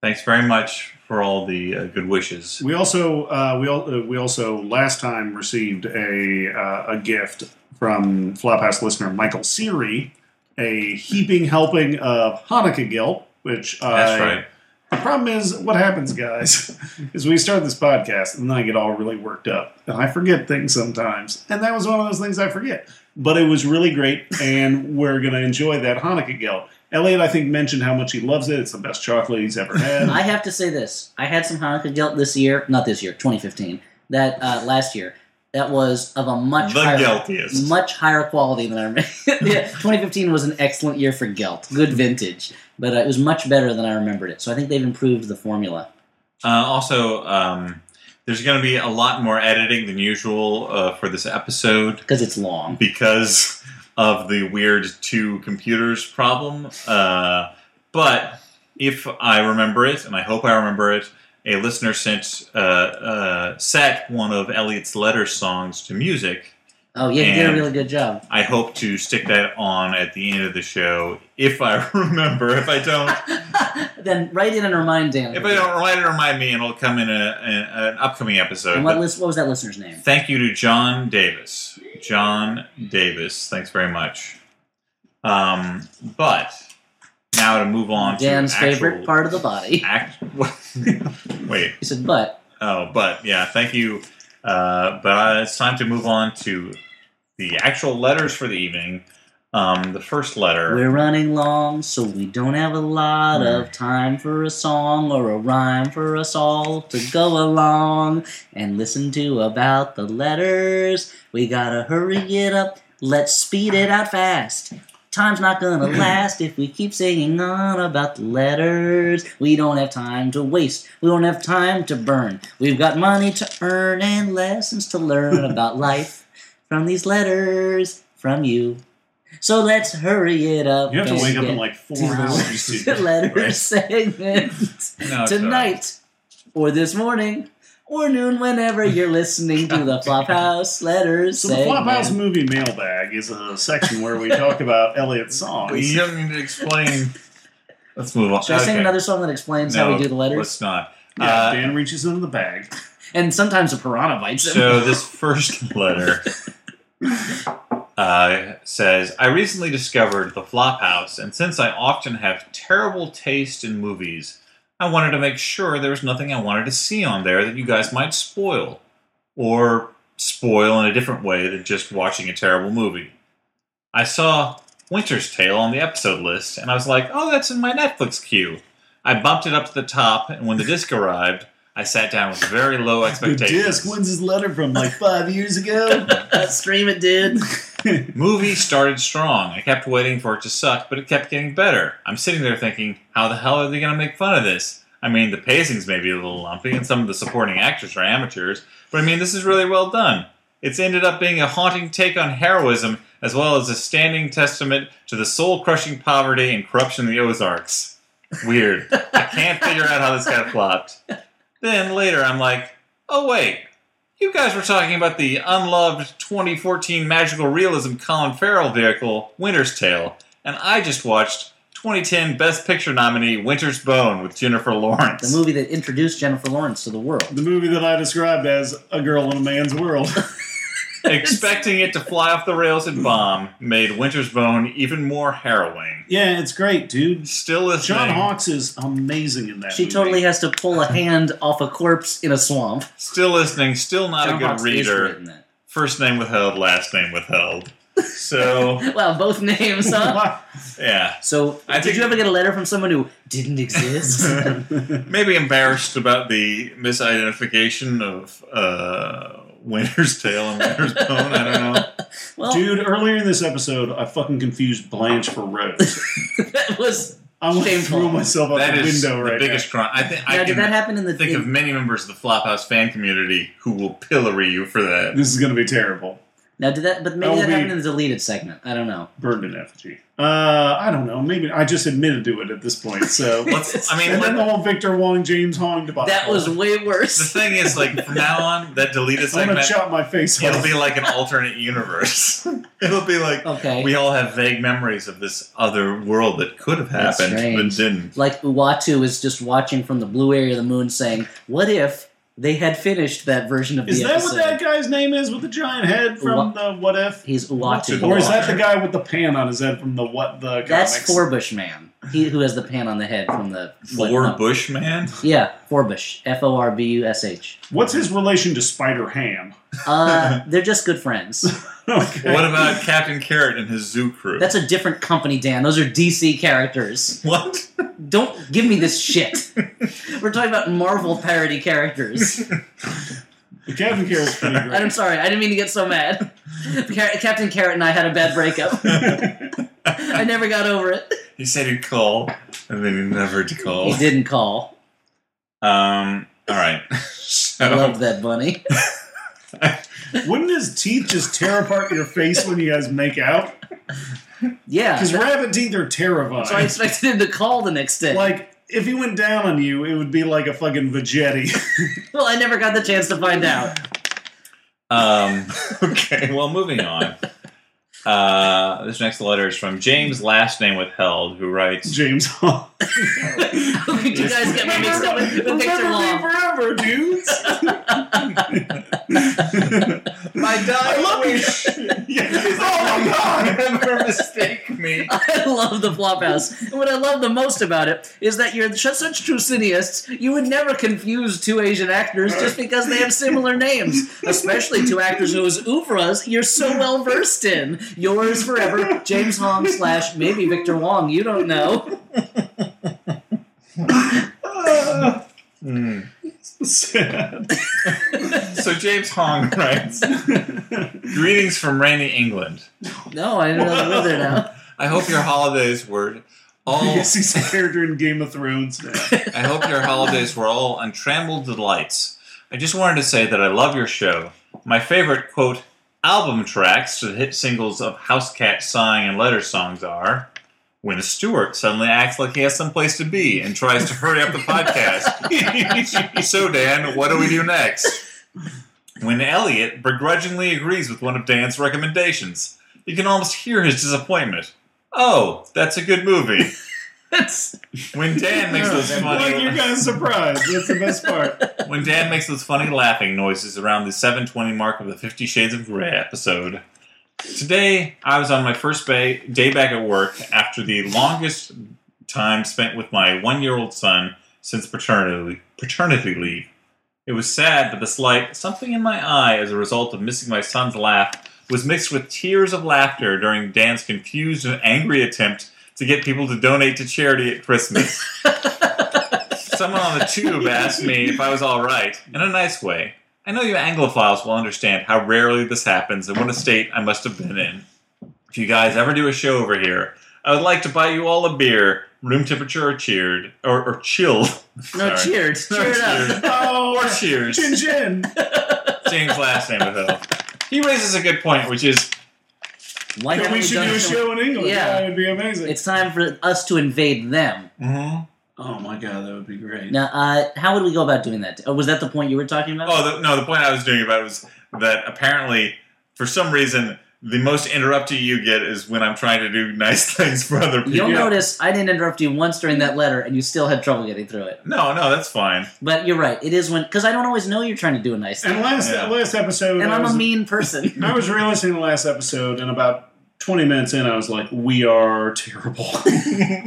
Speaker 5: Thanks very much for all the uh, good wishes.
Speaker 3: We also uh, we all, uh, we also last time received a uh, a gift from Flophouse listener Michael Seary, a heaping helping of Hanukkah guilt. Which I,
Speaker 5: That's right.
Speaker 3: The problem is, what happens, guys, is we start this podcast and then I get all really worked up and I forget things sometimes. And that was one of those things I forget. But it was really great, and we're gonna enjoy that Hanukkah guilt. Elliot, I think, mentioned how much he loves it. It's the best chocolate he's ever had.
Speaker 4: I have to say this. I had some Hanukkah guilt this year. Not this year, 2015. That uh, last year. That was of a much
Speaker 5: The
Speaker 4: higher,
Speaker 5: guiltiest.
Speaker 4: much higher quality than I remember. yeah, 2015 was an excellent year for guilt. Good vintage. But uh, it was much better than I remembered it. So I think they've improved the formula.
Speaker 5: Uh, also, um, there's going to be a lot more editing than usual uh, for this episode.
Speaker 4: Because it's long.
Speaker 5: because of the weird two computers problem. Uh, but if I remember it, and I hope I remember it, a listener sent uh, uh, set one of Elliot's letter songs to music.
Speaker 4: Oh, yeah, you did a
Speaker 5: And-
Speaker 4: really good job.
Speaker 5: I hope to stick that on at the end of the show if I remember. If I don't,
Speaker 4: then write in and remind Dan.
Speaker 5: if I don't, write it remind me, and it'll come in a, a, an upcoming episode.
Speaker 4: And what,
Speaker 5: But
Speaker 4: list, what was that listener's name?
Speaker 5: Thank you to John Davis. John Davis, thanks very much. Um, but now to move on
Speaker 4: Dan's
Speaker 5: to actual
Speaker 4: favorite part of the body.
Speaker 5: Act, wait,
Speaker 4: He said, but
Speaker 5: oh, but yeah, thank you. Uh, but uh, it's time to move on to the actual letters for the evening. Um, the first letter.
Speaker 4: we're running long, so we don't have a lot of time for a song or a rhyme for us all to go along and listen to about the letters. We gotta hurry it up. Let's speed it out fast. Time's not gonna last if we keep singing on about the letters. We don't have time to waste. We don't have time to burn. We've got money to earn and lessons to learn about life from these letters from you. So let's hurry it up.
Speaker 3: You have to
Speaker 4: and
Speaker 3: wake up
Speaker 4: get
Speaker 3: in like
Speaker 4: to
Speaker 3: four hours.
Speaker 4: the letter segment
Speaker 5: No, it's
Speaker 4: tonight or this morning. Or noon, whenever you're listening to the Flophouse letters.
Speaker 3: So the
Speaker 4: segment.
Speaker 3: Flophouse movie mailbag is a section where we talk about Elliot's
Speaker 5: all right.
Speaker 3: songs.
Speaker 5: You don't need to explain. Let's move on.
Speaker 4: Should I sing
Speaker 5: Okay.
Speaker 4: another song that explains
Speaker 5: No,
Speaker 4: how we do the letters?
Speaker 5: Let's not.
Speaker 3: Yeah,
Speaker 5: Uh,
Speaker 3: Dan reaches into the bag.
Speaker 4: And sometimes a piranha bites him.
Speaker 5: So this first letter uh, says, "I recently discovered the Flophouse, and since I often have terrible taste in movies, I wanted to make sure there was nothing I wanted to see on there that you guys might spoil, or spoil in a different way than just watching a terrible movie. I saw Winter's Tale on the episode list, and I was like, oh, that's in my Netflix queue." I bumped it up to the top, and when the disc arrived, I sat down with very low
Speaker 3: The
Speaker 5: expectations.
Speaker 3: disc. When's his letter from? Like five years ago.
Speaker 4: Stream it, dude.
Speaker 5: Movie started strong. I kept waiting for it to suck, but it kept getting better. I'm sitting there thinking, how the hell are they going to make fun of this? I mean, the pacing's maybe a little lumpy, and some of the supporting actors are amateurs, but I mean, this is really well done. It's ended up being a haunting take on heroism, as well as a standing testament to the soul crushing poverty and corruption in the Ozarks. Weird. I can't figure out how this got flopped. Then later, I'm like, oh, wait. You guys were talking about the unloved 2014 magical realism Colin Farrell vehicle, Winter's Tale, and I just watched 2010 Best Picture nominee Winter's Bone with Jennifer
Speaker 4: The
Speaker 5: Lawrence.
Speaker 4: movie that introduced Jennifer Lawrence to the world.
Speaker 3: The movie that I described as A Girl in a Man's World.
Speaker 5: Expecting it to fly off the rails and bomb made Winter's Bone even more harrowing.
Speaker 3: yeah, it's great, dude.
Speaker 5: Still listening.
Speaker 3: John Hawkes is amazing in that
Speaker 4: She
Speaker 3: movie.
Speaker 4: totally has to pull a hand off a corpse in a swamp.
Speaker 5: Still listening. Still not
Speaker 4: John
Speaker 5: a good
Speaker 4: Hawkes is
Speaker 5: reader.
Speaker 4: written that.
Speaker 5: First name withheld. Last name withheld. So
Speaker 4: Wow, both names, huh?
Speaker 5: yeah.
Speaker 4: So,
Speaker 5: I
Speaker 4: did
Speaker 5: think-
Speaker 4: you ever get a letter from someone who didn't exist?
Speaker 5: maybe embarrassed about the misidentification of uh, Winter's Tale and Winter's Bone. I don't know.
Speaker 4: well,
Speaker 3: Dude, earlier in this episode, I fucking confused Blanche for Rose.
Speaker 4: that was.
Speaker 3: I went and
Speaker 4: Shameful.
Speaker 3: threw myself out
Speaker 5: That
Speaker 3: the
Speaker 5: is
Speaker 3: window
Speaker 5: the
Speaker 3: right
Speaker 5: biggest crime. I think
Speaker 4: Now,
Speaker 5: I
Speaker 4: did
Speaker 5: can
Speaker 4: that happen in the
Speaker 5: think of many members of the Flophouse fan community who will pillory you for
Speaker 3: now.
Speaker 5: that.
Speaker 3: This is going to be terrible.
Speaker 4: Now, did that? But maybe
Speaker 3: That
Speaker 4: that
Speaker 3: will
Speaker 4: happened
Speaker 3: be-
Speaker 4: in the deleted segment. I don't know.
Speaker 3: Burned in effigy. Uh, I don't know. Maybe I just admitted to it at this point. So,
Speaker 5: Let's, I mean,
Speaker 3: and then
Speaker 5: let-
Speaker 3: the whole Victor Wong James Hong debacle.
Speaker 4: That was way
Speaker 5: the
Speaker 4: worse.
Speaker 5: thing is, like from now on, that deleted
Speaker 3: I'm gonna
Speaker 5: segment.
Speaker 3: chop my face
Speaker 5: It'll
Speaker 3: off.
Speaker 5: be like an alternate universe. It'll be like
Speaker 4: Okay.
Speaker 5: we all have vague memories of this other world that could have
Speaker 4: That's
Speaker 5: happened but
Speaker 4: strange.
Speaker 5: didn't.
Speaker 4: Like Uatu is just watching from the blue area of the moon, saying, "What if they had finished that version of
Speaker 3: is
Speaker 4: the
Speaker 3: that
Speaker 4: episode?"
Speaker 3: what that guy's name is with the giant head from
Speaker 4: What?
Speaker 3: the What If?
Speaker 4: He's Uatu,
Speaker 3: Or is that the guy with the pan on his head from the What the comics?
Speaker 4: That's Forbush man. He who has the pan on the head from the
Speaker 5: Lord
Speaker 4: what-
Speaker 5: Bushman.
Speaker 4: Yeah, Forbush. F O R B U S H.
Speaker 3: What's his relation to Spider Ham?
Speaker 4: Uh, they're just good friends.
Speaker 3: okay.
Speaker 5: What about Captain Carrot and his zoo crew?
Speaker 4: That's a different company, Dan. Those are DC characters.
Speaker 5: what?
Speaker 4: Don't give me this shit. We're talking about Marvel parody characters.
Speaker 3: The Captain Carrot's pretty great.
Speaker 4: And I'm sorry, I didn't mean to get so mad. Car- Captain Carrot and I had a bad breakup. I never got over it.
Speaker 5: He said he'd call, and then he never did call.
Speaker 4: He didn't call.
Speaker 5: Um. All right.
Speaker 4: I
Speaker 5: So
Speaker 4: loved that bunny.
Speaker 3: Wouldn't his teeth just tear apart your face when you guys make out?
Speaker 4: Yeah.
Speaker 3: Because
Speaker 4: So
Speaker 3: rabbit teeth are terrifying.
Speaker 4: I expected him to call the next day.
Speaker 3: like if he went down on you, it would be like a fucking vegetti.
Speaker 4: well, I never got the chance to find out.
Speaker 5: um. Okay. Well, moving on. Uh, this next letter is from James, last name withheld, who writes
Speaker 3: James Hall.
Speaker 4: you guys get me mixed up with with Victor Long.
Speaker 3: forever, dudes.
Speaker 5: My dying wish
Speaker 3: oh my god!
Speaker 5: never mistake me.
Speaker 4: I love the Flophouse. And what I love the most about it is that you're such, such true cineasts, you would never confuse two Asian actors just because they have similar names, especially two actors whose oeuvres you're so well versed in. Yours forever, James Hong slash maybe Victor Wong, you don't know.
Speaker 5: So James Hong writes Greetings from rainy England.
Speaker 4: No, I don't know the weather now.
Speaker 5: I hope your holidays were all
Speaker 3: Yes, he's a character in Game of Thrones now.
Speaker 5: I hope your holidays were all untrammeled delights. I just wanted to say that I love your show. My favorite, quote, album tracks to the hit singles of House Cat Sighing and Letter Songs are when Stewart suddenly acts like he has someplace to be and tries to hurry up the podcast. so, Dan, what do we do next? When Elliot begrudgingly agrees with one of Dan's recommendations, you can almost hear his disappointment. Oh, that's a good movie.
Speaker 4: That's
Speaker 5: When Dan makes those funny
Speaker 3: Like you're kind of surprised. That's the best part.
Speaker 5: When Dan makes those funny laughing noises around the 720 mark of the Fifty Shades of Grey episode. Today, I was on my first ba- day back at work after the longest time spent with my one year old son since paternity, paternity leave. It was sad, but the slight something in my eye as a result of missing my son's laugh was mixed with tears of laughter during Dan's confused and angry attempt to get people to donate to charity at Christmas. Someone on the tube asked me if I was all right, in a nice way. I know you Anglophiles will understand how rarely this happens and what a state I must have been in. If you guys ever do a show over here, I would like to buy you all a beer, room temperature or cheered, or, or chilled.
Speaker 4: no
Speaker 5: Sorry.
Speaker 4: cheered. Cheer it up.
Speaker 5: cheered.
Speaker 3: Oh,
Speaker 5: Or cheers.
Speaker 3: Chin Chin.
Speaker 5: James last name withheld. He raises a good point, which is
Speaker 4: Why haven't
Speaker 3: We should
Speaker 4: done
Speaker 3: do a
Speaker 4: so-
Speaker 3: show in England.
Speaker 4: Yeah.
Speaker 3: Yeah, it would be amazing.
Speaker 5: mm-hmm.
Speaker 4: It's time for us to invade them.
Speaker 3: Oh my god, that would be great.
Speaker 4: Now, uh, how would we go about doing that? Oh, was that the point you were talking about?
Speaker 5: Oh the, no, the point I was doing about it was that apparently, for some reason, the most interrupted you get is when I'm trying to do nice things for other people.
Speaker 4: You'll notice I didn't interrupt you once during that letter, and you still had trouble getting through it.
Speaker 5: No, no, that's fine.
Speaker 4: But you're right; it is when because I don't always know you're trying to do a nice
Speaker 3: and
Speaker 4: thing,
Speaker 3: last
Speaker 5: Yeah.
Speaker 3: last episode,
Speaker 4: and
Speaker 3: I
Speaker 4: I'm
Speaker 3: was,
Speaker 4: a mean person.
Speaker 3: I was re-listening to the last episode, and about 20 minutes in, I was like, "We are terrible.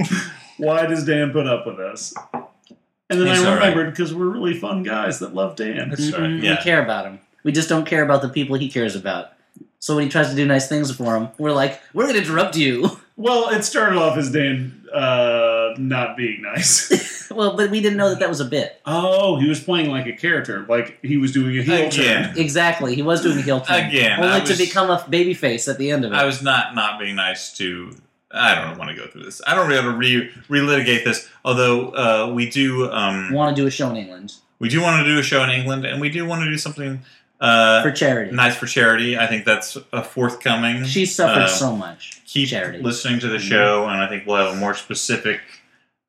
Speaker 3: Why does Dan put up with us?" And then
Speaker 5: It's
Speaker 3: I
Speaker 5: all right.
Speaker 3: remembered because we're really fun guys that love Dan.
Speaker 5: That's right.
Speaker 4: Mm,
Speaker 5: Yeah.
Speaker 4: We care about him. We just don't care about the people he cares about. So when he tries to do nice things for him, we're like, we're going to interrupt you.
Speaker 3: Well, it started off as Dan uh, not being nice.
Speaker 4: well, but we didn't know that that was a bit.
Speaker 3: oh, he was playing like a character, like he was doing a heel
Speaker 5: Again.
Speaker 3: turn.
Speaker 4: Exactly, he was doing the heel turn
Speaker 5: Again,
Speaker 4: only
Speaker 5: I
Speaker 4: to
Speaker 5: was-
Speaker 4: become a baby face at the end of it.
Speaker 5: I was not not being nice to. I don't want to go through this. I don't really re relitigate this. Although uh, we do, um,
Speaker 4: Want to do a show in England
Speaker 5: we do want to do a show in England, and we do want to do something uh,
Speaker 4: for charity?
Speaker 5: nice for charity. I think that's a forthcoming.
Speaker 4: She suffered
Speaker 5: Uh,
Speaker 4: so much.
Speaker 5: keep
Speaker 4: charity. Mm-hmm.
Speaker 5: listening to the show, and I think we'll have a more specific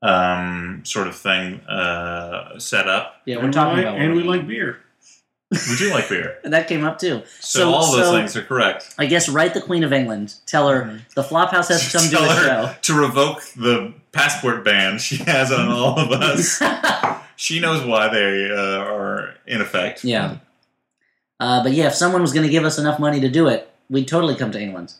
Speaker 5: um, sort of thing uh, set up.
Speaker 4: Yeah, we're
Speaker 3: And,
Speaker 4: talking
Speaker 3: we,
Speaker 4: about
Speaker 3: and
Speaker 4: what
Speaker 3: we like beer.
Speaker 5: We do like beer,
Speaker 4: And that came up too.
Speaker 5: so,
Speaker 4: So-
Speaker 5: all those
Speaker 4: so-
Speaker 5: things are correct.
Speaker 4: I guess write the Queen of England. Tell her the Flophouse has to come do
Speaker 5: Tell
Speaker 4: a
Speaker 5: her
Speaker 4: show.
Speaker 5: to revoke the passport ban she has on all of us. she knows why they uh, are in effect.
Speaker 4: Yeah. Uh, but yeah, if someone was going to give us enough money to do it, we'd totally come to England.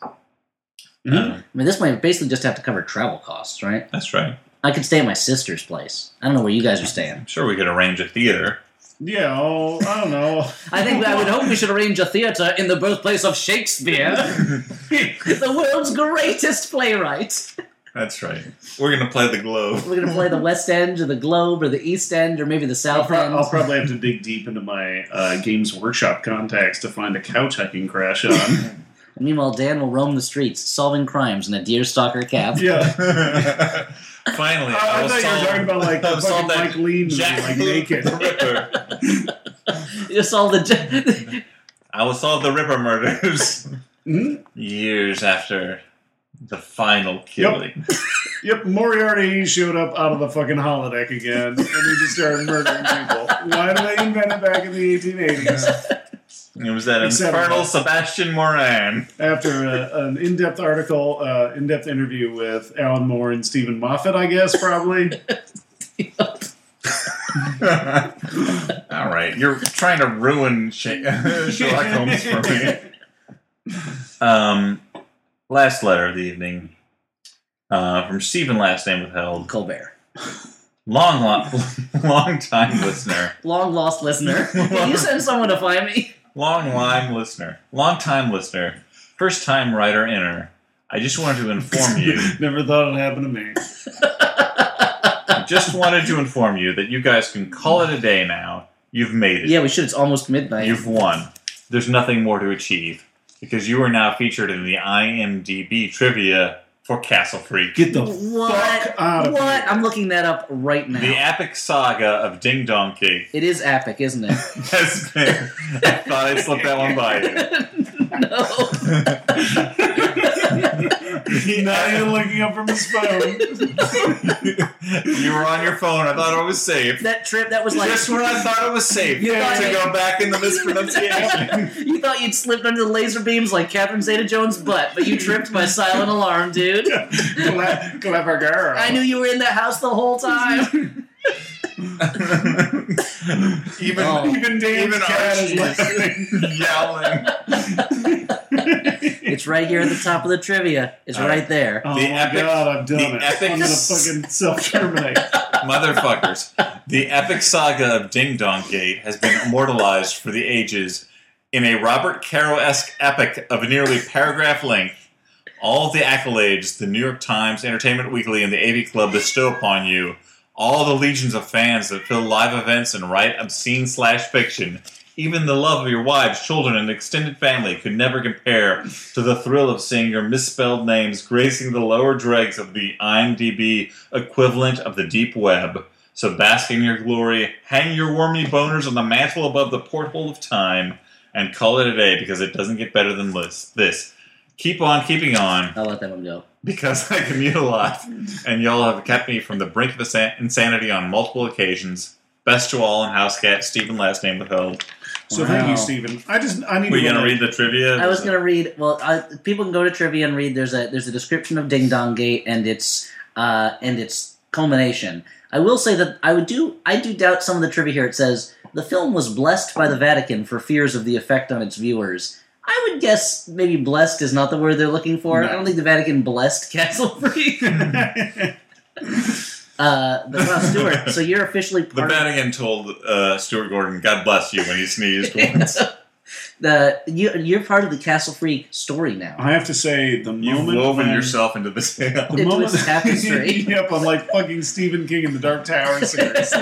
Speaker 3: Mhm.
Speaker 4: Uh, I mean, this might basically just have to cover travel costs, right?
Speaker 5: That's right.
Speaker 4: I could stay at my sister's place. I don't know where you guys are staying.
Speaker 5: I'm sure we could arrange a theater.
Speaker 3: Yeah, oh, I don't know.
Speaker 4: I think I would hope we should arrange a theater in the birthplace of Shakespeare, the world's greatest playwright.
Speaker 5: That's right. We're gonna play the globe.
Speaker 4: We're going to play the West End or the Globe or the East End or maybe the
Speaker 3: I'll,
Speaker 4: South
Speaker 3: pro-
Speaker 4: End.
Speaker 3: I'll probably have to dig deep into my uh, Games Workshop contacts to find a couch I can crash on.
Speaker 4: Meanwhile, Dan will roam the streets solving crimes in a deer stalker cap.
Speaker 3: yeah.
Speaker 5: Finally,
Speaker 3: I,
Speaker 5: I, will
Speaker 3: thought you were
Speaker 5: solve-
Speaker 3: talking about like
Speaker 5: I will
Speaker 3: fucking
Speaker 5: solve that
Speaker 3: Mike Lee movie,
Speaker 5: Jack
Speaker 3: like
Speaker 5: the
Speaker 3: naked.
Speaker 5: Ripper.
Speaker 4: Just all the.
Speaker 5: I will solve the Ripper murders
Speaker 4: Hmm?
Speaker 3: Mhm.
Speaker 5: years after the final killing.
Speaker 3: Yep, Moriarty showed up out of the fucking holodeck again, and he just started murdering people. Why did they invent it back in the 1880s?
Speaker 5: It was that
Speaker 3: Except-
Speaker 5: infernal Sebastian Moran.
Speaker 3: After a, an in-depth article, uh, in-depth interview with Alan Moore and Stephen Moffat, I guess probably.
Speaker 5: All right, you're trying to ruin Sha- Sherlock Holmes for me. Um, last letter of the evening uh, from Stephen, last name withheld.
Speaker 4: Colbert.
Speaker 5: Long, long, long time listener.
Speaker 4: Long lost listener. Can you send someone to find me?
Speaker 5: Long time listener. Long time listener. First time writer inner. I just wanted to inform you.
Speaker 3: Never thought it happened to me.
Speaker 5: I just wanted to inform you that you guys can call it a day now. You've made it.
Speaker 4: Yeah, we should. It's almost midnight.
Speaker 5: You've won. There's nothing more to achieve because you are now featured in the IMDb trivia for Castle Freak.
Speaker 3: Get the
Speaker 4: what?
Speaker 3: fuck out of
Speaker 4: What?
Speaker 3: here.
Speaker 4: I'm looking that up right now.
Speaker 5: The epic saga of Ding Dong Cake
Speaker 4: it is epic, isn't it?
Speaker 5: has been. I thought I'd slip that one by you.
Speaker 4: no.
Speaker 3: Not even looking up from his phone.
Speaker 5: You were on your phone. I thought it was safe.
Speaker 4: That trip, that was like.
Speaker 5: Just when I thought it was safe
Speaker 3: Yeah.
Speaker 5: to go back in the mispronunciation.
Speaker 4: you thought you'd slipped under the laser beams like Catherine Zeta Jones' butt, but you tripped by silent alarm, dude.
Speaker 3: Cle- clever girl.
Speaker 4: I knew you were in that house the whole time.
Speaker 5: even
Speaker 4: Oh.
Speaker 3: Even Dan's
Speaker 5: Even
Speaker 3: cat is
Speaker 5: Archie.
Speaker 3: laughing.
Speaker 5: yowling.
Speaker 4: It's right here at the top of the trivia. It's
Speaker 5: All right.
Speaker 4: right there.
Speaker 3: Oh
Speaker 5: The
Speaker 3: my
Speaker 5: epic-
Speaker 3: god, I've done
Speaker 5: the
Speaker 3: it.
Speaker 5: epic-
Speaker 3: I'm gonna fucking self-terminate.
Speaker 5: Motherfuckers. The epic saga of Ding Dong Gate has been immortalized for the ages in a Robert Caro esque epic of nearly paragraph length. All the accolades the New York Times, Entertainment Weekly, and the AV Club bestow upon you, all the legions of fans that fill live events and write obscene slash fiction, even the love of your wives, children, and extended family could never compare to the thrill of seeing your misspelled names gracing the lower dregs of the IMDb equivalent of the deep web. So bask in your glory, hang your wormy boners on the mantle above the porthole of time, and call it a day because it doesn't get better than this. This. Keep on keeping on.
Speaker 4: I'll let that one go.
Speaker 5: because I commute a lot, and y'all have kept me from the brink of insa- insanity on multiple occasions. Best to all, and house cat Stephen last name withheld.
Speaker 3: So thank
Speaker 2: Wow.
Speaker 3: you, Stephen. I just I need
Speaker 5: Were you
Speaker 3: to
Speaker 5: gonna
Speaker 3: know-
Speaker 5: read the trivia?
Speaker 4: I was gonna read. Well, I, people can go to trivia and read. There's a there's a description of Ding Dong Gate and its uh, and its culmination. I will say that I would do I do doubt some of the trivia here. It says the film was blessed by the Vatican for fears of the effect on its viewers. I would guess maybe blessed is not the word they're looking for. I don't think the Vatican blessed Castleberry. uh, but wow, Stuart, so you're officially
Speaker 5: The
Speaker 4: part of
Speaker 5: Vatican told uh, Stuart Gordon, "God bless you," when he sneezed once.
Speaker 4: the you, you're part of the Castle Free story now.
Speaker 3: I have to say the
Speaker 5: You've
Speaker 3: moment
Speaker 5: woven
Speaker 3: when-
Speaker 5: yourself into this.
Speaker 3: The
Speaker 4: Into
Speaker 3: moment
Speaker 4: his tapestry.
Speaker 3: yep, I'm like fucking Stephen King in the Dark Tower series.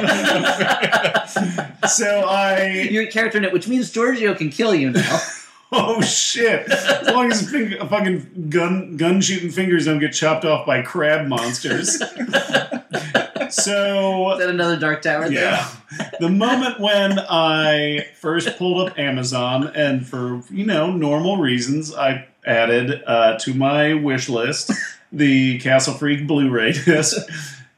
Speaker 3: so I
Speaker 4: You're a character in it, which means Giorgio can kill you now.
Speaker 3: oh shit! As long as fing- fucking gun gun shooting fingers don't get chopped off by crab monsters. so
Speaker 4: Is that another Dark Tower? thing?
Speaker 3: Yeah. the moment when I first pulled up Amazon and for, you know, normal reasons, I added uh, to my wish list the Castle Freak Blu-ray disc.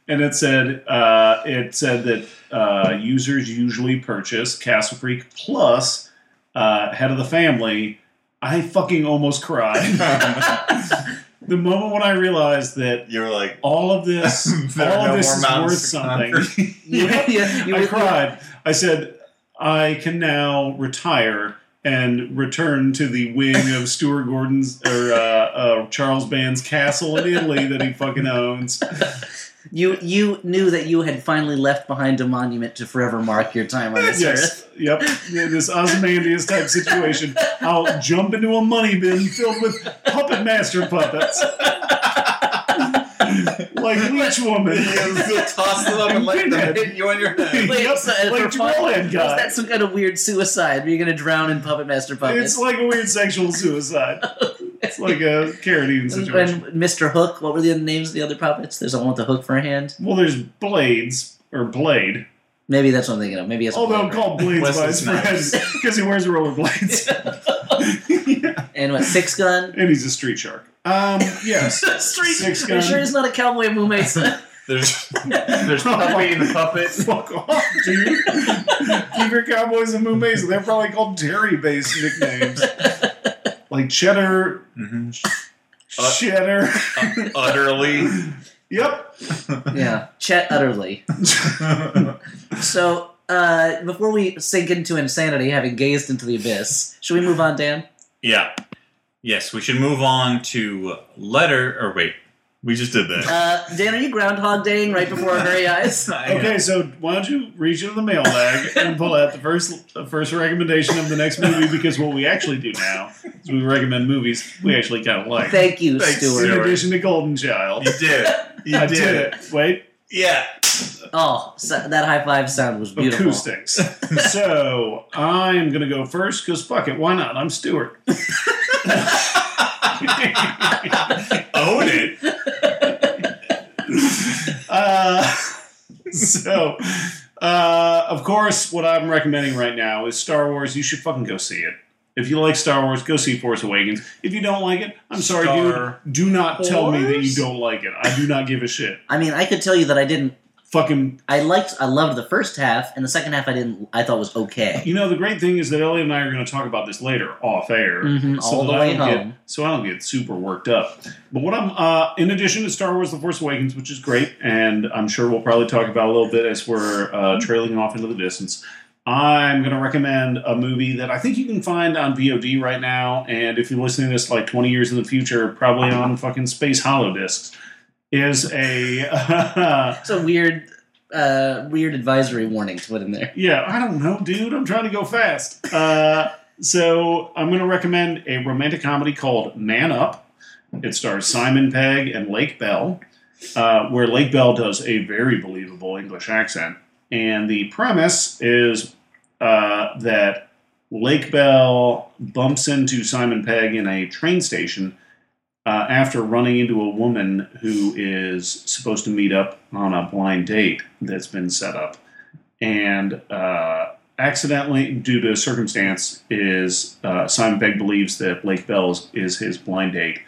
Speaker 3: And it said uh, it said that uh, users usually purchase Castle Freak Plus uh, Head of the Family. I fucking almost cried. the moment when I realized that
Speaker 5: You're like,
Speaker 3: all of this, all
Speaker 5: There are
Speaker 3: of
Speaker 5: no
Speaker 3: this
Speaker 5: more
Speaker 3: is
Speaker 5: mountains
Speaker 3: worth
Speaker 5: to
Speaker 3: something.
Speaker 5: conquer.
Speaker 4: You- you- you-
Speaker 3: I cried. I said, I can now retire and return to the wing of Stuart Gordon's or uh, uh, Charles Band's castle in Italy that he fucking owns.
Speaker 4: You you knew that you had finally left behind a monument to forever mark your time on this earth.
Speaker 3: Yes. Yep. Yeah, this Ozymandias type situation. I'll jump into a money bin filled with puppet master puppets. like Witch Woman.
Speaker 1: You'll toss them up and let them hit you on your head.
Speaker 4: Wait,
Speaker 3: Yep,
Speaker 4: so, uh,
Speaker 3: like
Speaker 4: for
Speaker 3: Jamal
Speaker 4: fun-
Speaker 3: had got.
Speaker 4: Was that some kind of weird suicide? Were you going to drown in Puppet Master Puppets?
Speaker 3: It's like a weird sexual suicide. It's like a carrot eating
Speaker 4: and,
Speaker 3: situation.
Speaker 4: and Mr. Hook. What were the other names of the other puppets? There's one with the hook for a hand.
Speaker 3: Well, there's blades or blade,
Speaker 4: Maybe that's what I'm thinking of. Maybe it's a
Speaker 3: although
Speaker 4: blade,
Speaker 3: called blades by
Speaker 5: Wesley
Speaker 3: his
Speaker 5: Snipes.
Speaker 3: friends because he wears roller blades
Speaker 4: right? and what six gun?
Speaker 3: and he's a street shark. Um, yes,
Speaker 4: Street.
Speaker 3: Six
Speaker 4: Are you
Speaker 3: Gun.
Speaker 4: sure he's not a cowboy mumesa?
Speaker 5: there's there's puppy in the puppet.
Speaker 3: fuck off, dude. Keep your cowboys and moonbays. They're probably called dairy-based nicknames, like cheddar,
Speaker 5: Uh,
Speaker 3: cheddar.
Speaker 5: Utterly.
Speaker 3: Yep.
Speaker 4: yeah, Chet Utterly. so, uh, before we sink into insanity, having gazed into the abyss, should we move on, Dan?
Speaker 5: Yeah. Yes, we should move on to letter. Or wait, we just did that.
Speaker 4: Uh, Dan, are you Groundhog Daying right before our very eyes?
Speaker 3: Okay, so why don't you reach into the mailbag and pull out the first the first recommendation of the next movie? Because what we actually do now is we recommend movies we actually kind of like.
Speaker 4: Thank you,
Speaker 5: Thanks,
Speaker 4: Stuart.
Speaker 3: in
Speaker 5: Stuart.
Speaker 3: addition to Golden Child.
Speaker 5: You did it. You
Speaker 3: I
Speaker 5: did,
Speaker 3: did
Speaker 5: it.
Speaker 3: it. Wait,
Speaker 5: Yeah.
Speaker 4: Oh, so that high five sound was beautiful.
Speaker 3: acoustics. so I am going to go first because fuck it, why not? I'm Stuart.
Speaker 5: Own it.
Speaker 3: Uh, so, uh, of course, what I'm recommending right now is Star Wars. You should fucking go see it. If you like Star Wars, go see Force Awakens. If you don't like it, I'm sorry,
Speaker 5: Star
Speaker 3: dude. Do not tell me that you
Speaker 5: Wars?
Speaker 3: don't like it. I do not give a shit.
Speaker 4: I mean, I could tell you that I didn't.
Speaker 3: Fucking
Speaker 4: I liked, I loved the first half, and the second half I didn't. I thought was okay.
Speaker 3: You know, the great thing is that Elliot and I are going to talk about this later off air,
Speaker 4: Mhm, all
Speaker 3: that
Speaker 4: the
Speaker 3: I
Speaker 4: way
Speaker 3: don't get-
Speaker 4: home.
Speaker 3: so I don't get super worked up. But what I'm, uh, in addition to Star Wars: The Force Awakens, which is great, and I'm sure we'll probably talk about a little bit as we're
Speaker 4: Mm-hmm.
Speaker 3: uh, trailing off into the distance. I'm going to recommend a movie that I think you can find on VOD right now, and if you're listening to this like 20 years in the future, probably on fucking space hollow discs. Is a
Speaker 4: It's a weird, uh, weird advisory warning to put in there.
Speaker 3: Yeah, I don't know, dude. I'm trying to go fast. Uh, so I'm going to recommend a romantic comedy called Man Up. It stars Simon Pegg and Lake Bell, uh, where Lake Bell does a very believable English accent. And the premise is uh, that Lake Bell bumps into Simon Pegg in a train station uh, after running into a woman who is supposed to meet up on a blind date that's been set up and uh, accidentally, due to circumstance, is uh, Simon Pegg believes that Lake Bell is, is his blind date,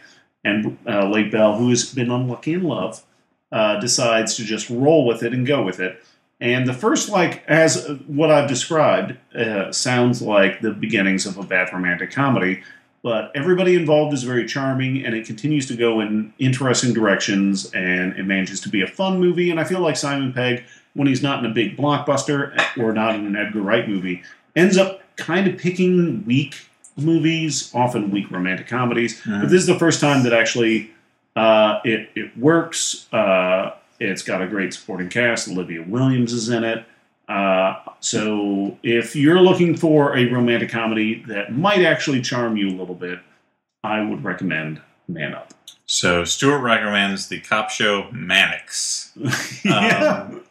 Speaker 3: and uh, Lake Bell, who has been unlucky in love, uh, decides to just roll with it and go with it. And the first, like, as uh, what I've described, uh, sounds like the beginnings of a bad romantic comedy. But everybody involved is very charming, and it continues to go in interesting directions, and it manages to be a fun movie. And I feel like Simon Pegg, when he's not in a big blockbuster or not in an Edgar Wright movie, ends up kind of picking weak movies, often weak romantic comedies. But this is the first time that actually uh, it it works. Uh, it's got a great supporting cast. Olivia Williams is in it. Uh, so if you're looking for a romantic comedy that might actually charm you a little bit, I would recommend Man Up.
Speaker 5: So Stuart recommends the cop show Mannix. Um,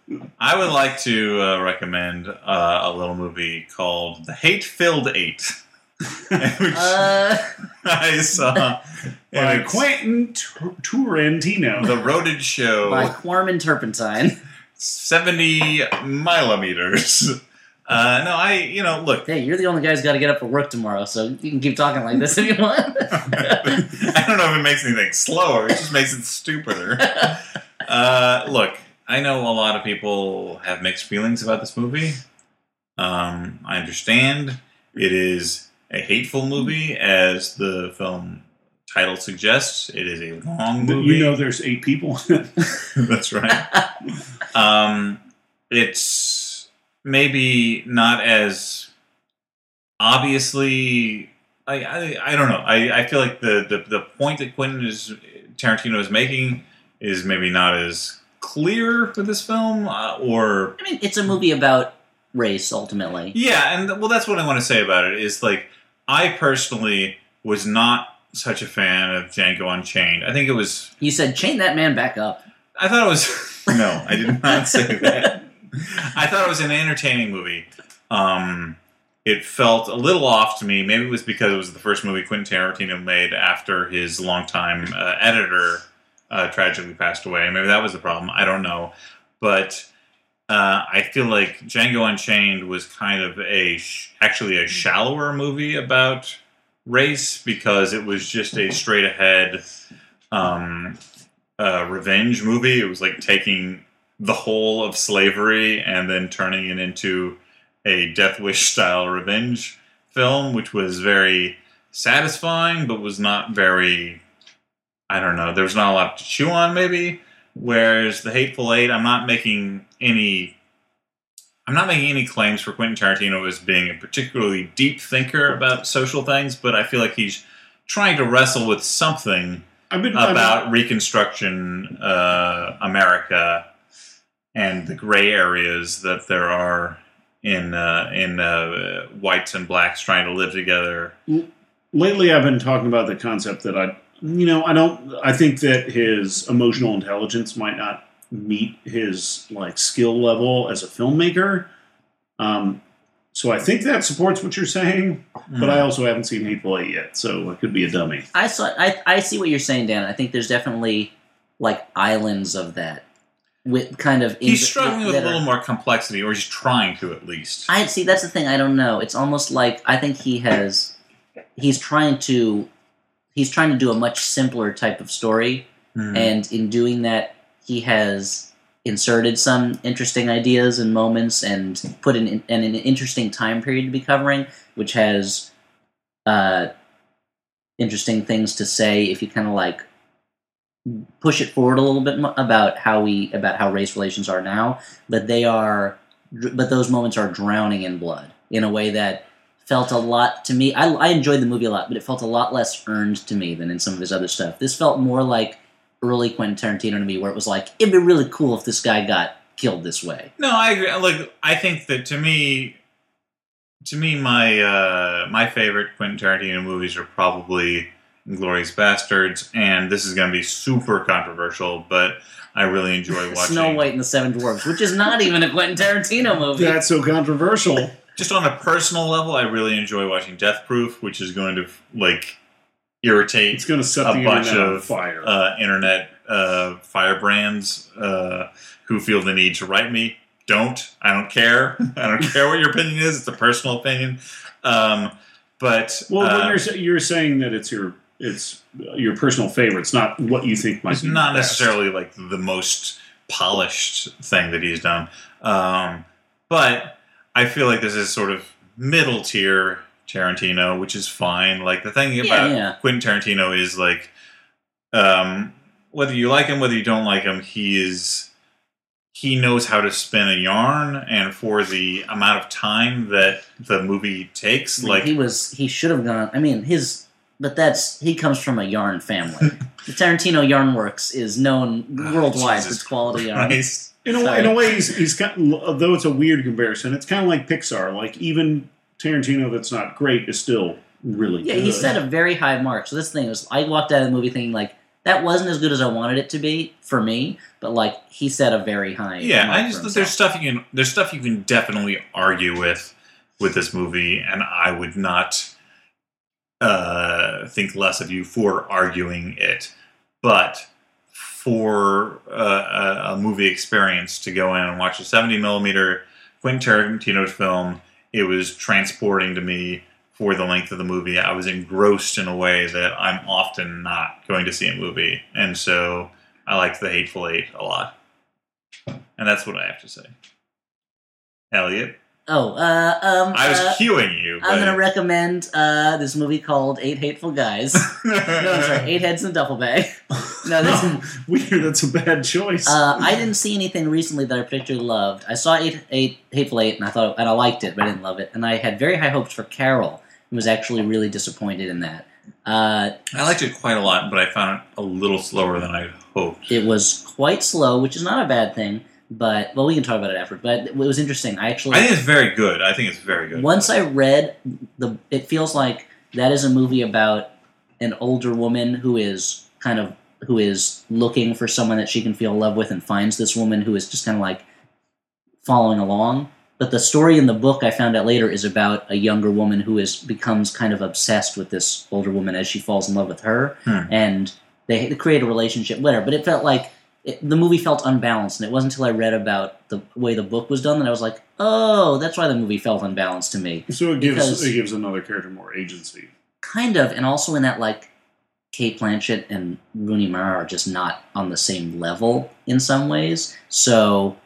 Speaker 5: I would like to uh, recommend uh, a little movie called The Hate Filled Eight, which
Speaker 4: Uh,
Speaker 5: I saw.
Speaker 3: By
Speaker 5: and it's
Speaker 3: Quentin Tur- Tarantino.
Speaker 5: The Roaded Show.
Speaker 4: by Corman Turpentine.
Speaker 5: 70 millimeters. Uh, no, I, you know, look,
Speaker 4: Hey, you're the only guy who's got to get up for work tomorrow, so you can keep talking like this if you want.
Speaker 5: I don't know if it makes anything slower. It just makes it stupider. Uh, look, I know a lot of people have mixed feelings about this movie. Um, I understand it is a hateful movie, as the film title suggests. It is a long movie.
Speaker 3: You know, there's eight people.
Speaker 5: That's right. um, it's maybe not as obviously. I, I, I don't know. I, I feel like the, the, the point that Quentin is Tarantino is making is maybe not as clear for this film, uh, or
Speaker 4: I mean, it's a movie about race ultimately.
Speaker 5: yeah, and well, that's what I want to say about it is like I personally was not such a fan of Django Unchained. I think it was
Speaker 4: You said chain that man back up.
Speaker 5: I thought it was. No, I did not say that. I thought it was an entertaining movie. Um, it felt a little off to me. Maybe it was because it was the first movie Quentin Tarantino made after his longtime uh, editor uh, tragically passed away. Maybe that was the problem. I don't know. But uh, I feel like Django Unchained was kind of a sh- actually a shallower movie about race because it was just a straight ahead um, uh, revenge movie. It was like taking the whole of slavery and then turning it into a Death Wish style revenge film, which was very satisfying, but was not very. I don't know. There was not a lot to chew on, maybe. Whereas the Hateful Eight, I'm not making any. I'm not making any claims for Quentin Tarantino as being a particularly deep thinker about social things, but I feel like he's trying to wrestle with something
Speaker 3: I've been I've been-
Speaker 5: about Reconstruction uh, America and the gray areas that there are in uh, in uh, whites and blacks trying to live together.
Speaker 3: lately I've been talking about the concept that I, you know, I don't, I think that his emotional intelligence might not meet his like skill level as a filmmaker. Um, so I think that supports what you're saying, but I also haven't seen Hateful Eight yet, so I could be a dummy.
Speaker 4: I saw. I, I see what you're saying, Dan. I think there's definitely like islands of that with kind of.
Speaker 5: He's struggling with a
Speaker 4: that are-
Speaker 5: little more complexity, or he's trying to at least.
Speaker 4: I see. That's the thing. I don't know. It's almost like I think he has. He's trying to. He's trying to do a much simpler type of story,
Speaker 5: Mhm.
Speaker 4: and in doing that, he has inserted some interesting ideas and moments, and put in, in an interesting time period to be covering, which has uh, interesting things to say if you kind of like push it forward a little bit mo- about how we about how race relations are now, but they are but those moments are drowning in blood in a way that felt a lot to me. I, I enjoyed the movie a lot, but it felt a lot less earned to me than in some of his other stuff. This felt more like early Quentin Tarantino to me, where it was like it'd be really cool if this guy got killed this way.
Speaker 5: No, I agree. Like, I think that to me, to me, my uh, my favorite Quentin Tarantino movies are probably *Glorious Bastards*, and this is going to be super controversial, but I really enjoy watching.
Speaker 4: Snow White and the Seven Dwarfs, which is not even a Quentin Tarantino movie.
Speaker 3: That's so controversial.
Speaker 5: just on a personal level, I really enjoy watching Death Proof, which is going to like irritate
Speaker 3: It's going to set
Speaker 5: A
Speaker 3: the
Speaker 5: bunch
Speaker 3: internet on
Speaker 5: of,
Speaker 3: fire.
Speaker 5: uh, internet uh, firebrands uh, who feel the need to write me. Don't. I don't care. I don't care what your opinion is. It's a personal opinion. Um, but
Speaker 3: well,
Speaker 5: uh,
Speaker 3: when you're sa- you're saying that it's your it's your personal favorite. It's not what you think might
Speaker 5: It's
Speaker 3: be
Speaker 5: not
Speaker 3: best.
Speaker 5: necessarily like the most polished thing that he's done, um, but I feel like this is sort of middle tier Tarantino, which is fine. Like the thing about
Speaker 4: yeah.
Speaker 5: Quentin Tarantino is like, um, whether you like him, whether you don't like him, he is he knows how to spin a yarn, and for the amount of time that the movie takes,
Speaker 4: I mean,
Speaker 5: like
Speaker 4: he was he should have gone i mean his but that's he comes from a yarn family the tarantino yarn works is known
Speaker 5: Ah,
Speaker 4: worldwide for
Speaker 5: Jesus
Speaker 4: its quality yarn
Speaker 5: Christ.
Speaker 3: In a, way, in a way, he's, he's kind though it's a weird comparison. It's kind of like Pixar. Like even Tarantino, that's not great, is still really
Speaker 4: yeah
Speaker 3: good.
Speaker 4: he set a very high mark so this thing was i walked out of the movie thinking like that wasn't as good as i wanted it to be for me but like he set a very high
Speaker 5: yeah
Speaker 4: mark
Speaker 5: i
Speaker 4: for
Speaker 5: just
Speaker 4: himself.
Speaker 5: there's stuff you can there's stuff you can definitely argue with with this movie and i would not uh think less of you for arguing it but for uh, a, a movie experience to go in and watch a 70 millimeter quentin tarantino film it was transporting to me for the length of the movie i was engrossed in a way that i'm often not going to see a movie and so i liked the hateful eight a lot and that's what I have to say. Elliot,
Speaker 4: oh uh um
Speaker 5: I was
Speaker 4: uh,
Speaker 5: cueing you.
Speaker 4: i'm gonna
Speaker 5: but-
Speaker 4: recommend uh this movie called eight hateful guys no i'm sorry eight heads in a duffel bag no this
Speaker 3: No, weird. That's a bad choice.
Speaker 4: Uh, I didn't see anything recently that I particularly loved. I saw eight, eight, Hateful Eight, and I thought and I liked it, but I didn't love it. And I had very high hopes for Carol, and was actually really disappointed in that. Uh,
Speaker 5: I liked it quite a lot, but I found it a little slower than I hoped.
Speaker 4: it was quite slow, which is not a bad thing. But well, we can talk about it after. But it was interesting. I actually
Speaker 5: I think it's very good. I think it's very good.
Speaker 4: Once I read the, it feels like that is a movie about an older woman who is kind of who is looking for someone that she can feel love with, and finds this woman who is just kind of like following along. But the story in the book I found out later is about a younger woman who is becomes kind of obsessed with this older woman as she falls in love with her,
Speaker 5: Hmm.
Speaker 4: and they create a relationship, whatever. But it felt like it, the movie felt unbalanced, and it wasn't until I read about the way the book was done that I was like, "Oh, that's why the movie felt unbalanced to me."
Speaker 3: so it gives
Speaker 4: because-
Speaker 3: it gives another character more agency.
Speaker 4: Kind of, and also in that like Kate Blanchett and Rooney Mara are just not on the same level in some ways. So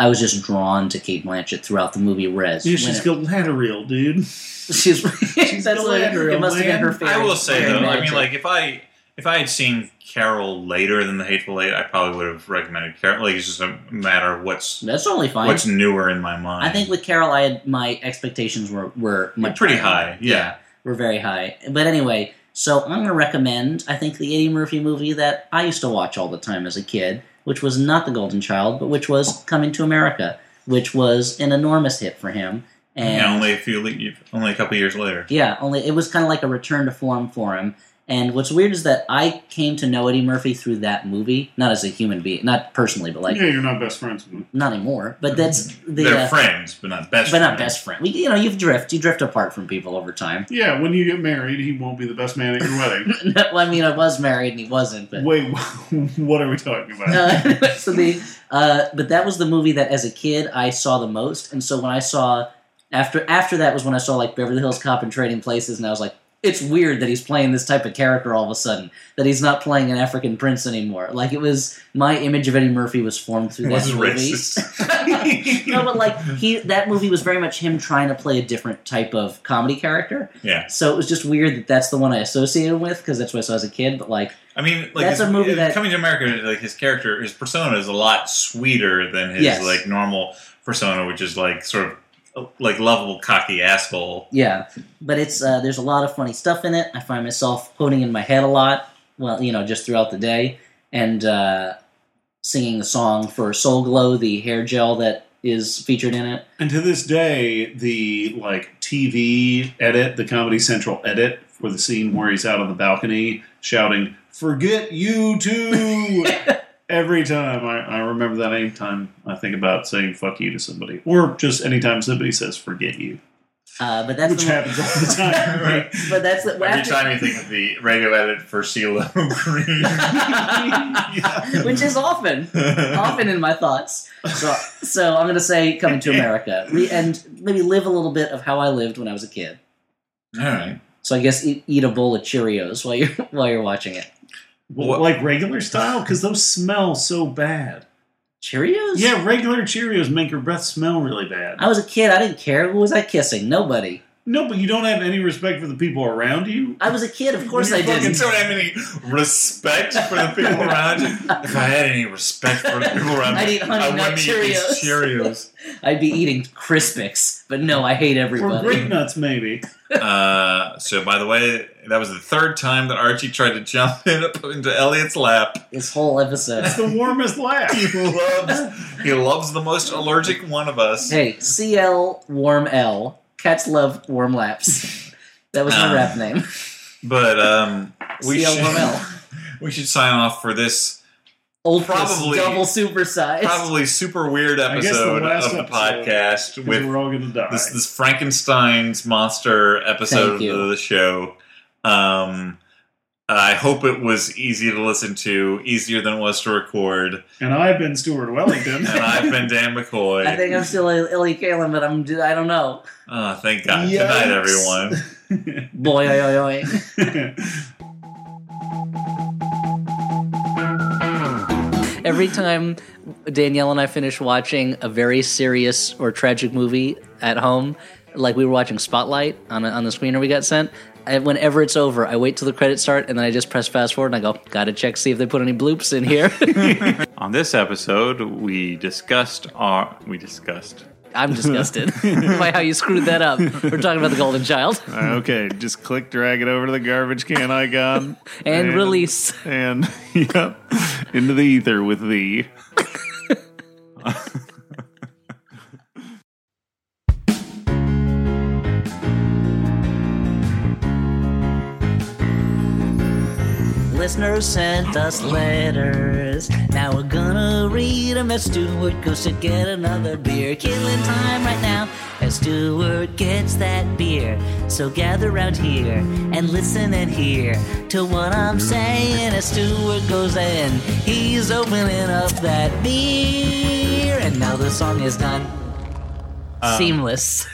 Speaker 4: I was just drawn to Kate Blanchett throughout the movie. Whereas
Speaker 3: Yeah,
Speaker 4: when
Speaker 3: she's
Speaker 4: it-
Speaker 3: Galadriel, dude.
Speaker 4: she's, that's what it-
Speaker 3: Galadriel,
Speaker 4: it must have been
Speaker 3: man.
Speaker 4: her favorite.
Speaker 5: I will say
Speaker 4: favorite
Speaker 5: though, I mean,
Speaker 4: magic.
Speaker 5: like if I if I had seen Carol later than The Hateful Eight, I probably would have recommended Carol. Like it's just a matter of what's
Speaker 4: that's totally fine.
Speaker 5: what's newer in my mind.
Speaker 4: I think with Carol, I had my expectations were were much
Speaker 5: pretty high, yeah.
Speaker 4: were very high. But anyway, so I'm going to recommend. I think the Eddie Murphy movie that I used to watch all the time as a kid, which was not The Golden Child, but which was Coming to America, which was an enormous hit for him. And
Speaker 5: yeah, only a few le- only a couple years later.
Speaker 4: yeah, only it was kind of like a return to form for him. And what's weird is that I came to know Eddie Murphy through that movie, not as a human being, not personally, but like
Speaker 3: yeah, you're not best friends with him.
Speaker 4: not anymore. But that's the
Speaker 5: They're
Speaker 4: uh,
Speaker 5: friends, but not best.
Speaker 4: but not
Speaker 5: friends.
Speaker 4: best friend. We, you know, you drift, you drift apart from people over time.
Speaker 3: Yeah, when you get married, he won't be the best man at your wedding.
Speaker 4: well, I mean, I was married and he wasn't, but
Speaker 3: Wait, what are we talking about?
Speaker 4: uh, so the uh, but that was the movie that as a kid I saw the most, and so when I saw after after that was when I saw like Beverly Hills Cop and Trading Places, and I was like, it's weird that he's playing this type of character all of a sudden. That he's not playing an African prince anymore. Like it was my image of Eddie Murphy was formed through that
Speaker 5: Was
Speaker 4: movie.
Speaker 5: racist.
Speaker 4: no, but like he that movie was very much him trying to play a different type of comedy character.
Speaker 5: Yeah.
Speaker 4: So it was just weird that that's the one I associated with because that's what I saw as a kid. But like,
Speaker 5: I mean, like
Speaker 4: That's
Speaker 5: his-
Speaker 4: a movie
Speaker 5: his-
Speaker 4: that-
Speaker 5: coming to America, like his character, his persona is a lot sweeter than his
Speaker 4: Yes.
Speaker 5: like normal persona, which is like sort of like lovable, cocky asshole.
Speaker 4: yeah. But it's uh, there's a lot of funny stuff in it. I find myself quoting in my head a lot. Well, you know, just throughout the day and uh, singing the song for Soul Glow, the hair gel that is featured in it.
Speaker 3: And to this day, the like TV edit, the Comedy Central edit for the scene where he's out on the balcony shouting, "Forget you too." Every time I, I remember that, anytime I think about saying "fuck you" to somebody, or just anytime somebody says "forget you,"
Speaker 4: Uh, but that's
Speaker 3: which
Speaker 4: the one-
Speaker 3: happens all the time.
Speaker 5: Right.
Speaker 4: But that's the
Speaker 5: Every time you think of the radio edit for CeeLo Green,
Speaker 4: which is often. often in my thoughts. So, so I'm going to say "Coming to America" Re- and maybe live a little bit of how I lived when I was a kid.
Speaker 5: all right,
Speaker 4: So I guess eat, eat a bowl of Cheerios while you're while you're watching it.
Speaker 3: Well, like regular style, because those smell so bad.
Speaker 4: Cheerios?
Speaker 3: Yeah, regular Cheerios make your breath smell really bad.
Speaker 4: I was a kid. I didn't care. Who was I kissing? Nobody.
Speaker 3: No, but you don't have any respect for the people around you.
Speaker 4: I was a kid. Of course I
Speaker 5: fucking
Speaker 4: didn't.
Speaker 5: don't have any respect for the people around you. If I had any respect for the people around me,
Speaker 4: I'd eat Honey
Speaker 5: I
Speaker 4: Nut
Speaker 5: wouldn't eat these Cheerios.
Speaker 4: I'd be eating Crispix, but no, I hate
Speaker 3: Or
Speaker 4: everybody.
Speaker 3: grape nuts, maybe.
Speaker 5: Uh, so, by the way, that was the third time that Archie tried to jump in, up into Elliot's lap.
Speaker 4: This whole episode.
Speaker 3: It's the warmest laugh.
Speaker 5: He loves, he loves the most allergic one of us.
Speaker 4: hey, CL Warm L. Cats love warm laps. That was my
Speaker 5: Um,
Speaker 4: rap name.
Speaker 5: But um, we
Speaker 4: CL Warm
Speaker 5: should
Speaker 4: L.
Speaker 5: we should sign off for this
Speaker 4: Old probably
Speaker 5: Probably-
Speaker 4: double supersized.
Speaker 5: probably super weird
Speaker 3: I guess the
Speaker 5: episode
Speaker 3: last
Speaker 5: of the
Speaker 3: episode,
Speaker 5: podcast
Speaker 3: 'Cause
Speaker 5: with
Speaker 3: we're all gonna die.
Speaker 5: this this Frankenstein's monster episode
Speaker 4: Thank you.
Speaker 5: of the show. Um, I hope it was easy to listen to, easier than it was to record.
Speaker 3: and I've been Stuart Wellington.
Speaker 5: And I've been Dan McCoy.
Speaker 4: I think I'm still Ellie Kalen, but I'm I don't know.
Speaker 5: oh, thank God. Good night,
Speaker 3: Yikes.
Speaker 5: everyone.
Speaker 4: Boy, oi, oi, oi. Every time Danielle and I finish watching a very serious or tragic movie at home, like we were watching Spotlight on, a, on the screener we got sent, I, whenever it's over, I wait till the credits start and then I just press fast forward and I go, gotta check, see if they put any bloops in here.
Speaker 10: On this episode, we discussed our we discussed.
Speaker 2: I'm disgusted by how you screwed that up. We're talking about the Golden Child
Speaker 1: Uh, okay, just click, drag it over to the garbage can icon,
Speaker 2: and release.
Speaker 1: and yep, into the ether with thee.
Speaker 2: Listeners sent us letters. Now we're gonna read them as Stuart goes to get another beer. Killing time right now as Stuart gets that beer. So gather round here and listen and hear to what I'm saying as Stuart goes in. He's opening up that beer, and now the song is done. Seamless.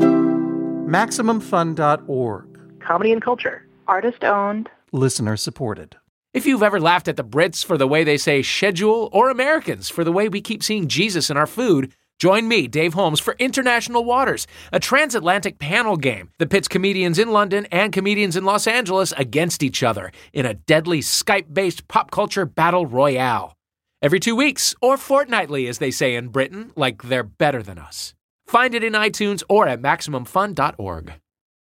Speaker 8: MaximumFun.org.
Speaker 7: Comedy and culture. Artist owned.
Speaker 8: Listener supported.
Speaker 6: If you've ever laughed at the Brits for the way they say schedule or Americans for the way we keep seeing Jesus in our food, join me, Dave Holmes, for International Waters, a transatlantic panel game that pits comedians in London and comedians in Los Angeles against each other in a deadly Skype based pop culture battle royale. Every two weeks, or fortnightly, as they say in Britain, like they're better than us. Find it in iTunes or at MaximumFun.org.